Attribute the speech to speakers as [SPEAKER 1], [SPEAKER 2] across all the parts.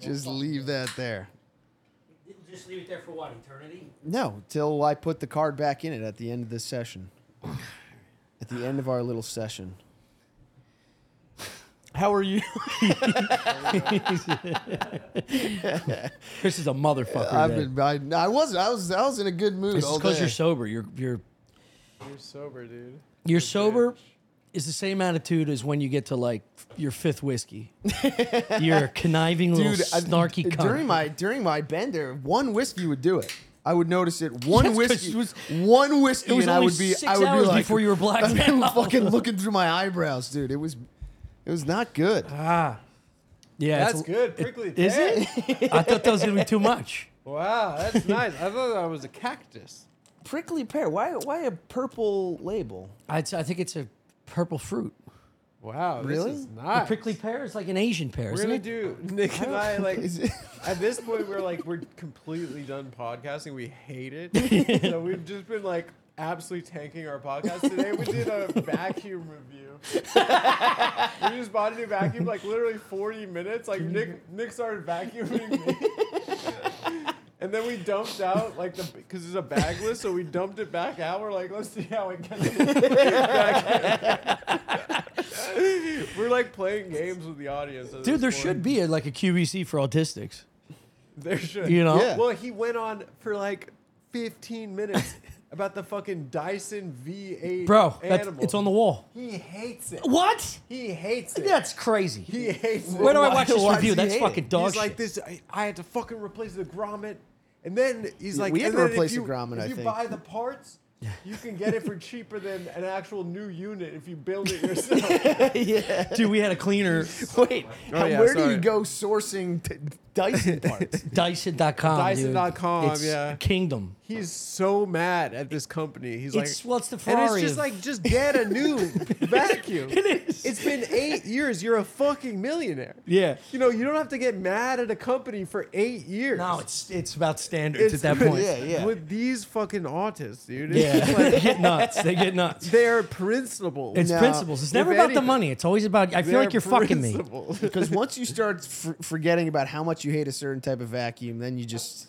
[SPEAKER 1] Just leave that there.
[SPEAKER 2] Just leave it there for what eternity?
[SPEAKER 1] No, till I put the card back in it at the end of this session. At the end of our little session.
[SPEAKER 3] How are you? Chris is a motherfucker.
[SPEAKER 1] I've
[SPEAKER 3] today.
[SPEAKER 1] been. I, I wasn't. I was. I was in a good mood
[SPEAKER 3] It's
[SPEAKER 1] all
[SPEAKER 3] because
[SPEAKER 1] day.
[SPEAKER 3] you're sober. You're you're
[SPEAKER 4] You're sober, dude.
[SPEAKER 3] you're sober is the same attitude as when you get to like your fifth whiskey. you're a conniving little
[SPEAKER 1] I-
[SPEAKER 3] snarky cunt.
[SPEAKER 1] during my during my bender, one whiskey would do it. I would notice it. One
[SPEAKER 3] Yes, 'cause
[SPEAKER 1] whiskey
[SPEAKER 3] it was-
[SPEAKER 1] one whiskey,
[SPEAKER 3] it was
[SPEAKER 1] and I
[SPEAKER 3] only
[SPEAKER 1] would be.
[SPEAKER 3] six
[SPEAKER 1] I would
[SPEAKER 3] hours
[SPEAKER 1] be like
[SPEAKER 3] before you were blacked
[SPEAKER 1] I'd be
[SPEAKER 3] out.
[SPEAKER 1] fucking looking through my eyebrows, dude. It was, it was not good.
[SPEAKER 3] ah, yeah, it's
[SPEAKER 4] That's
[SPEAKER 3] a-
[SPEAKER 4] good. Prickly
[SPEAKER 3] Is
[SPEAKER 4] pear.
[SPEAKER 3] it? I thought that was gonna be too much.
[SPEAKER 4] Wow, that's nice. I thought that was a cactus.
[SPEAKER 1] Prickly pear. Why? Why a purple label?
[SPEAKER 3] I, I think it's a purple fruit.
[SPEAKER 4] Wow,
[SPEAKER 1] Really?
[SPEAKER 4] this is
[SPEAKER 1] The
[SPEAKER 4] nice.
[SPEAKER 3] Prickly pear is like an Asian pear,
[SPEAKER 4] We're
[SPEAKER 3] isn't
[SPEAKER 4] gonna
[SPEAKER 3] it?
[SPEAKER 4] do Nick and I like
[SPEAKER 1] Is it?
[SPEAKER 4] at this point we're like we're completely done podcasting. We hate it, so we've just been like absolutely tanking our podcast. Today we did a vacuum review. we just bought a new vacuum like literally 40 minutes. Like Nick Nick started vacuuming me. And then we dumped out like the because it's a bagless, so we dumped it back out. We're like, let's see how it gets. We're like playing games with the audience. at
[SPEAKER 3] Dude,
[SPEAKER 4] this
[SPEAKER 3] there
[SPEAKER 4] point.
[SPEAKER 3] should be a, like a QVC for autistics.
[SPEAKER 4] There should.
[SPEAKER 3] You know?
[SPEAKER 1] Yeah.
[SPEAKER 4] Well, he went on for like 15 minutes about the fucking Dyson V8
[SPEAKER 3] Bro, that's,
[SPEAKER 4] animal.
[SPEAKER 3] it's on the wall.
[SPEAKER 4] He hates it.
[SPEAKER 3] What?
[SPEAKER 4] He hates it.
[SPEAKER 3] That's crazy.
[SPEAKER 4] He hates it.
[SPEAKER 3] Where do I
[SPEAKER 1] Why-
[SPEAKER 3] watch this
[SPEAKER 1] why
[SPEAKER 3] review?
[SPEAKER 1] does he
[SPEAKER 3] That's
[SPEAKER 1] hate
[SPEAKER 3] fucking
[SPEAKER 1] it?
[SPEAKER 3] dog
[SPEAKER 4] He's
[SPEAKER 3] shit.
[SPEAKER 4] like this. I, I had to fucking replace the grommet, and then he's
[SPEAKER 1] Yeah,
[SPEAKER 4] like,
[SPEAKER 1] we had
[SPEAKER 4] and
[SPEAKER 1] to
[SPEAKER 4] then if
[SPEAKER 1] replace the
[SPEAKER 4] you-
[SPEAKER 1] grommet,
[SPEAKER 4] If
[SPEAKER 1] I
[SPEAKER 4] you
[SPEAKER 1] think.
[SPEAKER 4] buy the parts, you can get it for cheaper than an actual new unit if you build it
[SPEAKER 3] Oh,
[SPEAKER 4] yourself.
[SPEAKER 3] Dude, we had a cleaner,
[SPEAKER 1] Wait.
[SPEAKER 4] Oh, yeah,
[SPEAKER 1] where do
[SPEAKER 4] sorry.
[SPEAKER 1] you go sourcing t- Dyson parts?
[SPEAKER 3] Dyson.com.
[SPEAKER 4] Dyson.com,
[SPEAKER 3] dude. It's
[SPEAKER 4] yeah.
[SPEAKER 3] Kingdom.
[SPEAKER 4] he's so mad at this company. He's
[SPEAKER 3] It's
[SPEAKER 4] like,
[SPEAKER 3] what's the
[SPEAKER 4] and
[SPEAKER 3] Ferrari?
[SPEAKER 4] it's just
[SPEAKER 3] of-
[SPEAKER 4] like, just get a new vacuum.
[SPEAKER 3] it is.
[SPEAKER 4] It's been eight years. You're a fucking millionaire.
[SPEAKER 3] yeah.
[SPEAKER 4] You know, you don't have to get mad at a company for eight years.
[SPEAKER 3] No, it's it's about standards
[SPEAKER 4] It's-
[SPEAKER 3] at that point.
[SPEAKER 1] Yeah, yeah.
[SPEAKER 4] With these fucking autists, dude. It's
[SPEAKER 3] Yeah.
[SPEAKER 4] just like,
[SPEAKER 3] they get nuts. They get nuts.
[SPEAKER 4] they're principled.
[SPEAKER 3] It's
[SPEAKER 1] No.
[SPEAKER 3] principles. It's never
[SPEAKER 4] If
[SPEAKER 3] about the
[SPEAKER 4] anything,
[SPEAKER 3] money. It's always about. I feel like
[SPEAKER 4] They're
[SPEAKER 3] you're fucking me.
[SPEAKER 4] principled.
[SPEAKER 1] Because once you start f- forgetting about how much you hate a certain type of vacuum, then you just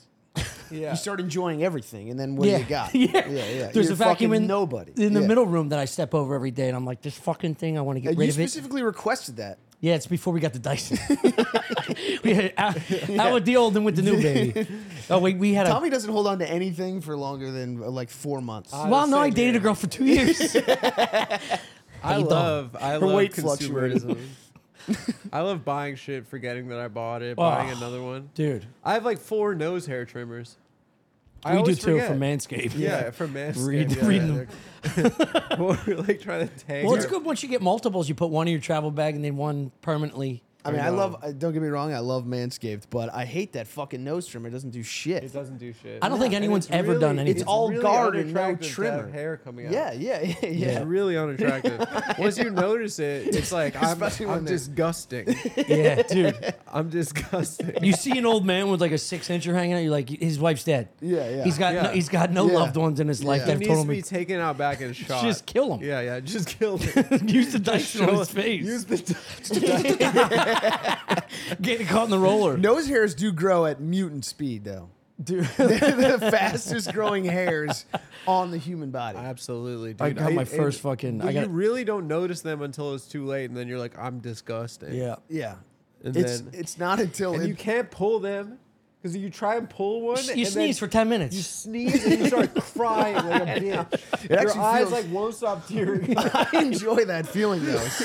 [SPEAKER 4] Yeah.
[SPEAKER 1] you start enjoying everything. And then what
[SPEAKER 3] yeah.
[SPEAKER 1] do you got?
[SPEAKER 3] Yeah.
[SPEAKER 1] yeah, yeah.
[SPEAKER 3] There's
[SPEAKER 1] You're
[SPEAKER 3] a vacuum
[SPEAKER 1] fucking
[SPEAKER 3] in
[SPEAKER 1] nobody
[SPEAKER 3] in the
[SPEAKER 1] Yeah.
[SPEAKER 3] middle room that I step over every day, and I'm like, this fucking thing. I want to
[SPEAKER 1] Uh,
[SPEAKER 3] get rid
[SPEAKER 1] You
[SPEAKER 3] of it.
[SPEAKER 1] specifically requested that.
[SPEAKER 3] Yeah, it's before we got the Dyson. we had out, out with the old and with the new baby. Oh wait, we had a.
[SPEAKER 1] Tommy doesn't hold on to anything for longer than uh, like four months.
[SPEAKER 3] well, no, I
[SPEAKER 4] Same
[SPEAKER 3] dated a
[SPEAKER 4] here.
[SPEAKER 3] girl for two years.
[SPEAKER 4] I
[SPEAKER 3] you
[SPEAKER 4] love I
[SPEAKER 1] Her
[SPEAKER 4] love
[SPEAKER 1] weight
[SPEAKER 4] consumerism. I love buying shit, forgetting that I bought it, buying another one.
[SPEAKER 3] Dude,
[SPEAKER 4] I have like four nose hair trimmers. I
[SPEAKER 3] we do
[SPEAKER 4] always
[SPEAKER 3] too
[SPEAKER 4] forget.
[SPEAKER 3] for Manscaped.
[SPEAKER 4] Yeah, for Manscaped.
[SPEAKER 3] Read-
[SPEAKER 4] yeah,
[SPEAKER 3] read
[SPEAKER 4] yeah, they're- We're like trying to tank.
[SPEAKER 3] Well, it's
[SPEAKER 4] our-
[SPEAKER 3] good once you get multiples. You put one in your travel bag and then one permanently.
[SPEAKER 1] I mean, I love. uh, Don't get me wrong, I love Manscaped, but I hate that fucking nose trimmer. It doesn't do shit.
[SPEAKER 4] It doesn't do shit.
[SPEAKER 3] I don't think
[SPEAKER 4] and
[SPEAKER 3] anyone's
[SPEAKER 4] it's
[SPEAKER 3] ever done anything.
[SPEAKER 1] It's all guard and no
[SPEAKER 4] unattractive to have
[SPEAKER 1] trimmer.
[SPEAKER 4] Hair coming out.
[SPEAKER 1] Yeah, yeah, yeah, yeah.
[SPEAKER 4] It's really unattractive. Once you notice it, it's like I'm,
[SPEAKER 1] Especially when
[SPEAKER 4] I'm
[SPEAKER 1] they're-
[SPEAKER 4] disgusting.
[SPEAKER 3] Yeah, dude.
[SPEAKER 4] I'm disgusting.
[SPEAKER 3] You see an old man with like a six incher hanging out. You're like, his wife's dead.
[SPEAKER 1] Yeah, yeah.
[SPEAKER 3] He's got no,
[SPEAKER 4] Yeah.
[SPEAKER 3] he's got no
[SPEAKER 1] Yeah.
[SPEAKER 3] loved ones in his life
[SPEAKER 1] Yeah.
[SPEAKER 3] that
[SPEAKER 4] It
[SPEAKER 3] have
[SPEAKER 4] needs
[SPEAKER 3] told
[SPEAKER 4] to be
[SPEAKER 3] him
[SPEAKER 4] taken out back and shot.
[SPEAKER 3] just kill him.
[SPEAKER 4] Yeah, yeah, just kill him.
[SPEAKER 3] Use the Dyson on his face.
[SPEAKER 4] Use the d-
[SPEAKER 3] Getting caught in the roller.
[SPEAKER 1] Nose hairs do grow at mutant speed, though.
[SPEAKER 3] Dude.
[SPEAKER 1] They're the fastest growing hairs on the human body.
[SPEAKER 4] Absolutely, dude.
[SPEAKER 3] I got my
[SPEAKER 4] it-
[SPEAKER 3] first fucking-
[SPEAKER 4] but
[SPEAKER 3] I got-
[SPEAKER 4] you really don't notice them until it's too late, and then you're like, I'm disgusting.
[SPEAKER 3] Yeah.
[SPEAKER 1] Yeah,
[SPEAKER 4] And
[SPEAKER 1] it's
[SPEAKER 4] then-
[SPEAKER 1] it's not until
[SPEAKER 4] and
[SPEAKER 1] it-
[SPEAKER 4] you can't pull them because you try and pull one,
[SPEAKER 3] You
[SPEAKER 4] and
[SPEAKER 3] sneeze
[SPEAKER 4] then
[SPEAKER 3] for ten minutes.
[SPEAKER 4] you sneeze and you start crying like a bitch. Your
[SPEAKER 1] actually
[SPEAKER 4] eyes
[SPEAKER 1] feels-
[SPEAKER 4] like won't stop tearing.
[SPEAKER 1] I enjoy that feeling though.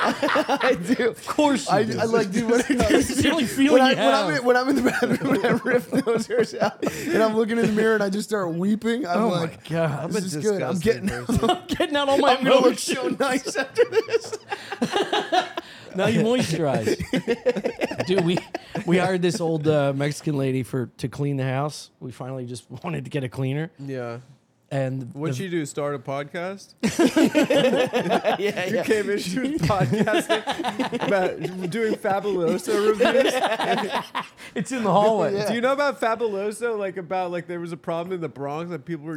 [SPEAKER 1] I do. Of
[SPEAKER 3] course you
[SPEAKER 1] I,
[SPEAKER 3] do.
[SPEAKER 1] I like do what I do.
[SPEAKER 3] It's the only feeling
[SPEAKER 1] When, I,
[SPEAKER 3] you
[SPEAKER 1] when, I'm
[SPEAKER 3] have.
[SPEAKER 1] in, when I'm in the bathroom and I rip those hairs out and I'm looking in the mirror and I just start weeping, I'm
[SPEAKER 3] oh
[SPEAKER 1] like,
[SPEAKER 3] my god!
[SPEAKER 1] this is good. I'm getting
[SPEAKER 3] I'm getting out all my
[SPEAKER 1] I'm gonna look
[SPEAKER 3] emotions.
[SPEAKER 1] so nice after this.
[SPEAKER 3] Now you moisturize, dude. We we hired this old uh, Mexican lady for to clean the house. We finally just wanted to get a cleaner,
[SPEAKER 4] Yeah.
[SPEAKER 3] and
[SPEAKER 4] What'd
[SPEAKER 3] the-
[SPEAKER 4] you do? Start a podcast?
[SPEAKER 1] yeah,
[SPEAKER 4] You came in, she was podcasting about doing Fabuloso reviews.
[SPEAKER 3] it's in the hallway.
[SPEAKER 1] Yeah.
[SPEAKER 4] Do you know about Fabuloso? Like about like there was a problem in the Bronx that people were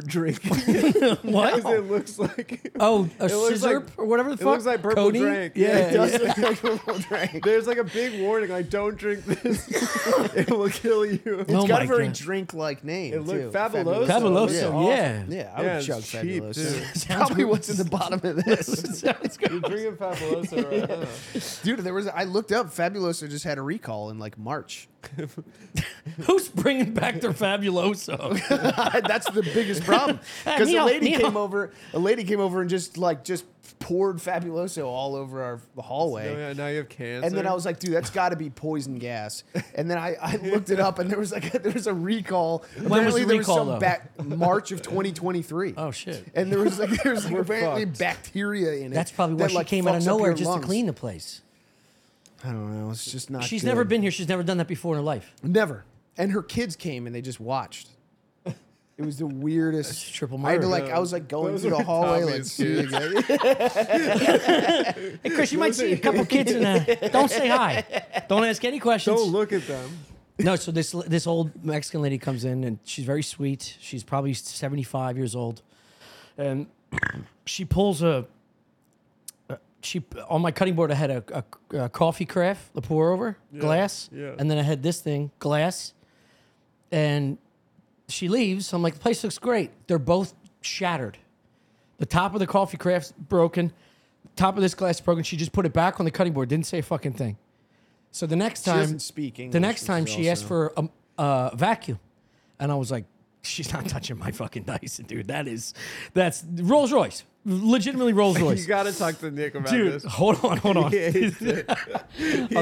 [SPEAKER 4] drinking
[SPEAKER 3] What?
[SPEAKER 4] because it looks like
[SPEAKER 3] Oh, a
[SPEAKER 4] looks
[SPEAKER 3] scissor
[SPEAKER 4] like-
[SPEAKER 3] or whatever the
[SPEAKER 4] it
[SPEAKER 3] fuck.
[SPEAKER 4] looks like purple
[SPEAKER 3] Codeine?
[SPEAKER 4] drink.
[SPEAKER 1] yeah, it
[SPEAKER 4] yeah.
[SPEAKER 1] does look like a little drink.
[SPEAKER 4] There's like a big warning like don't drink this. it will kill you.
[SPEAKER 3] No.
[SPEAKER 1] It's got a
[SPEAKER 3] Oh my
[SPEAKER 1] very
[SPEAKER 3] God.
[SPEAKER 1] drink-like name.
[SPEAKER 4] It looked
[SPEAKER 1] too.
[SPEAKER 4] Fabuloso.
[SPEAKER 3] Fabuloso,
[SPEAKER 4] It
[SPEAKER 1] yeah.
[SPEAKER 4] was
[SPEAKER 3] yeah.
[SPEAKER 4] awesome.
[SPEAKER 1] Yeah, I
[SPEAKER 4] Yeah,
[SPEAKER 1] would
[SPEAKER 4] it's
[SPEAKER 1] chug
[SPEAKER 4] cheap, too.
[SPEAKER 1] Fabuloso. Probably what's at the bottom of this,
[SPEAKER 3] Sounds good.
[SPEAKER 4] You're drinking Fabuloso right now.
[SPEAKER 1] dude. There was I looked up Fabuloso just had a recall in like March.
[SPEAKER 3] Who's bringing back their fabuloso?
[SPEAKER 1] That's the biggest problem because a
[SPEAKER 3] Neil,
[SPEAKER 1] lady
[SPEAKER 3] Neil.
[SPEAKER 1] came over. A lady came over and just like just poured Fabuloso all over our hallway.
[SPEAKER 4] Oh, yeah, now you have cancer.
[SPEAKER 1] And then I was like, dude, that's got to be poison gas. And then I, I looked it up, and there was like a, there was a recall.
[SPEAKER 3] When was the
[SPEAKER 1] there
[SPEAKER 3] recall,
[SPEAKER 1] was
[SPEAKER 3] though?
[SPEAKER 1] some back March of 2023.
[SPEAKER 3] Oh, shit.
[SPEAKER 1] And there was like there was like
[SPEAKER 4] We're
[SPEAKER 1] apparently
[SPEAKER 4] fucked.
[SPEAKER 1] bacteria in it.
[SPEAKER 3] That's probably why
[SPEAKER 1] that,
[SPEAKER 3] she
[SPEAKER 1] like,
[SPEAKER 3] came out
[SPEAKER 1] fucks up
[SPEAKER 3] of nowhere
[SPEAKER 1] your
[SPEAKER 3] just
[SPEAKER 1] lungs.
[SPEAKER 3] to clean the place.
[SPEAKER 1] I don't know. It's just not.
[SPEAKER 3] She's
[SPEAKER 1] good.
[SPEAKER 3] never been here. She's never done that before in her life.
[SPEAKER 1] Never. And her kids came and they just watched. It was the weirdest.
[SPEAKER 3] triple
[SPEAKER 1] I had to
[SPEAKER 3] murder.
[SPEAKER 1] like I was like going
[SPEAKER 4] Those
[SPEAKER 1] through the
[SPEAKER 4] were
[SPEAKER 1] hallway like
[SPEAKER 4] Tommy's
[SPEAKER 1] see
[SPEAKER 4] kids.
[SPEAKER 1] again.
[SPEAKER 3] Hey, Chris, you might see a couple kids in there. Don't say hi. Don't ask any questions.
[SPEAKER 4] don't look at them.
[SPEAKER 3] No, so this this old Mexican lady comes in and she's very sweet. She's probably seventy five years old, and she pulls a. a- She on my cutting board, I had a, a, a coffee craft, the pour over glass,
[SPEAKER 4] yeah.
[SPEAKER 3] and then I had this thing glass, and she leaves. I'm like, the place looks great. They're both shattered. The top of the coffee craft's broken. Top of this glass is broken. She just put it back on the cutting board. Didn't say a fucking thing. So the next
[SPEAKER 1] She
[SPEAKER 3] time
[SPEAKER 1] doesn't speak English.
[SPEAKER 3] the next time
[SPEAKER 1] which is
[SPEAKER 3] she asked
[SPEAKER 1] also-
[SPEAKER 3] for a, a vacuum, and I was like, "She's not touching my fucking Dyson, dude. That is, that's Rolls Royce, legitimately Rolls
[SPEAKER 4] You
[SPEAKER 3] Royce,
[SPEAKER 4] gotta talk to Nick about
[SPEAKER 3] dude.
[SPEAKER 4] this.
[SPEAKER 3] Hold on, hold on.
[SPEAKER 4] He hates it.
[SPEAKER 3] I'll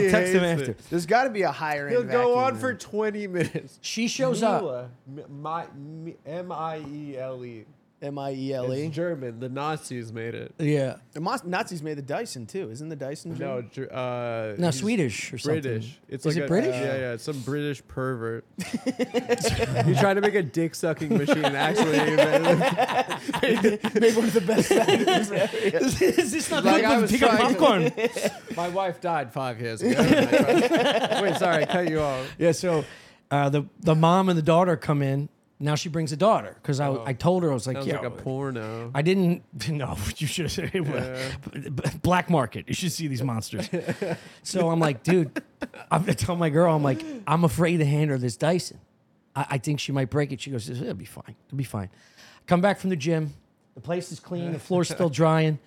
[SPEAKER 4] He
[SPEAKER 3] text him
[SPEAKER 4] hates
[SPEAKER 3] after.
[SPEAKER 4] it.
[SPEAKER 1] There's got to be a higher
[SPEAKER 4] He'll
[SPEAKER 1] end.
[SPEAKER 4] go
[SPEAKER 1] vacuum
[SPEAKER 4] on
[SPEAKER 1] than-
[SPEAKER 4] for 20 minutes.
[SPEAKER 3] She shows up.
[SPEAKER 4] Miele, M- my- M- M-I-E-L-E.
[SPEAKER 1] M I E L E.
[SPEAKER 4] It's German. The Nazis made it.
[SPEAKER 3] Yeah,
[SPEAKER 1] The Mos- Nazis made the Dyson too, isn't the Dyson?
[SPEAKER 4] No,
[SPEAKER 1] German?
[SPEAKER 4] Ger- uh,
[SPEAKER 3] no,
[SPEAKER 4] he's
[SPEAKER 3] Swedish or something.
[SPEAKER 4] British. It's
[SPEAKER 3] Is
[SPEAKER 4] like
[SPEAKER 3] it
[SPEAKER 4] a- uh,
[SPEAKER 3] British?
[SPEAKER 4] Yeah, yeah. It's some British pervert. he tried to make a dick sucking machine. Actually,
[SPEAKER 1] made one of the best. vacuums ever.
[SPEAKER 3] is this not
[SPEAKER 4] Like,
[SPEAKER 3] like
[SPEAKER 4] I
[SPEAKER 3] good
[SPEAKER 4] was
[SPEAKER 3] with pick up
[SPEAKER 4] trying to-
[SPEAKER 3] popcorn?
[SPEAKER 4] my wife died five years ago. Wait, sorry, I cut you off.
[SPEAKER 3] yeah, so uh, the the mom and the daughter come in. Now she brings a daughter because I, I told her I was like,
[SPEAKER 4] Oh. Sounds
[SPEAKER 3] yeah,
[SPEAKER 4] like a porno.
[SPEAKER 3] I didn't. No, you should have said it was b- b- black market. You should see these monsters. so I'm like, dude, I'm gonna tell my girl. I'm like, I'm afraid to hand her this Dyson. I, I think she might break it. She goes, it'll be fine. It'll be fine. Come back from the gym. The place is clean. The floor's still drying.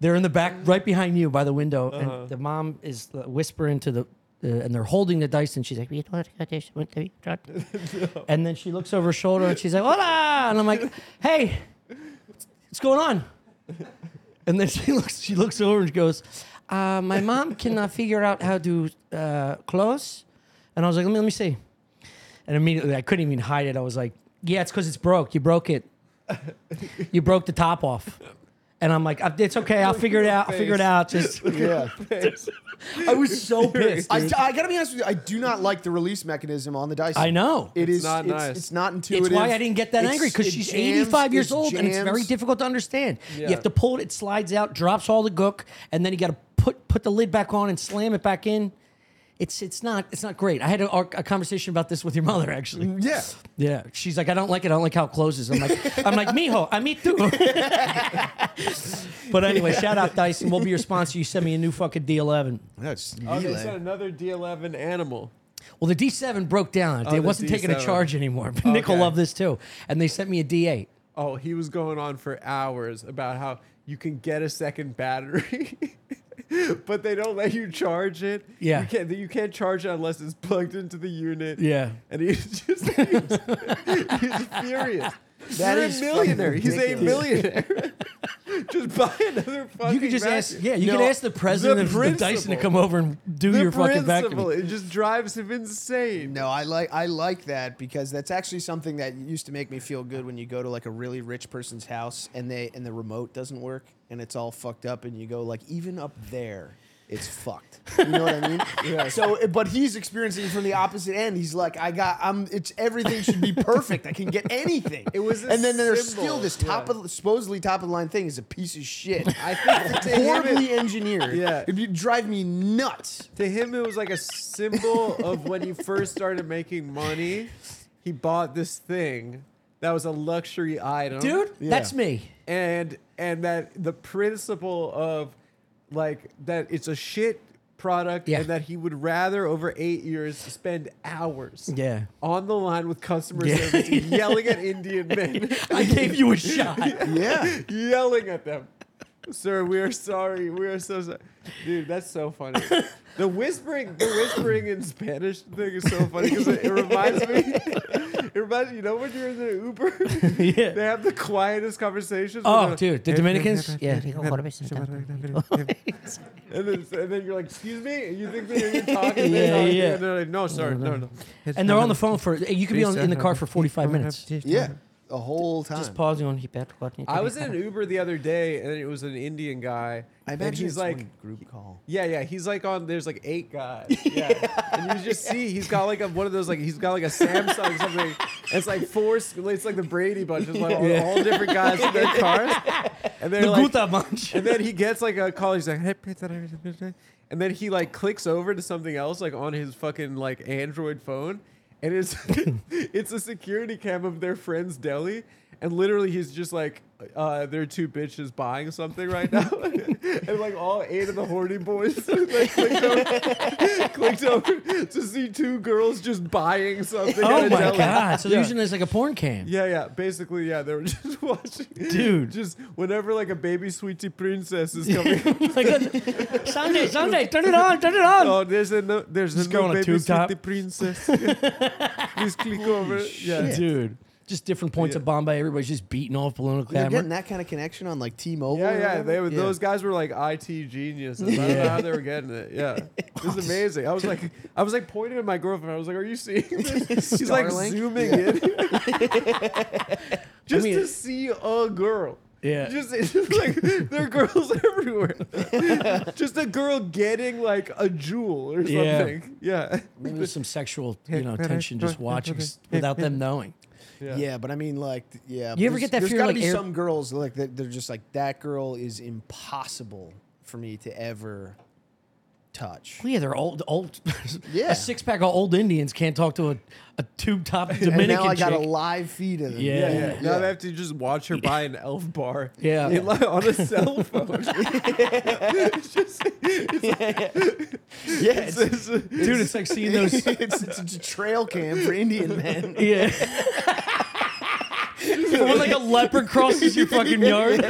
[SPEAKER 3] They're in the back, right behind you by the window, and the mom is uh, whispering to the. Uh, and they're holding the Dyson. She's like, "We don't want to cut this. Won't we cut it?" and then she looks over her shoulder and she's like, "Hola!" And I'm like, "Hey, what's going on? And then she looks, she looks over and she goes, uh, my mom cannot figure out how to uh, close. And I was like, let me, let me see. And immediately I couldn't even hide it. I was like, yeah, it's because it's broke. You broke it. You broke the top off. And I'm like, "Uh, it's okay. I'll figure it out. I'll figure it out. Just,
[SPEAKER 1] yeah.
[SPEAKER 3] I was so pissed.
[SPEAKER 1] I,
[SPEAKER 3] dude.
[SPEAKER 1] I gotta be honest with you. I do not like the release mechanism on the Dyson.
[SPEAKER 3] I know.
[SPEAKER 1] It
[SPEAKER 4] It's
[SPEAKER 1] is
[SPEAKER 4] not
[SPEAKER 1] it's,
[SPEAKER 4] nice.
[SPEAKER 1] It's not intuitive.
[SPEAKER 3] It's why I didn't get that
[SPEAKER 1] It's-
[SPEAKER 3] angry because
[SPEAKER 1] it
[SPEAKER 3] she's
[SPEAKER 1] jams,
[SPEAKER 3] 85 years
[SPEAKER 1] it
[SPEAKER 3] old and it's very
[SPEAKER 1] jams.
[SPEAKER 3] difficult to understand.
[SPEAKER 4] Yeah.
[SPEAKER 3] You have to pull it, it slides out, drops all the gook, and then you got to put put the lid back on and slam it back in. It's it's not it's not great. I had a, a conversation about this with your mother actually.
[SPEAKER 1] Yeah.
[SPEAKER 3] Yeah, she's like, I don't like it. I don't like how it closes. I'm like, I'm like, mijo, I me too. but anyway, shout out Dyson. We'll be your sponsor. You send me a new fucking D11.
[SPEAKER 1] That's
[SPEAKER 4] Oh, they said another D11 animal.
[SPEAKER 3] Well, the D7 broke down.
[SPEAKER 4] the
[SPEAKER 3] it wasn't taking a
[SPEAKER 4] D7.
[SPEAKER 3] charge anymore. But Nick will
[SPEAKER 4] Okay.
[SPEAKER 3] love this too. And they sent me a D8.
[SPEAKER 4] Oh, he was going on for hours about how you can get a second battery, but they don't let you charge it.
[SPEAKER 3] Yeah.
[SPEAKER 4] you can't. You can't charge it unless it's plugged into the unit.
[SPEAKER 3] Yeah.
[SPEAKER 4] and he's just he's, he's furious.
[SPEAKER 1] That
[SPEAKER 4] You're
[SPEAKER 1] is
[SPEAKER 4] a
[SPEAKER 1] fucking
[SPEAKER 4] millionaire. He's a
[SPEAKER 1] ridiculous.
[SPEAKER 4] millionaire. just buy another fucking.
[SPEAKER 3] You could just ask,
[SPEAKER 4] vacuum.
[SPEAKER 3] yeah, you
[SPEAKER 1] No,
[SPEAKER 3] could ask the president of the Dyson to
[SPEAKER 4] principle.
[SPEAKER 3] come over and do
[SPEAKER 4] The
[SPEAKER 3] your fucking
[SPEAKER 4] principle,
[SPEAKER 3] vacuum.
[SPEAKER 4] it just drives him insane.
[SPEAKER 1] No, I like I like that because that's actually something that used to make me feel good when you go to like a really rich person's house and they and the remote doesn't work and it's all fucked up and you go like even up there it's fucked. You know what I mean? So, but he's experiencing it from the opposite end. He's like, I got, I'm, it's everything should be perfect. I can get anything. It
[SPEAKER 4] was a
[SPEAKER 1] and then there's
[SPEAKER 4] symbol,
[SPEAKER 1] still this top
[SPEAKER 4] yeah.
[SPEAKER 1] of, supposedly top of the line thing is a piece of shit.
[SPEAKER 4] I think to him,
[SPEAKER 1] Horribly
[SPEAKER 4] it,
[SPEAKER 1] engineered.
[SPEAKER 4] Yeah.
[SPEAKER 1] If you drive me nuts.
[SPEAKER 4] to him it was like a symbol of when he first started making money. He bought this thing that was a luxury item,
[SPEAKER 3] Dude, that's
[SPEAKER 1] Yeah.
[SPEAKER 3] me.
[SPEAKER 4] and and that the principle of like that it's a shit product
[SPEAKER 3] Yeah.
[SPEAKER 4] and that he would rather over eight years spend hours
[SPEAKER 3] Yeah.
[SPEAKER 4] on the line with customer
[SPEAKER 3] Yeah.
[SPEAKER 4] service yelling at indian men
[SPEAKER 3] I gave you a shot.
[SPEAKER 1] Yeah.
[SPEAKER 4] yelling at them sir we are sorry we are so sorry dude that's so funny the whispering the whispering in spanish thing is so funny because it, it reminds me it reminds you know when you're in the uber they
[SPEAKER 3] yeah.
[SPEAKER 4] have the quietest conversations with
[SPEAKER 3] Oh,
[SPEAKER 4] the-
[SPEAKER 3] dude, the Dominicans? Yeah.
[SPEAKER 4] And then, and then you're like, excuse me? And you think that you're talking?
[SPEAKER 3] Yeah,
[SPEAKER 4] they're talking,
[SPEAKER 3] yeah.
[SPEAKER 4] And they're like, no, sir, no, no.
[SPEAKER 3] And they're on the phone for, you could be on, in the car for 45 minutes.
[SPEAKER 1] Yeah. The whole time.
[SPEAKER 3] Just pausing on Hebert.
[SPEAKER 4] I was in an Uber the other day, and it was an Indian guy.
[SPEAKER 1] I
[SPEAKER 4] and
[SPEAKER 1] imagine
[SPEAKER 4] he's
[SPEAKER 1] it's
[SPEAKER 4] like,
[SPEAKER 1] one group call.
[SPEAKER 4] yeah, yeah. He's like on. There's like eight guys. Yeah. and you just see he's got like a, one of those like he's got like a Samsung or something. It's like four. sc- It's like the Brady Bunch. It's like all, all different guys in their cars. And they're
[SPEAKER 3] The
[SPEAKER 4] like,
[SPEAKER 3] Guta bunch. Oh
[SPEAKER 4] And then he gets like a call. He's like, "Hey, pizza, pizza, pizza." and then he like clicks over to something else, like on his fucking like Android phone, and it's it's a security cam of their friend's deli, and literally he's just like, uh, "There are two bitches buying something right now," and like all eight of the horny boys like, clicked, over, clicked over to see two girls just buying something. at
[SPEAKER 3] Oh
[SPEAKER 4] a
[SPEAKER 3] my
[SPEAKER 4] deli.
[SPEAKER 3] god! So they're
[SPEAKER 4] Yeah.
[SPEAKER 3] using this like a porn cam.
[SPEAKER 4] Yeah, yeah. Basically, yeah. They were just watching,
[SPEAKER 3] Dude.
[SPEAKER 4] Just whenever like a baby sweetie princess is coming,
[SPEAKER 3] uh, Sunday, Sunday, turn it on, turn it on.
[SPEAKER 4] oh, there's a no, there's
[SPEAKER 3] Just
[SPEAKER 4] a
[SPEAKER 3] go
[SPEAKER 4] no
[SPEAKER 3] on a
[SPEAKER 4] baby
[SPEAKER 3] tube
[SPEAKER 4] sweetie
[SPEAKER 3] top.
[SPEAKER 4] princess. Please click over. Yeah,
[SPEAKER 3] dude. Just different points
[SPEAKER 4] Yeah.
[SPEAKER 3] of Bombay. Everybody's just beating off balloon
[SPEAKER 1] You're getting
[SPEAKER 3] camera.
[SPEAKER 1] that kind of connection on like T-Mobile. or
[SPEAKER 4] yeah, yeah. They
[SPEAKER 1] whatever?
[SPEAKER 4] were, those guys were like IT geniuses. I don't know how they were getting it. Yeah, it was amazing. I was like, I was like pointing at my girlfriend. I was like, "Are you seeing this?" She's like
[SPEAKER 1] Starlink?
[SPEAKER 4] zooming in, just
[SPEAKER 3] mean-
[SPEAKER 4] to see a girl.
[SPEAKER 3] Yeah.
[SPEAKER 4] Just, it's just like there are girls everywhere. just a girl getting like a jewel or
[SPEAKER 3] Yeah.
[SPEAKER 4] something. Yeah.
[SPEAKER 3] Maybe there's some sexual, you know, tension just watching s- without them knowing.
[SPEAKER 1] Yeah. but I mean, like, th- yeah.
[SPEAKER 3] You
[SPEAKER 1] but
[SPEAKER 3] ever
[SPEAKER 1] there's-
[SPEAKER 3] get that
[SPEAKER 1] there's
[SPEAKER 3] fear,
[SPEAKER 1] gotta
[SPEAKER 3] like,
[SPEAKER 1] be
[SPEAKER 3] air-
[SPEAKER 1] some girls like that. They're just like that girl is impossible for me to ever touch.
[SPEAKER 3] Well, yeah, they're old, old.
[SPEAKER 1] Yeah.
[SPEAKER 3] a six pack of old Indians can't talk to a, a tube top Dominican
[SPEAKER 1] and now I got a
[SPEAKER 3] chick.
[SPEAKER 1] live feed of them.
[SPEAKER 3] Yeah.
[SPEAKER 4] Yeah,
[SPEAKER 3] Yeah.
[SPEAKER 4] yeah. Now they have to just watch her buy an elf bar.
[SPEAKER 3] Yeah.
[SPEAKER 4] In, like, on a cell phone. It's just- it's
[SPEAKER 1] yeah. It's,
[SPEAKER 4] like- it's-
[SPEAKER 3] dude, it's like seeing those.
[SPEAKER 1] it's, it's, it's a trail cam for Indian men.
[SPEAKER 3] yeah. When like a leopard crosses your fucking yard,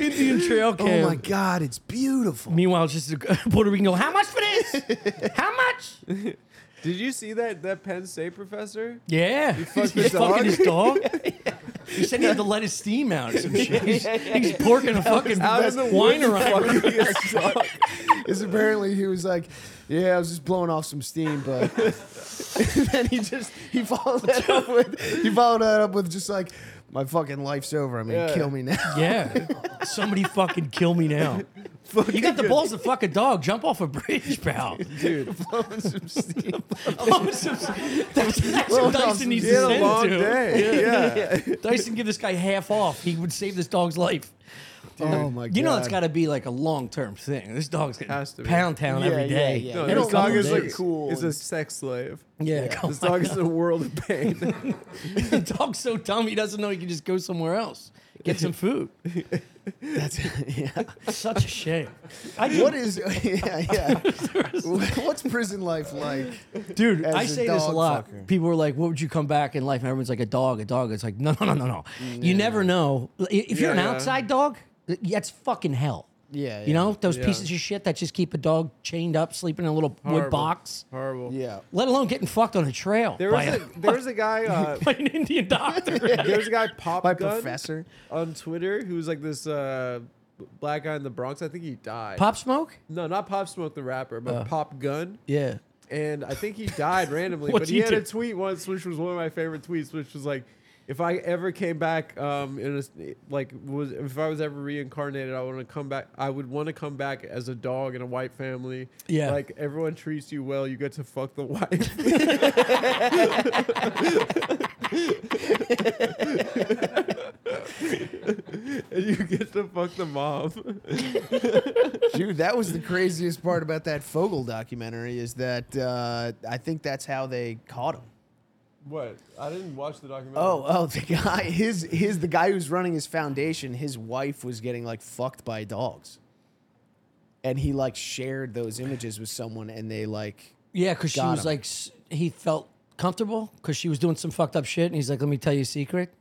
[SPEAKER 3] Indian trail cam.
[SPEAKER 1] Oh my God, it's beautiful.
[SPEAKER 3] Meanwhile, it's just a Puerto Rican. Go, How much for this? How much?
[SPEAKER 4] Did you see that that Penn State professor?
[SPEAKER 3] Yeah. He
[SPEAKER 4] fucked
[SPEAKER 3] He's
[SPEAKER 4] his dog?
[SPEAKER 3] fucking his dog. He said he had to let his steam out or some shit. He's, he's porking a fucking
[SPEAKER 4] Out in the
[SPEAKER 3] wine
[SPEAKER 4] woods,
[SPEAKER 3] around.
[SPEAKER 4] fucking his dog.
[SPEAKER 1] Is apparently he was like, yeah, I was just blowing off some steam, but then he just he followed that up with he followed that up with just like my fucking life's over. I mean,
[SPEAKER 4] Yeah.
[SPEAKER 1] kill me now.
[SPEAKER 3] Yeah. Somebody fucking kill me now. You got the balls to fuck a dog. Jump off a bridge, pal.
[SPEAKER 4] dude.
[SPEAKER 1] blowing some steam.
[SPEAKER 3] that's that's what Dyson needs
[SPEAKER 4] He
[SPEAKER 3] to
[SPEAKER 4] had a
[SPEAKER 3] send
[SPEAKER 4] long
[SPEAKER 3] to.
[SPEAKER 4] day. Yeah.
[SPEAKER 3] Dyson give this guy half off. He would save this dog's life.
[SPEAKER 1] Oh my god!
[SPEAKER 3] You know that's got to be like a long term thing. This dog's getting
[SPEAKER 4] Has to be.
[SPEAKER 3] pound town
[SPEAKER 1] Yeah,
[SPEAKER 3] every
[SPEAKER 1] yeah,
[SPEAKER 3] day.
[SPEAKER 1] yeah.
[SPEAKER 4] No,
[SPEAKER 1] They
[SPEAKER 4] this
[SPEAKER 1] don't
[SPEAKER 4] dog
[SPEAKER 1] love
[SPEAKER 4] is
[SPEAKER 1] him.
[SPEAKER 4] like
[SPEAKER 1] It's cool.
[SPEAKER 4] Is a sex slave.
[SPEAKER 3] Yeah, come
[SPEAKER 4] This dog is in a world of pain.
[SPEAKER 3] The dog's so dumb he doesn't know he can just go somewhere else get some food.
[SPEAKER 1] That's yeah.
[SPEAKER 3] Such a shame. I
[SPEAKER 1] What is yeah yeah? What's prison life like?
[SPEAKER 3] dude?
[SPEAKER 1] as
[SPEAKER 3] I
[SPEAKER 1] a
[SPEAKER 3] say this a
[SPEAKER 1] dog
[SPEAKER 3] lot.
[SPEAKER 1] fucker?
[SPEAKER 3] People are like, "What would you come back in life?" And everyone's like, "A dog, a dog." It's like, no, no, no, no, no. You never know. I- If you're
[SPEAKER 4] Yeah,
[SPEAKER 3] an
[SPEAKER 4] yeah.
[SPEAKER 3] outside dog, th- that's fucking hell.
[SPEAKER 1] Yeah,
[SPEAKER 3] You
[SPEAKER 1] yeah.
[SPEAKER 3] know those
[SPEAKER 4] Yeah.
[SPEAKER 3] pieces of shit that just keep a dog chained up, sleeping in a little wood
[SPEAKER 4] Horrible.
[SPEAKER 3] box.
[SPEAKER 4] Horrible.
[SPEAKER 1] Yeah.
[SPEAKER 3] Let alone getting fucked on a trail
[SPEAKER 4] There
[SPEAKER 3] by,
[SPEAKER 4] was a there was a guy uh,
[SPEAKER 3] by an Indian doctor.
[SPEAKER 4] there was a guy pop
[SPEAKER 1] My
[SPEAKER 4] Gun
[SPEAKER 1] professor.
[SPEAKER 4] on Twitter who was like this uh, black guy in the Bronx. I think he died.
[SPEAKER 3] Pop smoke?
[SPEAKER 4] No, not Pop Smoke the rapper,
[SPEAKER 3] Oh.
[SPEAKER 4] but Pop Gun.
[SPEAKER 3] Yeah.
[SPEAKER 4] And I think he died randomly.
[SPEAKER 3] What'd
[SPEAKER 4] but he
[SPEAKER 3] he
[SPEAKER 4] had
[SPEAKER 3] do?
[SPEAKER 4] a tweet once, which was one of my favorite tweets, which was like, if I ever came back, um, in a, s- like was if I was ever reincarnated, I want to come back. I would want to come back as a dog in a white family.
[SPEAKER 3] Yeah.
[SPEAKER 4] like everyone treats you well. You get to fuck the wife. and you get to fuck the mom.
[SPEAKER 1] Dude, that was the craziest part about that Fogel documentary is that uh, I think that's how they caught him.
[SPEAKER 4] What? I didn't watch the documentary.
[SPEAKER 1] Oh, oh, the guy, his, his, the guy who's running his foundation, his wife was getting like fucked by dogs, and he like shared those images with someone, and they like,
[SPEAKER 3] Yeah, because she
[SPEAKER 1] Got
[SPEAKER 3] was
[SPEAKER 1] him.
[SPEAKER 3] like, s- he felt comfortable because she was doing some fucked up shit, and he's like, "Let me tell you a secret."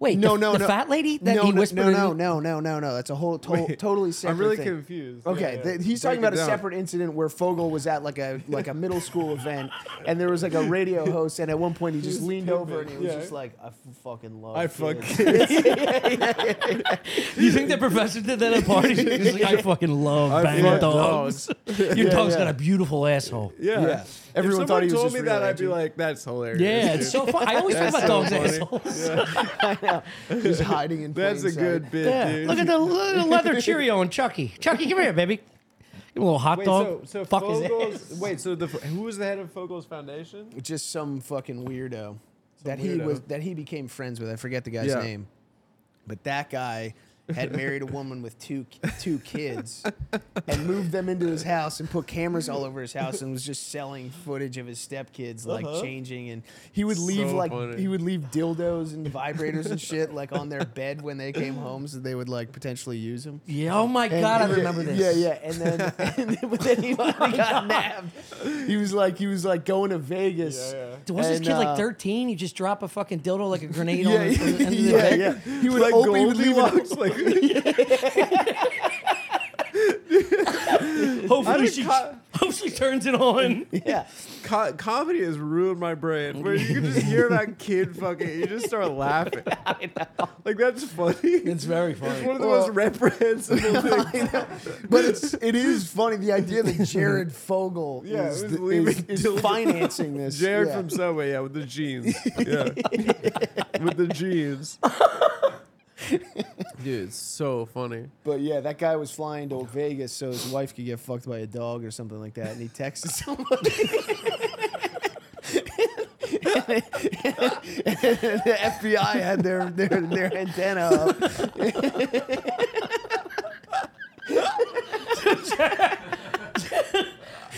[SPEAKER 3] Wait,
[SPEAKER 1] no,
[SPEAKER 3] the,
[SPEAKER 1] no,
[SPEAKER 3] the
[SPEAKER 1] no,
[SPEAKER 3] fat lady that
[SPEAKER 1] no,
[SPEAKER 3] he
[SPEAKER 1] no,
[SPEAKER 3] whispered.
[SPEAKER 1] no,
[SPEAKER 3] in-
[SPEAKER 1] no, no, no, no, no, that's a whole to- totally separate.
[SPEAKER 4] I'm really
[SPEAKER 1] thing.
[SPEAKER 4] confused.
[SPEAKER 1] Okay,
[SPEAKER 4] Yeah,
[SPEAKER 1] th-
[SPEAKER 4] yeah.
[SPEAKER 1] he's talking about
[SPEAKER 4] Break it
[SPEAKER 1] a
[SPEAKER 4] down.
[SPEAKER 1] separate incident where Fogel was at like a like a middle school event, and there was like a radio host, and at one point he just
[SPEAKER 4] was
[SPEAKER 1] leaned over and he
[SPEAKER 4] pimping,
[SPEAKER 1] was
[SPEAKER 4] yeah.
[SPEAKER 1] just like, "I f- fucking love."
[SPEAKER 4] I fuck.
[SPEAKER 1] kids."
[SPEAKER 3] You think that professor did that at parties? He's like, "I fucking love
[SPEAKER 4] I
[SPEAKER 3] banging
[SPEAKER 4] fuck
[SPEAKER 3] dogs. Your dog's
[SPEAKER 1] yeah.
[SPEAKER 3] got a beautiful asshole."
[SPEAKER 4] Yeah.
[SPEAKER 1] Yeah. Everyone
[SPEAKER 4] if someone
[SPEAKER 1] thought he was
[SPEAKER 4] told
[SPEAKER 1] just
[SPEAKER 4] me
[SPEAKER 1] real
[SPEAKER 4] that, I'd be
[SPEAKER 1] edgy.
[SPEAKER 4] like, that's hilarious.
[SPEAKER 3] Yeah, it's so
[SPEAKER 4] dude.
[SPEAKER 3] fun. I always think about dogs'
[SPEAKER 4] That's so funny.
[SPEAKER 3] assholes.
[SPEAKER 1] just hiding in plain
[SPEAKER 4] That's a
[SPEAKER 1] sight.
[SPEAKER 4] good bit,
[SPEAKER 3] Yeah,
[SPEAKER 4] dude.
[SPEAKER 3] look at the look at the leather Cheerio and Chucky. Chucky, come here, baby. Give him a little hot
[SPEAKER 4] Wait, so,
[SPEAKER 3] dog.
[SPEAKER 4] so
[SPEAKER 3] Fuck his ass.
[SPEAKER 4] Fogel's, wait, so the who was the head of Fogel's foundation?
[SPEAKER 1] Just some fucking weirdo that he
[SPEAKER 4] weirdo.
[SPEAKER 1] was that he became friends with. I forget the guy's
[SPEAKER 4] Yeah.
[SPEAKER 1] name, but that guy had married a woman with two two kids and moved them into his house and put cameras all over his house and was just selling footage of his stepkids like
[SPEAKER 4] Uh-huh.
[SPEAKER 1] changing and he would leave
[SPEAKER 4] So
[SPEAKER 1] like
[SPEAKER 4] funny.
[SPEAKER 1] he would leave dildos and vibrators and shit like on their bed when they came home so they would like potentially use them.
[SPEAKER 3] Yeah, oh my
[SPEAKER 1] And-
[SPEAKER 3] god, I
[SPEAKER 1] yeah,
[SPEAKER 3] remember this.
[SPEAKER 1] Yeah, yeah. And then, and then but then he finally got nabbed. He was like, he was like going to Vegas.
[SPEAKER 4] Yeah,
[SPEAKER 3] Dude, Was this
[SPEAKER 1] And,
[SPEAKER 3] kid
[SPEAKER 1] uh,
[SPEAKER 3] like 13? He just drop a fucking dildo like a grenade
[SPEAKER 1] Yeah,
[SPEAKER 3] on the, on the end of the
[SPEAKER 1] yeah,
[SPEAKER 3] bed?
[SPEAKER 1] yeah. He would open, he would leave an,
[SPEAKER 4] Goldilocks, like I
[SPEAKER 3] Hopefully
[SPEAKER 4] didn't
[SPEAKER 3] she,
[SPEAKER 4] co-
[SPEAKER 3] hopefully she turns it on.
[SPEAKER 1] yeah.
[SPEAKER 4] co- comedy has ruined my brain. Where you can just hear about kid fucking, you just start laughing. Like that's funny.
[SPEAKER 3] It's very
[SPEAKER 4] It's one
[SPEAKER 3] funny.
[SPEAKER 4] of the
[SPEAKER 1] Well-
[SPEAKER 4] most reprehensible things.
[SPEAKER 1] But it's it is funny the idea that Jared Fogle
[SPEAKER 4] Yeah,
[SPEAKER 1] is,
[SPEAKER 4] who's
[SPEAKER 1] the-
[SPEAKER 4] leaving
[SPEAKER 1] is,
[SPEAKER 4] dildo-
[SPEAKER 1] is financing this.
[SPEAKER 4] Jared
[SPEAKER 1] yeah.
[SPEAKER 4] from Subway, yeah, with the jeans. Yeah. with the jeans. Dude, it's so funny.
[SPEAKER 1] But yeah, that guy was flying to Vegas so his wife could get fucked by a dog or something like that, and he texted somebody. and the FBI had their their, their antenna up.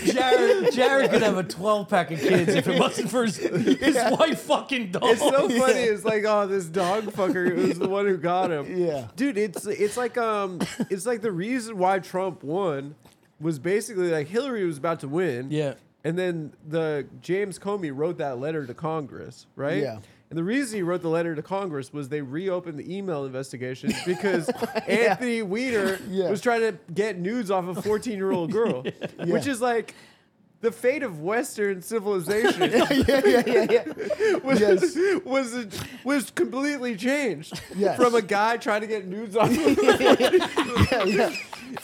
[SPEAKER 3] Jared, Jared could have a 12 pack of kids if it wasn't for his, his wife fucking dog.
[SPEAKER 4] It's so funny. It's like, oh, this dog fucker was the one who got him.
[SPEAKER 1] Yeah.
[SPEAKER 4] Dude, it's it's like um it's like the reason why Trump won was basically like Hillary was about to win.
[SPEAKER 3] Yeah.
[SPEAKER 4] And then the James Comey wrote that letter to Congress, right?
[SPEAKER 1] Yeah.
[SPEAKER 4] And the reason he wrote the letter to Congress was they reopened the email investigation because Anthony Weiner
[SPEAKER 1] Yeah.
[SPEAKER 4] was trying to get nudes off a 14 year old girl, which is like the fate of Western civilization
[SPEAKER 1] yeah, yeah, yeah, yeah.
[SPEAKER 4] was
[SPEAKER 1] Yes.
[SPEAKER 4] was was completely changed
[SPEAKER 1] Yes.
[SPEAKER 4] from a guy trying to get nudes off. Of
[SPEAKER 1] yeah, yeah.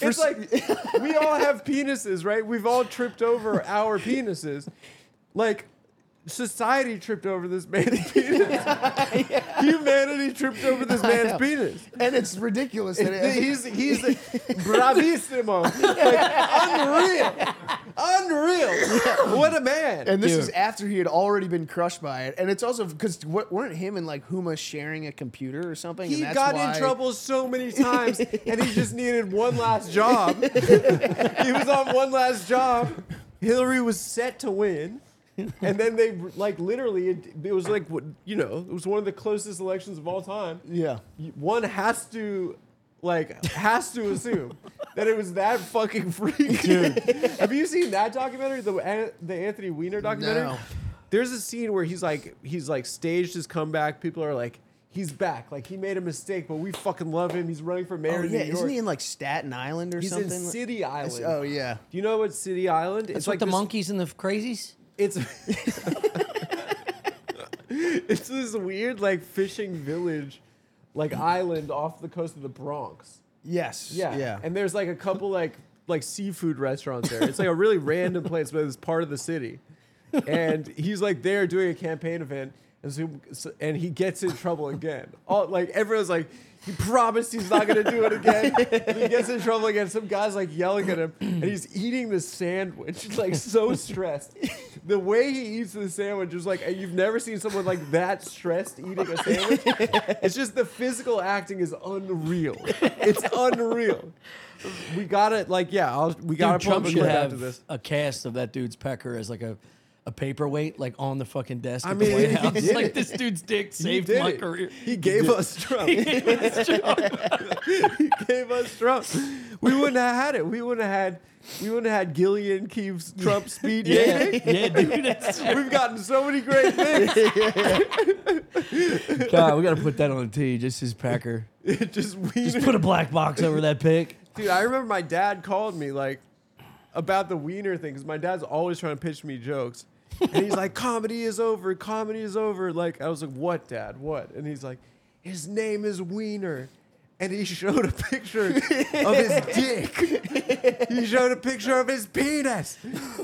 [SPEAKER 4] it's like we all have penises, right? We've all tripped over our penises. Like society tripped over this man's penis. Humanity tripped over this man's penis.
[SPEAKER 1] And it's ridiculous that it,
[SPEAKER 4] He's he's bravissimo, like, unreal, unreal. What a man!
[SPEAKER 1] and this
[SPEAKER 3] Dude.
[SPEAKER 1] is after he had already been crushed by it. And it's also because weren't him and like Huma sharing a computer or something?
[SPEAKER 4] He
[SPEAKER 1] and that's
[SPEAKER 4] got
[SPEAKER 1] why-
[SPEAKER 4] in trouble so many times, and he just needed one last job. he was on one last job. Hillary was set to win, and then they like literally it, it was like what- you know it was one of the closest elections of all time.
[SPEAKER 1] Yeah.
[SPEAKER 4] One has to like has to assume that it was that fucking freak. Have you seen that documentary, the An- the Anthony Weiner documentary?
[SPEAKER 1] No.
[SPEAKER 4] There's a scene where he's like he's like staged his comeback. People are like. He's back. Like he made a mistake, but we fucking love him. He's running for mayor.
[SPEAKER 1] Oh,
[SPEAKER 4] in
[SPEAKER 1] yeah.
[SPEAKER 4] New York.
[SPEAKER 1] Isn't he in like Staten Island or
[SPEAKER 4] He's
[SPEAKER 1] something?
[SPEAKER 4] in City Island.
[SPEAKER 1] Oh yeah.
[SPEAKER 4] Do you know what City Island?
[SPEAKER 3] It's like the
[SPEAKER 4] this-
[SPEAKER 3] monkeys and the crazies.
[SPEAKER 4] It's it's this weird like fishing village, like island off the coast of the Bronx.
[SPEAKER 1] Yes.
[SPEAKER 4] Yeah.
[SPEAKER 1] Yeah.
[SPEAKER 4] And there's like a couple like like seafood restaurants there. It's like a really random place, but it's part of the city. And he's like there doing a campaign event. And, so, so- and he gets in trouble again. All like everyone's like, he promised he's not gonna do it again. And he gets in trouble again. Some guy's like yelling at him, and he's eating the sandwich. He's like so stressed. The way he eats the sandwich is like you've never seen someone like that stressed eating a sandwich. It's just the physical acting is unreal. It's unreal. We gotta like yeah. I'll, we gotta
[SPEAKER 3] Dude,
[SPEAKER 4] pull up
[SPEAKER 3] Trump
[SPEAKER 4] a
[SPEAKER 3] should
[SPEAKER 4] clip after this.
[SPEAKER 3] have a cast of that dude's pecker as like a, a paperweight, like on the fucking desk.
[SPEAKER 4] I
[SPEAKER 3] at
[SPEAKER 4] mean,
[SPEAKER 3] the White
[SPEAKER 4] he
[SPEAKER 3] House.
[SPEAKER 4] did
[SPEAKER 3] like
[SPEAKER 4] it.
[SPEAKER 3] this dude's dick saved
[SPEAKER 4] did
[SPEAKER 3] my
[SPEAKER 4] it.
[SPEAKER 3] career.
[SPEAKER 4] He gave us Trump. he gave us Trump. We wouldn't have had it. We wouldn't have had. We wouldn't have had Gillian Keefe's Trump speed
[SPEAKER 3] Yeah,
[SPEAKER 4] dating.
[SPEAKER 3] yeah, dude. That's,
[SPEAKER 4] We've gotten so many great things.
[SPEAKER 3] God, we gotta put that on a tee. Just his pecker.
[SPEAKER 4] It just we.
[SPEAKER 3] Just put a black box over that pick.
[SPEAKER 4] Dude, I remember my dad called me like about the wiener thing because my dad's always trying to pitch me jokes, and he's like, "Comedy is over. Comedy is over." Like I was like, "What, Dad? What?" And he's like, "His name is Wiener." And he showed a picture of his dick. He showed a picture of his penis.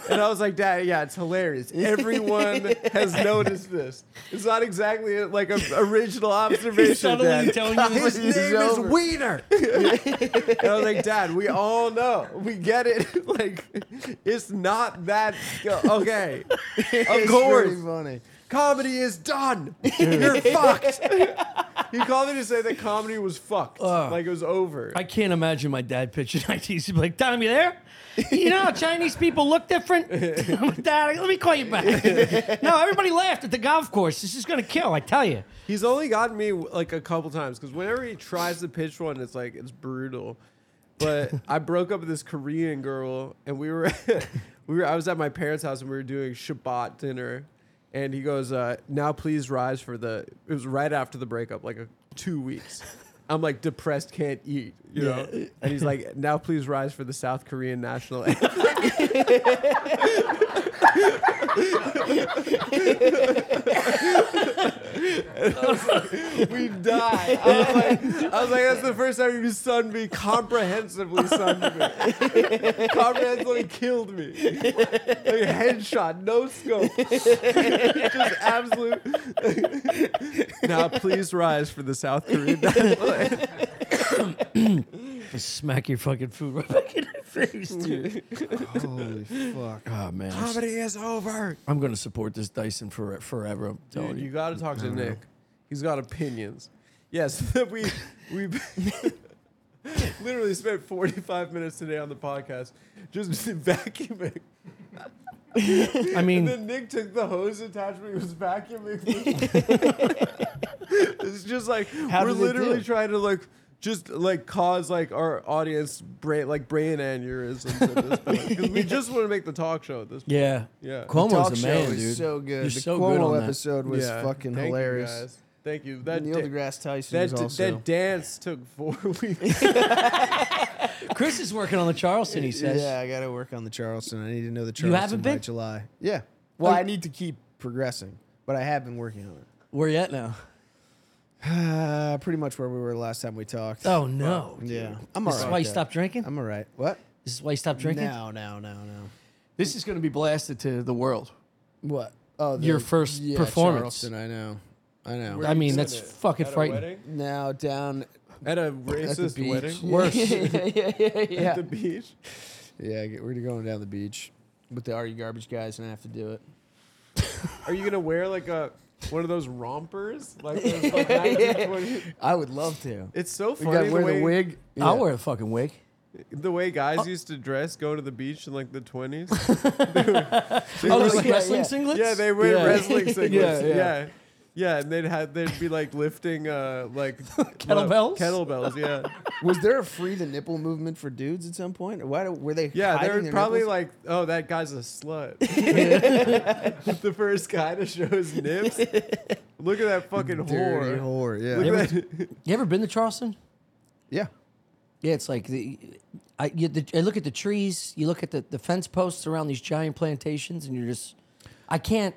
[SPEAKER 4] And I was like, Dad, yeah, it's hilarious. Everyone has noticed this. It's not exactly like an original observation.
[SPEAKER 3] Suddenly
[SPEAKER 4] Dad.
[SPEAKER 3] telling you
[SPEAKER 4] His
[SPEAKER 1] Comedy is
[SPEAKER 4] name is
[SPEAKER 1] over.
[SPEAKER 4] Wiener. And I was like, Dad, we all know. We get it. like, it's not that. Okay. Of
[SPEAKER 1] It's
[SPEAKER 4] course.
[SPEAKER 1] really funny.
[SPEAKER 4] Comedy is done. You're fucked. he called me to say that comedy was fucked.
[SPEAKER 3] Ugh.
[SPEAKER 4] like, it was over.
[SPEAKER 3] I can't imagine my dad pitching ideas. He'd be like, Tom, you there? You know, Chinese people look different. I'm like, Dad, let me call you back. no, everybody laughed at the golf course. This is going to kill, I tell you.
[SPEAKER 4] He's only gotten me like a couple times because whenever he tries to pitch one, it's like it's brutal. But I broke up with this Korean girl, and we were, we were. I was at my parents' house, and we were doing Shabbat dinner, and he goes, uh, "Now please rise for the." It was right after the breakup, like a, two weeks. I'm like depressed, can't eat, you know. And he's like, "Now please rise for the South Korean national anthem." we die. I was like, I was like, that's the first time you sunned me, comprehensively sunned me. comprehensively killed me. Like headshot, no scope. Just absolute. now please rise for the South Korean national anthem.
[SPEAKER 3] Just smack your fucking food right back in your face, dude.
[SPEAKER 1] Holy fuck.
[SPEAKER 3] Oh, man. I'm,
[SPEAKER 4] Comedy is over.
[SPEAKER 3] going to support this Dyson for, forever. I'm telling
[SPEAKER 4] Dude,
[SPEAKER 3] you.
[SPEAKER 4] you gotta talk to Nick. He's got opinions. Yes, we we literally spent 45 minutes today on the podcast just vacuuming.
[SPEAKER 3] I mean,
[SPEAKER 4] And then Nick took the hose attachment. He was vacuuming. it's just like
[SPEAKER 3] How
[SPEAKER 4] we're
[SPEAKER 3] did it
[SPEAKER 4] literally
[SPEAKER 3] do?
[SPEAKER 4] trying to like just like cause like our audience brain like brain aneurysms at this point 'Cause we just want to make the talk show at this. point.
[SPEAKER 3] yeah.
[SPEAKER 4] Yeah.
[SPEAKER 3] Cuomo's
[SPEAKER 1] Talk
[SPEAKER 3] a
[SPEAKER 1] show
[SPEAKER 3] man,
[SPEAKER 1] is
[SPEAKER 3] dude.
[SPEAKER 1] so good.
[SPEAKER 3] You're
[SPEAKER 1] the
[SPEAKER 3] so
[SPEAKER 1] Cuomo
[SPEAKER 3] good on that.
[SPEAKER 1] episode was
[SPEAKER 4] Yeah.
[SPEAKER 1] fucking
[SPEAKER 4] Thank you,
[SPEAKER 1] hilarious.
[SPEAKER 4] guys. Thank you. That
[SPEAKER 1] Neil
[SPEAKER 4] da-
[SPEAKER 1] deGrasse Tyson
[SPEAKER 4] that,
[SPEAKER 1] was
[SPEAKER 4] d-
[SPEAKER 1] also.
[SPEAKER 4] that dance took four weeks.
[SPEAKER 3] Chris is working on the Charleston, he says.
[SPEAKER 1] yeah, I got to work on the Charleston. I need to know the Charleston
[SPEAKER 3] You haven't
[SPEAKER 1] by
[SPEAKER 3] been?
[SPEAKER 1] July. Yeah. Well, I need to keep progressing, but I have been working on it.
[SPEAKER 3] Where you at now?
[SPEAKER 1] Uh, pretty much where we were last time we talked.
[SPEAKER 3] Oh, no.
[SPEAKER 1] yeah. I'm all
[SPEAKER 3] This is
[SPEAKER 1] right.
[SPEAKER 3] why you
[SPEAKER 1] though.
[SPEAKER 3] stopped drinking?
[SPEAKER 1] I'm all right. What?
[SPEAKER 3] This is why you stopped drinking?
[SPEAKER 1] No, no, no, no.
[SPEAKER 3] This is going to be blasted to the world.
[SPEAKER 1] What? Oh, the,
[SPEAKER 3] Your first
[SPEAKER 1] yeah,
[SPEAKER 3] performance.
[SPEAKER 1] Charleston, I know. I know.
[SPEAKER 3] I mean, that's fucking
[SPEAKER 4] at A
[SPEAKER 3] frightening.
[SPEAKER 4] wedding?
[SPEAKER 1] now down
[SPEAKER 4] At a
[SPEAKER 1] at the
[SPEAKER 4] racist
[SPEAKER 1] beach.
[SPEAKER 4] wedding?
[SPEAKER 3] Worse.
[SPEAKER 1] yeah, yeah, yeah, yeah.
[SPEAKER 4] At the beach?
[SPEAKER 1] Yeah, I get- we're going down the beach with the Are You Garbage guys, and I have to do it.
[SPEAKER 4] Are you gonna wear like a one of those rompers? Like those like 1920s?
[SPEAKER 1] I would love to.
[SPEAKER 4] It's so
[SPEAKER 1] We
[SPEAKER 4] funny
[SPEAKER 1] got to
[SPEAKER 4] the
[SPEAKER 1] wear
[SPEAKER 4] way
[SPEAKER 1] the wig.
[SPEAKER 3] I'll wear a fucking wig.
[SPEAKER 4] the way guys used to dress, go to the beach in like the twenties.
[SPEAKER 3] Oh,
[SPEAKER 1] those
[SPEAKER 3] like
[SPEAKER 1] yeah,
[SPEAKER 3] wrestling
[SPEAKER 1] yeah.
[SPEAKER 3] singlets?
[SPEAKER 4] yeah, they wear
[SPEAKER 1] Yeah.
[SPEAKER 4] wrestling
[SPEAKER 1] Yeah,
[SPEAKER 4] singlets. yeah, yeah.
[SPEAKER 1] yeah.
[SPEAKER 4] and they'd have they'd be like lifting uh like
[SPEAKER 3] Kettlebells?
[SPEAKER 4] kettlebells, yeah,
[SPEAKER 1] Was there a free the nipple movement for dudes at some point? Why do, were they?
[SPEAKER 4] yeah.
[SPEAKER 1] hiding
[SPEAKER 4] They're
[SPEAKER 1] their
[SPEAKER 4] probably
[SPEAKER 1] nipples?
[SPEAKER 4] like, oh, that guy's a slut. the first guy to show his nips. Look at that fucking
[SPEAKER 1] dirty
[SPEAKER 4] whore.
[SPEAKER 1] whore.
[SPEAKER 4] Look
[SPEAKER 1] Yeah,
[SPEAKER 4] at that.
[SPEAKER 3] You ever been to Charleston?
[SPEAKER 1] yeah.
[SPEAKER 3] Yeah, it's like the I, you, the, I look at the trees, you look at the, the fence posts around these giant plantations, and you're just, I can't.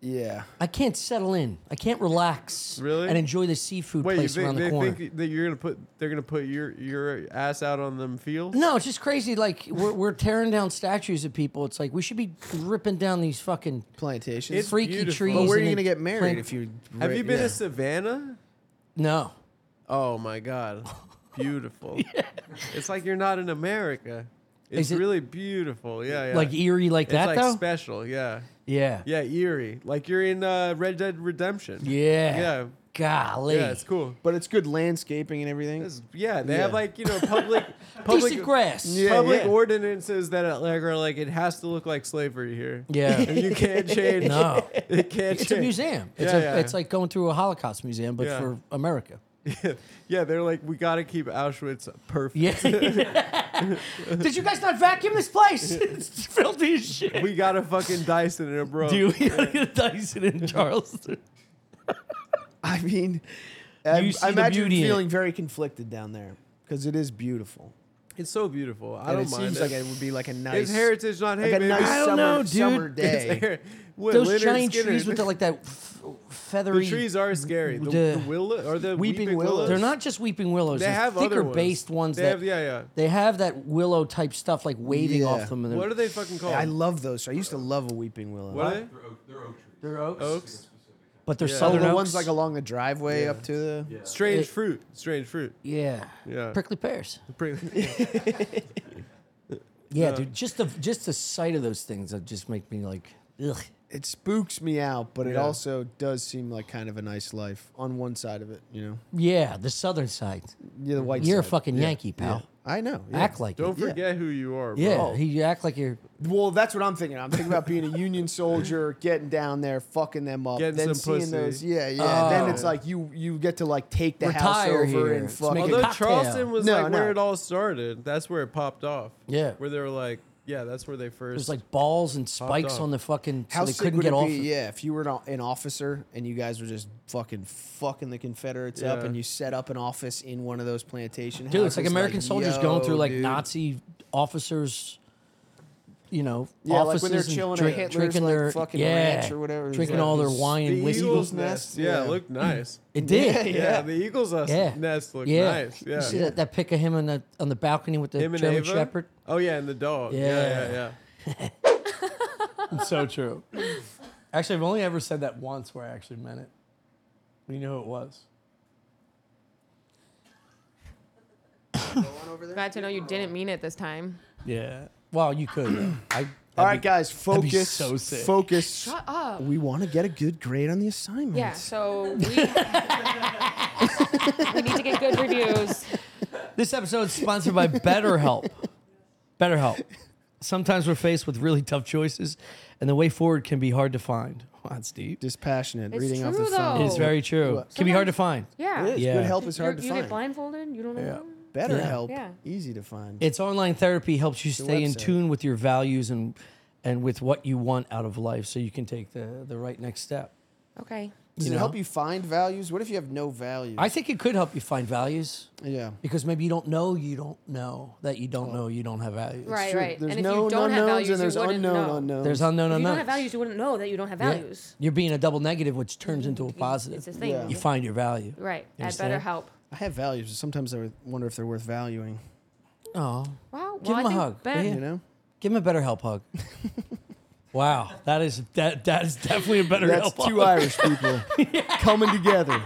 [SPEAKER 1] Yeah.
[SPEAKER 3] I can't settle in. I can't relax.
[SPEAKER 4] Really?
[SPEAKER 3] And enjoy the seafood
[SPEAKER 4] Wait,
[SPEAKER 3] place
[SPEAKER 4] they,
[SPEAKER 3] around the
[SPEAKER 4] they
[SPEAKER 3] corner.
[SPEAKER 4] think that you're gonna put they're gonna put your your ass out on them fields?
[SPEAKER 3] No, it's just crazy. Like we're, we're tearing down statues of people. It's like we should be ripping down these fucking
[SPEAKER 1] Plantations.
[SPEAKER 4] It's
[SPEAKER 3] freaky
[SPEAKER 4] beautiful.
[SPEAKER 3] trees.
[SPEAKER 1] but where are
[SPEAKER 3] and
[SPEAKER 1] you
[SPEAKER 3] the
[SPEAKER 1] gonna get married
[SPEAKER 3] plant-
[SPEAKER 1] if you?
[SPEAKER 4] Have you been
[SPEAKER 1] yeah.
[SPEAKER 4] to Savannah?
[SPEAKER 3] No,
[SPEAKER 4] Oh my god, beautiful! It's like you're not in America. It's
[SPEAKER 3] Is it-
[SPEAKER 4] really beautiful. Yeah, yeah.
[SPEAKER 3] like eerie like
[SPEAKER 4] it's
[SPEAKER 3] that
[SPEAKER 4] like
[SPEAKER 3] though.
[SPEAKER 4] special. Yeah,
[SPEAKER 3] yeah.
[SPEAKER 4] yeah, eerie. Like you're in uh, Red Dead Redemption.
[SPEAKER 3] Yeah.
[SPEAKER 4] yeah,
[SPEAKER 3] Golly.
[SPEAKER 4] yeah. It's cool.
[SPEAKER 1] But it's good landscaping and everything.
[SPEAKER 4] It's- yeah, they have
[SPEAKER 1] Yeah.
[SPEAKER 4] like you know public
[SPEAKER 3] Decent
[SPEAKER 4] public
[SPEAKER 3] grass.
[SPEAKER 1] Yeah.
[SPEAKER 4] public ordinances that are like, are like it has to look like slavery here.
[SPEAKER 3] Yeah.
[SPEAKER 4] And you can't change.
[SPEAKER 3] No.
[SPEAKER 4] it can't.
[SPEAKER 3] It's a
[SPEAKER 4] change.
[SPEAKER 3] museum. It's,
[SPEAKER 4] Yeah,
[SPEAKER 3] a,
[SPEAKER 4] yeah.
[SPEAKER 3] it's like going through a Holocaust museum, but
[SPEAKER 4] Yeah.
[SPEAKER 3] for America.
[SPEAKER 4] Yeah, they're like we got to keep Auschwitz perfect.
[SPEAKER 3] Yeah. Did you guys not vacuum this place? it's filthy as shit.
[SPEAKER 4] We got to fucking Dyson it, bro.
[SPEAKER 3] Do you Dyson in Charleston?
[SPEAKER 1] I mean, I,
[SPEAKER 3] see
[SPEAKER 1] I
[SPEAKER 3] the
[SPEAKER 1] imagine
[SPEAKER 3] beauty in it.
[SPEAKER 1] feeling very conflicted down there because it is beautiful,
[SPEAKER 4] It's so beautiful. I
[SPEAKER 1] and
[SPEAKER 4] don't
[SPEAKER 1] it
[SPEAKER 4] mind.
[SPEAKER 1] seems like it would be like a nice.
[SPEAKER 4] It's heritage, not hate.
[SPEAKER 1] Like a
[SPEAKER 4] baby.
[SPEAKER 1] nice
[SPEAKER 3] I don't
[SPEAKER 1] summer,
[SPEAKER 3] know, dude.
[SPEAKER 1] summer day.
[SPEAKER 4] It's her- What,
[SPEAKER 3] Those
[SPEAKER 4] Leonard
[SPEAKER 3] giant
[SPEAKER 4] Skinner-
[SPEAKER 3] trees with the, like that f-
[SPEAKER 4] the
[SPEAKER 3] feathery.
[SPEAKER 4] trees are scary. The,
[SPEAKER 3] the
[SPEAKER 4] the willow or the
[SPEAKER 1] weeping
[SPEAKER 4] weeping,
[SPEAKER 1] willows.
[SPEAKER 4] willows.
[SPEAKER 3] They're not just weeping willows.
[SPEAKER 4] They
[SPEAKER 3] There's
[SPEAKER 4] have
[SPEAKER 3] thicker
[SPEAKER 4] other ones.
[SPEAKER 3] based ones
[SPEAKER 4] They
[SPEAKER 3] that
[SPEAKER 4] have, yeah,
[SPEAKER 3] they have that willow type stuff like waving
[SPEAKER 1] Yeah.
[SPEAKER 3] off them. And
[SPEAKER 4] yeah.
[SPEAKER 3] they're-
[SPEAKER 4] What are they fucking called?
[SPEAKER 1] I love those. I used to love a weeping willow.
[SPEAKER 4] what are they?
[SPEAKER 5] They're oak, they're oak trees.
[SPEAKER 2] They're oaks.
[SPEAKER 4] Oaks.
[SPEAKER 3] but they're
[SPEAKER 4] Yeah.
[SPEAKER 1] Oh,
[SPEAKER 3] southern
[SPEAKER 1] the
[SPEAKER 3] oaks.
[SPEAKER 1] ones like along the driveway
[SPEAKER 4] Yeah.
[SPEAKER 1] up to the.
[SPEAKER 5] Yeah.
[SPEAKER 4] Strange
[SPEAKER 3] It-
[SPEAKER 4] fruit. Strange fruit.
[SPEAKER 3] yeah,
[SPEAKER 4] Yeah.
[SPEAKER 3] prickly pears.
[SPEAKER 4] Pretty-
[SPEAKER 3] Yeah,
[SPEAKER 4] Yeah.
[SPEAKER 3] dude. Just the just the sight of those things that just make me like, ugh.
[SPEAKER 1] It spooks me out, but it
[SPEAKER 4] Yeah.
[SPEAKER 1] also does seem like kind of a nice life on one side of it. You know,
[SPEAKER 3] Yeah, the southern side.
[SPEAKER 1] you're the white.
[SPEAKER 3] You're a
[SPEAKER 1] side.
[SPEAKER 3] fucking
[SPEAKER 1] Yeah.
[SPEAKER 3] Yankee, pal.
[SPEAKER 1] I know. yeah.
[SPEAKER 3] Act like
[SPEAKER 4] Don't
[SPEAKER 3] it.
[SPEAKER 1] Yeah.
[SPEAKER 4] forget who you are. Bro.
[SPEAKER 3] Yeah, he you act like you're.
[SPEAKER 1] Well, that's what I'm thinking. I'm thinking about being a Union soldier, getting down there, fucking them up,
[SPEAKER 4] Getting
[SPEAKER 1] then
[SPEAKER 4] some
[SPEAKER 1] seeing
[SPEAKER 4] pussy.
[SPEAKER 1] those. Yeah, yeah. Then
[SPEAKER 3] Oh.
[SPEAKER 1] it's like you you get to like take the
[SPEAKER 3] Retire
[SPEAKER 1] house over
[SPEAKER 3] here.
[SPEAKER 1] and
[SPEAKER 3] Let's
[SPEAKER 1] fucking.
[SPEAKER 3] make a
[SPEAKER 4] Although
[SPEAKER 3] cocktail.
[SPEAKER 4] Charleston was
[SPEAKER 1] No,
[SPEAKER 4] like
[SPEAKER 1] no.
[SPEAKER 4] where it all started. That's where it popped off.
[SPEAKER 3] Yeah.
[SPEAKER 4] Where they were like, yeah, that's where they first.
[SPEAKER 3] There's like balls and spikes
[SPEAKER 4] up.
[SPEAKER 3] on the fucking. So
[SPEAKER 1] How
[SPEAKER 3] they
[SPEAKER 1] sick
[SPEAKER 3] couldn't
[SPEAKER 1] would
[SPEAKER 3] get
[SPEAKER 1] it
[SPEAKER 3] off.
[SPEAKER 1] be? Yeah, if you were an- an officer and you guys were just fucking fucking the Confederates up,
[SPEAKER 4] Yeah.
[SPEAKER 1] and you set up an office in one of those plantation.
[SPEAKER 3] Dude, it's like
[SPEAKER 1] houses,
[SPEAKER 3] American soldiers going
[SPEAKER 1] yo,
[SPEAKER 3] through like
[SPEAKER 1] dude.
[SPEAKER 3] Nazi officers, you know,
[SPEAKER 1] Yeah, like
[SPEAKER 3] offices
[SPEAKER 1] when they're
[SPEAKER 3] and
[SPEAKER 1] chilling at
[SPEAKER 3] drink-
[SPEAKER 1] Hitler's,
[SPEAKER 3] drinking
[SPEAKER 1] like,
[SPEAKER 3] their
[SPEAKER 1] fucking
[SPEAKER 3] yeah,
[SPEAKER 1] ranch or whatever. It's
[SPEAKER 3] drinking
[SPEAKER 1] like
[SPEAKER 3] all their
[SPEAKER 1] these-
[SPEAKER 3] wine
[SPEAKER 4] the
[SPEAKER 3] and whiskey.
[SPEAKER 4] eagle's
[SPEAKER 1] Eagle's nest,
[SPEAKER 4] nest. Yeah,
[SPEAKER 1] yeah.
[SPEAKER 4] it looked nice.
[SPEAKER 3] It did.
[SPEAKER 1] Yeah.
[SPEAKER 4] Yeah, the eagle's nest,
[SPEAKER 3] Yeah.
[SPEAKER 4] nest looked
[SPEAKER 3] Yeah.
[SPEAKER 4] nice. Yeah.
[SPEAKER 3] You see that, that pic of him on the on the balcony with the
[SPEAKER 4] Him and
[SPEAKER 3] German
[SPEAKER 4] Ava?
[SPEAKER 3] Shepherd?
[SPEAKER 4] Oh yeah, and the dog. Yeah, yeah,
[SPEAKER 3] Yeah.
[SPEAKER 4] yeah.
[SPEAKER 6] So true. Actually, I've only ever said that once where I actually meant it. We knew who it was.
[SPEAKER 7] Glad to know you didn't mean it this time.
[SPEAKER 6] Yeah.
[SPEAKER 3] Well, you could. I
[SPEAKER 1] All right, guys,
[SPEAKER 6] be
[SPEAKER 1] focus.
[SPEAKER 6] so sick.
[SPEAKER 1] Focus.
[SPEAKER 7] Shut up.
[SPEAKER 1] We want to get a good grade on the assignment.
[SPEAKER 3] Mm.
[SPEAKER 7] Yeah, so we, we need to get good reviews.
[SPEAKER 3] This episode is sponsored by BetterHelp. BetterHelp. Sometimes we're faced with really tough choices, and the way forward can be hard to find. Wow, that's deep.
[SPEAKER 1] Dispassionate.
[SPEAKER 7] It's
[SPEAKER 1] reading off
[SPEAKER 7] true,
[SPEAKER 1] the phone.
[SPEAKER 7] though.
[SPEAKER 3] It's very true. Can be hard to find.
[SPEAKER 7] Yeah.
[SPEAKER 1] It is.
[SPEAKER 3] Yeah.
[SPEAKER 1] Good help is hard to
[SPEAKER 7] you you
[SPEAKER 1] find.
[SPEAKER 7] get blindfolded. You don't know.
[SPEAKER 6] Yeah.
[SPEAKER 1] Better
[SPEAKER 3] Yeah.
[SPEAKER 1] help,
[SPEAKER 7] Yeah.
[SPEAKER 1] easy to find.
[SPEAKER 3] It's online therapy helps you stay in
[SPEAKER 1] website.
[SPEAKER 3] tune with your values and and with what you want out of life, so you can take the the right next step.
[SPEAKER 7] Okay.
[SPEAKER 1] Does
[SPEAKER 3] you
[SPEAKER 1] it
[SPEAKER 3] know?
[SPEAKER 1] help you find values? What if you have no values?
[SPEAKER 3] I think it could help you find values
[SPEAKER 1] yeah.
[SPEAKER 3] because maybe you don't know you don't know that you don't know you don't have values.
[SPEAKER 7] Right,
[SPEAKER 1] Sure,
[SPEAKER 7] right.
[SPEAKER 1] There's
[SPEAKER 7] and if
[SPEAKER 1] known
[SPEAKER 7] you don't
[SPEAKER 1] unknowns
[SPEAKER 7] have values,
[SPEAKER 1] and there's
[SPEAKER 7] you wouldn't
[SPEAKER 1] unknown
[SPEAKER 7] know.
[SPEAKER 1] unknowns.
[SPEAKER 3] There's unknown
[SPEAKER 7] If you don't
[SPEAKER 3] unknowns.
[SPEAKER 7] have values, you wouldn't know that you don't have
[SPEAKER 3] Yeah.
[SPEAKER 7] values.
[SPEAKER 3] You're being a double negative, which turns into a positive.
[SPEAKER 7] It's a thing.
[SPEAKER 1] Yeah.
[SPEAKER 3] You find your value.
[SPEAKER 7] Right.
[SPEAKER 3] You
[SPEAKER 7] At better
[SPEAKER 3] understand?
[SPEAKER 7] help.
[SPEAKER 1] I have values, but sometimes I wonder if they're worth valuing.
[SPEAKER 3] Oh,
[SPEAKER 7] Wow. Well,
[SPEAKER 3] Give
[SPEAKER 7] I
[SPEAKER 3] him a
[SPEAKER 7] think
[SPEAKER 3] hug.
[SPEAKER 7] Ben-
[SPEAKER 3] Yeah.
[SPEAKER 1] You know,
[SPEAKER 3] give him a better help hug. wow, that is that that is definitely a better
[SPEAKER 1] that's
[SPEAKER 3] help
[SPEAKER 1] two
[SPEAKER 3] hug.
[SPEAKER 1] Irish people coming together,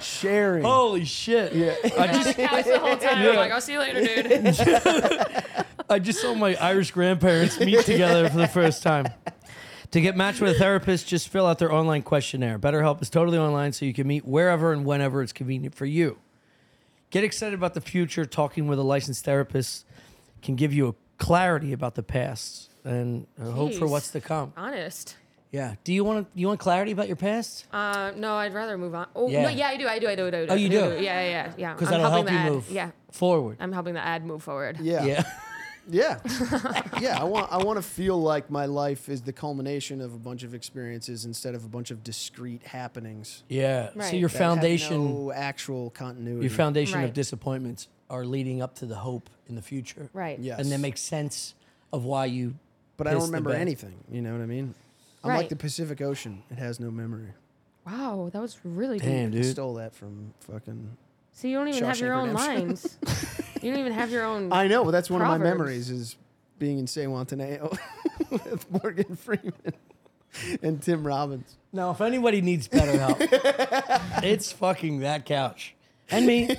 [SPEAKER 1] sharing.
[SPEAKER 3] Holy shit!
[SPEAKER 1] Yeah.
[SPEAKER 3] I just
[SPEAKER 7] That's the whole time. I'm like, I'll see you later, dude.
[SPEAKER 3] I just saw my Irish grandparents meet together for the first time. To get matched with a therapist, just fill out their online questionnaire. BetterHelp is totally online, so you can meet wherever and whenever it's convenient for you. Get excited about the future. Talking with a licensed therapist can give you a clarity about the past and a hope for
[SPEAKER 7] Jeez.
[SPEAKER 3] what's to come.
[SPEAKER 7] Honest.
[SPEAKER 3] Yeah. Do you want you want clarity about your past?
[SPEAKER 7] Uh, no, I'd rather move on. Oh,
[SPEAKER 3] Yeah.
[SPEAKER 7] no, yeah, I do. I do. I do. I do. I
[SPEAKER 3] Oh, you
[SPEAKER 7] I
[SPEAKER 3] do?
[SPEAKER 7] Yeah, yeah, yeah, yeah.
[SPEAKER 3] Because
[SPEAKER 7] I'm
[SPEAKER 3] that'll help
[SPEAKER 7] helping
[SPEAKER 3] you
[SPEAKER 7] the ad.
[SPEAKER 3] move
[SPEAKER 7] Yeah.
[SPEAKER 3] forward.
[SPEAKER 7] I'm helping the ad move forward.
[SPEAKER 1] yeah, yeah,
[SPEAKER 3] yeah.
[SPEAKER 1] yeah. I want I want to feel like my life is the culmination of a bunch of experiences instead of a bunch of discrete happenings.
[SPEAKER 3] Yeah.
[SPEAKER 7] Right.
[SPEAKER 3] So your
[SPEAKER 1] that have
[SPEAKER 3] foundation
[SPEAKER 1] no actual continuity.
[SPEAKER 3] your foundation of
[SPEAKER 7] Right.
[SPEAKER 3] disappointments are leading up to the hope in the future.
[SPEAKER 7] Right.
[SPEAKER 1] Yeah.
[SPEAKER 3] and
[SPEAKER 1] Yes.
[SPEAKER 3] then make sense of why you.
[SPEAKER 1] but I don't
[SPEAKER 3] pissed the
[SPEAKER 1] remember
[SPEAKER 3] bed.
[SPEAKER 1] anything. You know what I mean? I'm like
[SPEAKER 7] Right.
[SPEAKER 1] the Pacific Ocean. It has no memory.
[SPEAKER 7] Wow, that was really deep.
[SPEAKER 3] Damn, dude.
[SPEAKER 1] Stole that from fucking.
[SPEAKER 7] So you don't even have your
[SPEAKER 1] Shawshank
[SPEAKER 7] own
[SPEAKER 1] Redemption.
[SPEAKER 7] lines. you don't even have your own.
[SPEAKER 1] I know, but that's one of my
[SPEAKER 7] Proverbs.
[SPEAKER 1] memories is being in San Juantaneo with Morgan Freeman and Tim Robbins.
[SPEAKER 3] Now, if anybody needs better help, it's fucking that couch and me.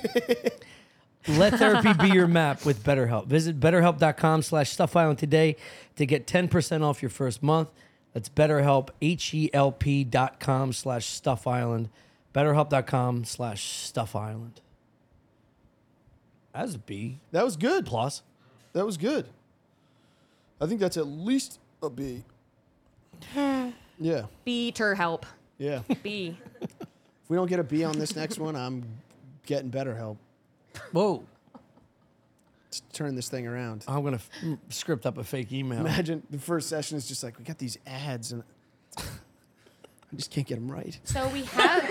[SPEAKER 3] Let therapy be your map with BetterHelp. Visit betterhelp.com slash stuff island today to get 10% off your first month. That's betterhelp, H-E-L-P dot com slash stuff island. Betterhelp.com slash stuff island. That's a B
[SPEAKER 1] That was good.
[SPEAKER 3] plus.
[SPEAKER 1] That was good. I think that's at least a B. yeah,
[SPEAKER 7] Beater help.
[SPEAKER 1] yeah.
[SPEAKER 7] B.
[SPEAKER 1] If we don't get a B on this next one, I'm getting better help
[SPEAKER 3] Whoa.
[SPEAKER 1] to turn this thing around.
[SPEAKER 3] I'm going to f- mm, script up a fake email.
[SPEAKER 1] Imagine the first session is just like, we got these ads and I just can't get them right.
[SPEAKER 7] So we have.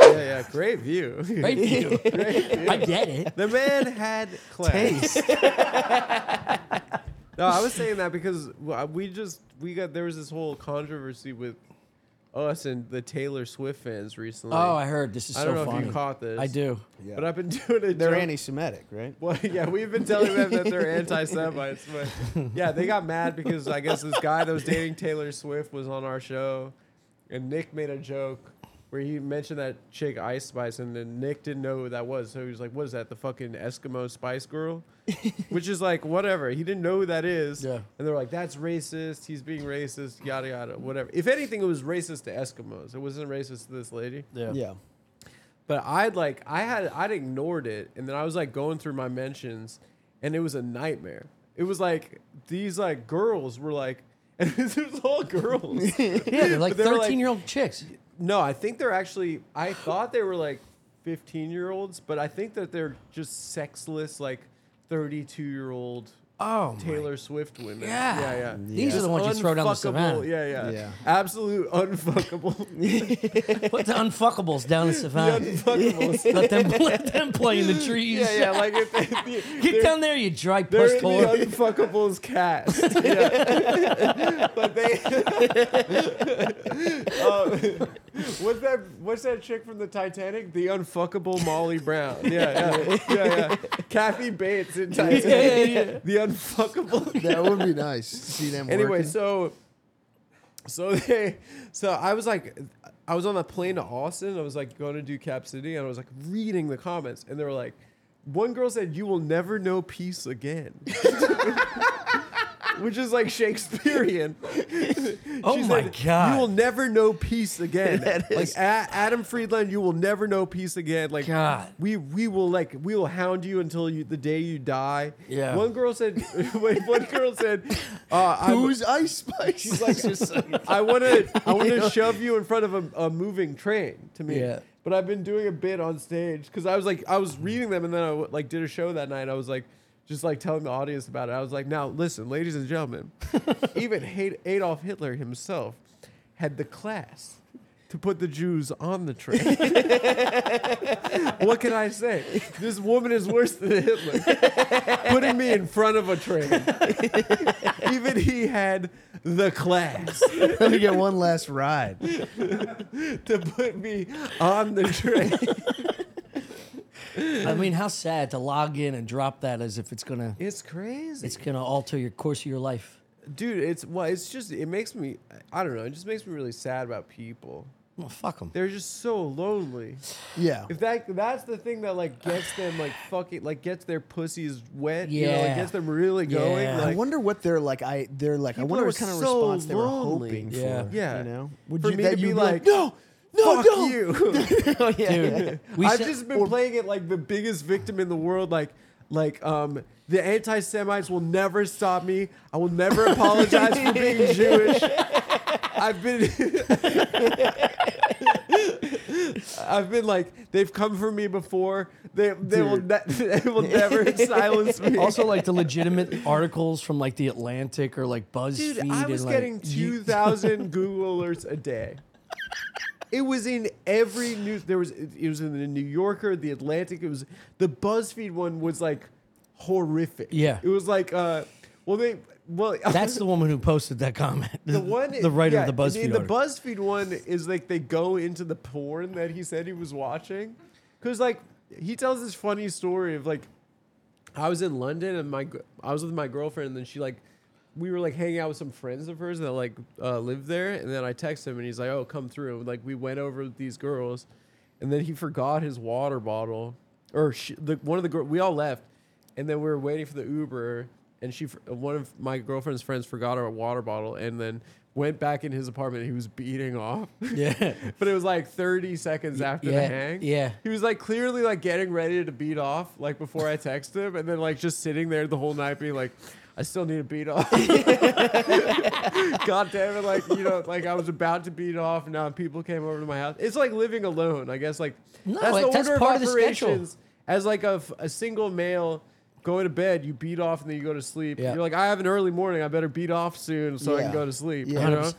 [SPEAKER 4] Yeah, yeah. Great view.
[SPEAKER 3] Great view. I get it.
[SPEAKER 4] The man had class. no, I was saying that because w- we just we got there was this whole controversy with us and the Taylor Swift fans recently.
[SPEAKER 3] Oh, I heard. This is
[SPEAKER 4] I
[SPEAKER 3] so
[SPEAKER 4] don't know if you
[SPEAKER 3] funny.
[SPEAKER 4] caught this.
[SPEAKER 3] I do.
[SPEAKER 4] but I've been doing a
[SPEAKER 1] They're
[SPEAKER 4] joke-
[SPEAKER 1] anti-Semitic, right?
[SPEAKER 4] Well, yeah, we've been telling them that they're anti-Semites, but yeah, they got mad because I guess this guy that was dating Taylor Swift was on our show, and Nick made a joke where he mentioned that chick Ice Spice, and then Nick didn't know who that was, so he was like, "What is that? The fucking Eskimo Spice Girl?" Which is like whatever. He didn't know who that is.
[SPEAKER 3] Yeah.
[SPEAKER 4] And they're like, "That's racist. He's being racist. Yada yada. Whatever." If anything, it was racist to Eskimos. It wasn't racist to this lady.
[SPEAKER 1] Yeah.
[SPEAKER 4] But I'd like I had I'd ignored it and then I was like going through my mentions and it was a nightmare. It was like these like girls were like and this was all girls.
[SPEAKER 3] Yeah, they're like
[SPEAKER 4] But they were, like-
[SPEAKER 3] 13 year old chicks.
[SPEAKER 4] no, I think they're actually I thought they were like 15 year olds, but I think that they're just sexless like 32 year old
[SPEAKER 3] Oh,
[SPEAKER 4] Taylor Swift women.
[SPEAKER 3] Yeah.
[SPEAKER 4] Yeah, yeah.
[SPEAKER 3] These are the ones you throw down the
[SPEAKER 4] Unfuckable-
[SPEAKER 3] savannah.
[SPEAKER 4] Yeah, yeah.
[SPEAKER 1] Yeah.
[SPEAKER 4] Absolute unfuckables.
[SPEAKER 3] Put the unfuckables down the savannah.
[SPEAKER 4] unfuckables.
[SPEAKER 3] let, them, let them play in the trees.
[SPEAKER 4] yeah, yeah. Like if they,
[SPEAKER 3] Get down there, you dry puss
[SPEAKER 4] They're in
[SPEAKER 3] whore.
[SPEAKER 4] the unfuckables cast. Yeah. but they. Um, what's that? What's that chick from the Titanic? The unfuckable Molly Brown. Yeah, yeah, yeah, yeah. Kathy Bates in Titanic. The unfuckable.
[SPEAKER 1] That would be nice. to See them
[SPEAKER 4] Anyway,
[SPEAKER 1] working.
[SPEAKER 4] so so they so I was like I was on a plane to Austin. I was like going to do Cap City and I was like reading the comments and they were like one girl said you will never know peace again. Which is like Shakespearean.
[SPEAKER 3] Oh
[SPEAKER 4] She
[SPEAKER 3] my
[SPEAKER 4] said,
[SPEAKER 3] God.
[SPEAKER 4] You will never know peace again. like
[SPEAKER 3] is-
[SPEAKER 4] A- Adam Friedland, you will never know peace again. Like
[SPEAKER 3] God.
[SPEAKER 4] we we will like we will hound you until you the day you die.
[SPEAKER 3] Yeah.
[SPEAKER 4] One girl said, wait, one girl said, uh, I'm-
[SPEAKER 1] who's Ice Spice? She's like,
[SPEAKER 4] I want to I want to shove you in front of a, a moving train to me.
[SPEAKER 3] Yeah.
[SPEAKER 4] But I've been doing a bit on stage because I was like I was reading them and then I w- like did a show that night. I was like just like telling the audience about it. I was like, now listen, ladies and gentlemen, even Had- Adolf Hitler himself had the class to put the Jews on the train. what can I say? This woman is worse than Hitler, putting me in front of a train. Even he had the class
[SPEAKER 1] let me get one last ride.
[SPEAKER 4] to put me on the train.
[SPEAKER 3] I mean, how sad to log in and drop that as if it's gonna
[SPEAKER 4] it's crazy,
[SPEAKER 3] it's gonna alter your course of your life.
[SPEAKER 4] dude. It's well, it's just it makes me. I don't know. It just makes me really sad about people.
[SPEAKER 3] Well, fuck them.
[SPEAKER 4] They're just so lonely.
[SPEAKER 1] Yeah.
[SPEAKER 4] If that that's the thing that like gets them like fucking like gets their pussies wet. Yeah, you know, like
[SPEAKER 3] Yeah.
[SPEAKER 4] gets them really going.
[SPEAKER 3] Yeah.
[SPEAKER 1] I
[SPEAKER 4] Like,
[SPEAKER 1] wonder what they're like. I they're like. I
[SPEAKER 4] People
[SPEAKER 1] wonder
[SPEAKER 4] are
[SPEAKER 1] what kind of
[SPEAKER 4] so
[SPEAKER 1] response they were
[SPEAKER 4] lonely.
[SPEAKER 1] hoping
[SPEAKER 3] Yeah.
[SPEAKER 1] for.
[SPEAKER 4] Yeah.
[SPEAKER 1] You know,
[SPEAKER 4] for me to
[SPEAKER 1] you'd
[SPEAKER 4] be like,
[SPEAKER 1] no, no,
[SPEAKER 4] fuck
[SPEAKER 1] no.
[SPEAKER 4] you.
[SPEAKER 1] Oh, yeah, yeah, yeah.
[SPEAKER 3] Dude, we
[SPEAKER 4] I've
[SPEAKER 3] said-
[SPEAKER 4] just been playing it like the biggest victim in the world. Like, like um, the anti Semites will never stop me. I will never apologize for being Jewish. I've been, I've been like they've come for me before. They they will ne- they will never silence me.
[SPEAKER 3] also like the legitimate articles from like the Atlantic or like BuzzFeed.
[SPEAKER 4] Dude, I was
[SPEAKER 3] and, like,
[SPEAKER 4] getting
[SPEAKER 3] you-
[SPEAKER 4] 2,000 Google alerts a day. It was in every news. There was it was in the New Yorker, the Atlantic. It was the BuzzFeed one was like horrific.
[SPEAKER 3] Yeah.
[SPEAKER 4] It was like, uh, well, they, well,
[SPEAKER 3] That's the woman who posted that comment.
[SPEAKER 4] the one
[SPEAKER 3] the writer
[SPEAKER 4] yeah,
[SPEAKER 3] of the BuzzFeed.
[SPEAKER 4] The, the
[SPEAKER 3] article.
[SPEAKER 4] BuzzFeed one is like they go into the porn that he said he was watching, because like he tells this funny story of like I was in London and my gr- I was with my girlfriend and then she like we were like hanging out with some friends of hers that like uh, lived there and then I text him and he's like oh come through and, like we went over with these girls and then he forgot his water bottle or she, the one of the girl we all left and then we were waiting for the Uber and she f- one of my girlfriend's friends forgot her water bottle and then went back in his apartment and he was beating off
[SPEAKER 3] yeah.
[SPEAKER 4] but it was like 30 seconds after the
[SPEAKER 3] yeah,
[SPEAKER 4] hang.
[SPEAKER 3] yeah.
[SPEAKER 4] He was like clearly like getting ready to beat off like before I text him and then like just sitting there the whole night being like I still need to beat off. God damn it like you know like I was about to beat off and now people came over to my house. It's like living alone, I guess like
[SPEAKER 3] No, it- that's part of the schedule.
[SPEAKER 4] As like a, f- a single male going to bed, you beat off and then you go to sleep.
[SPEAKER 3] Yeah.
[SPEAKER 4] You're like I have an early morning, I better beat off soon so I can
[SPEAKER 1] Yeah.
[SPEAKER 4] go to sleep,
[SPEAKER 1] Yeah.
[SPEAKER 4] you know?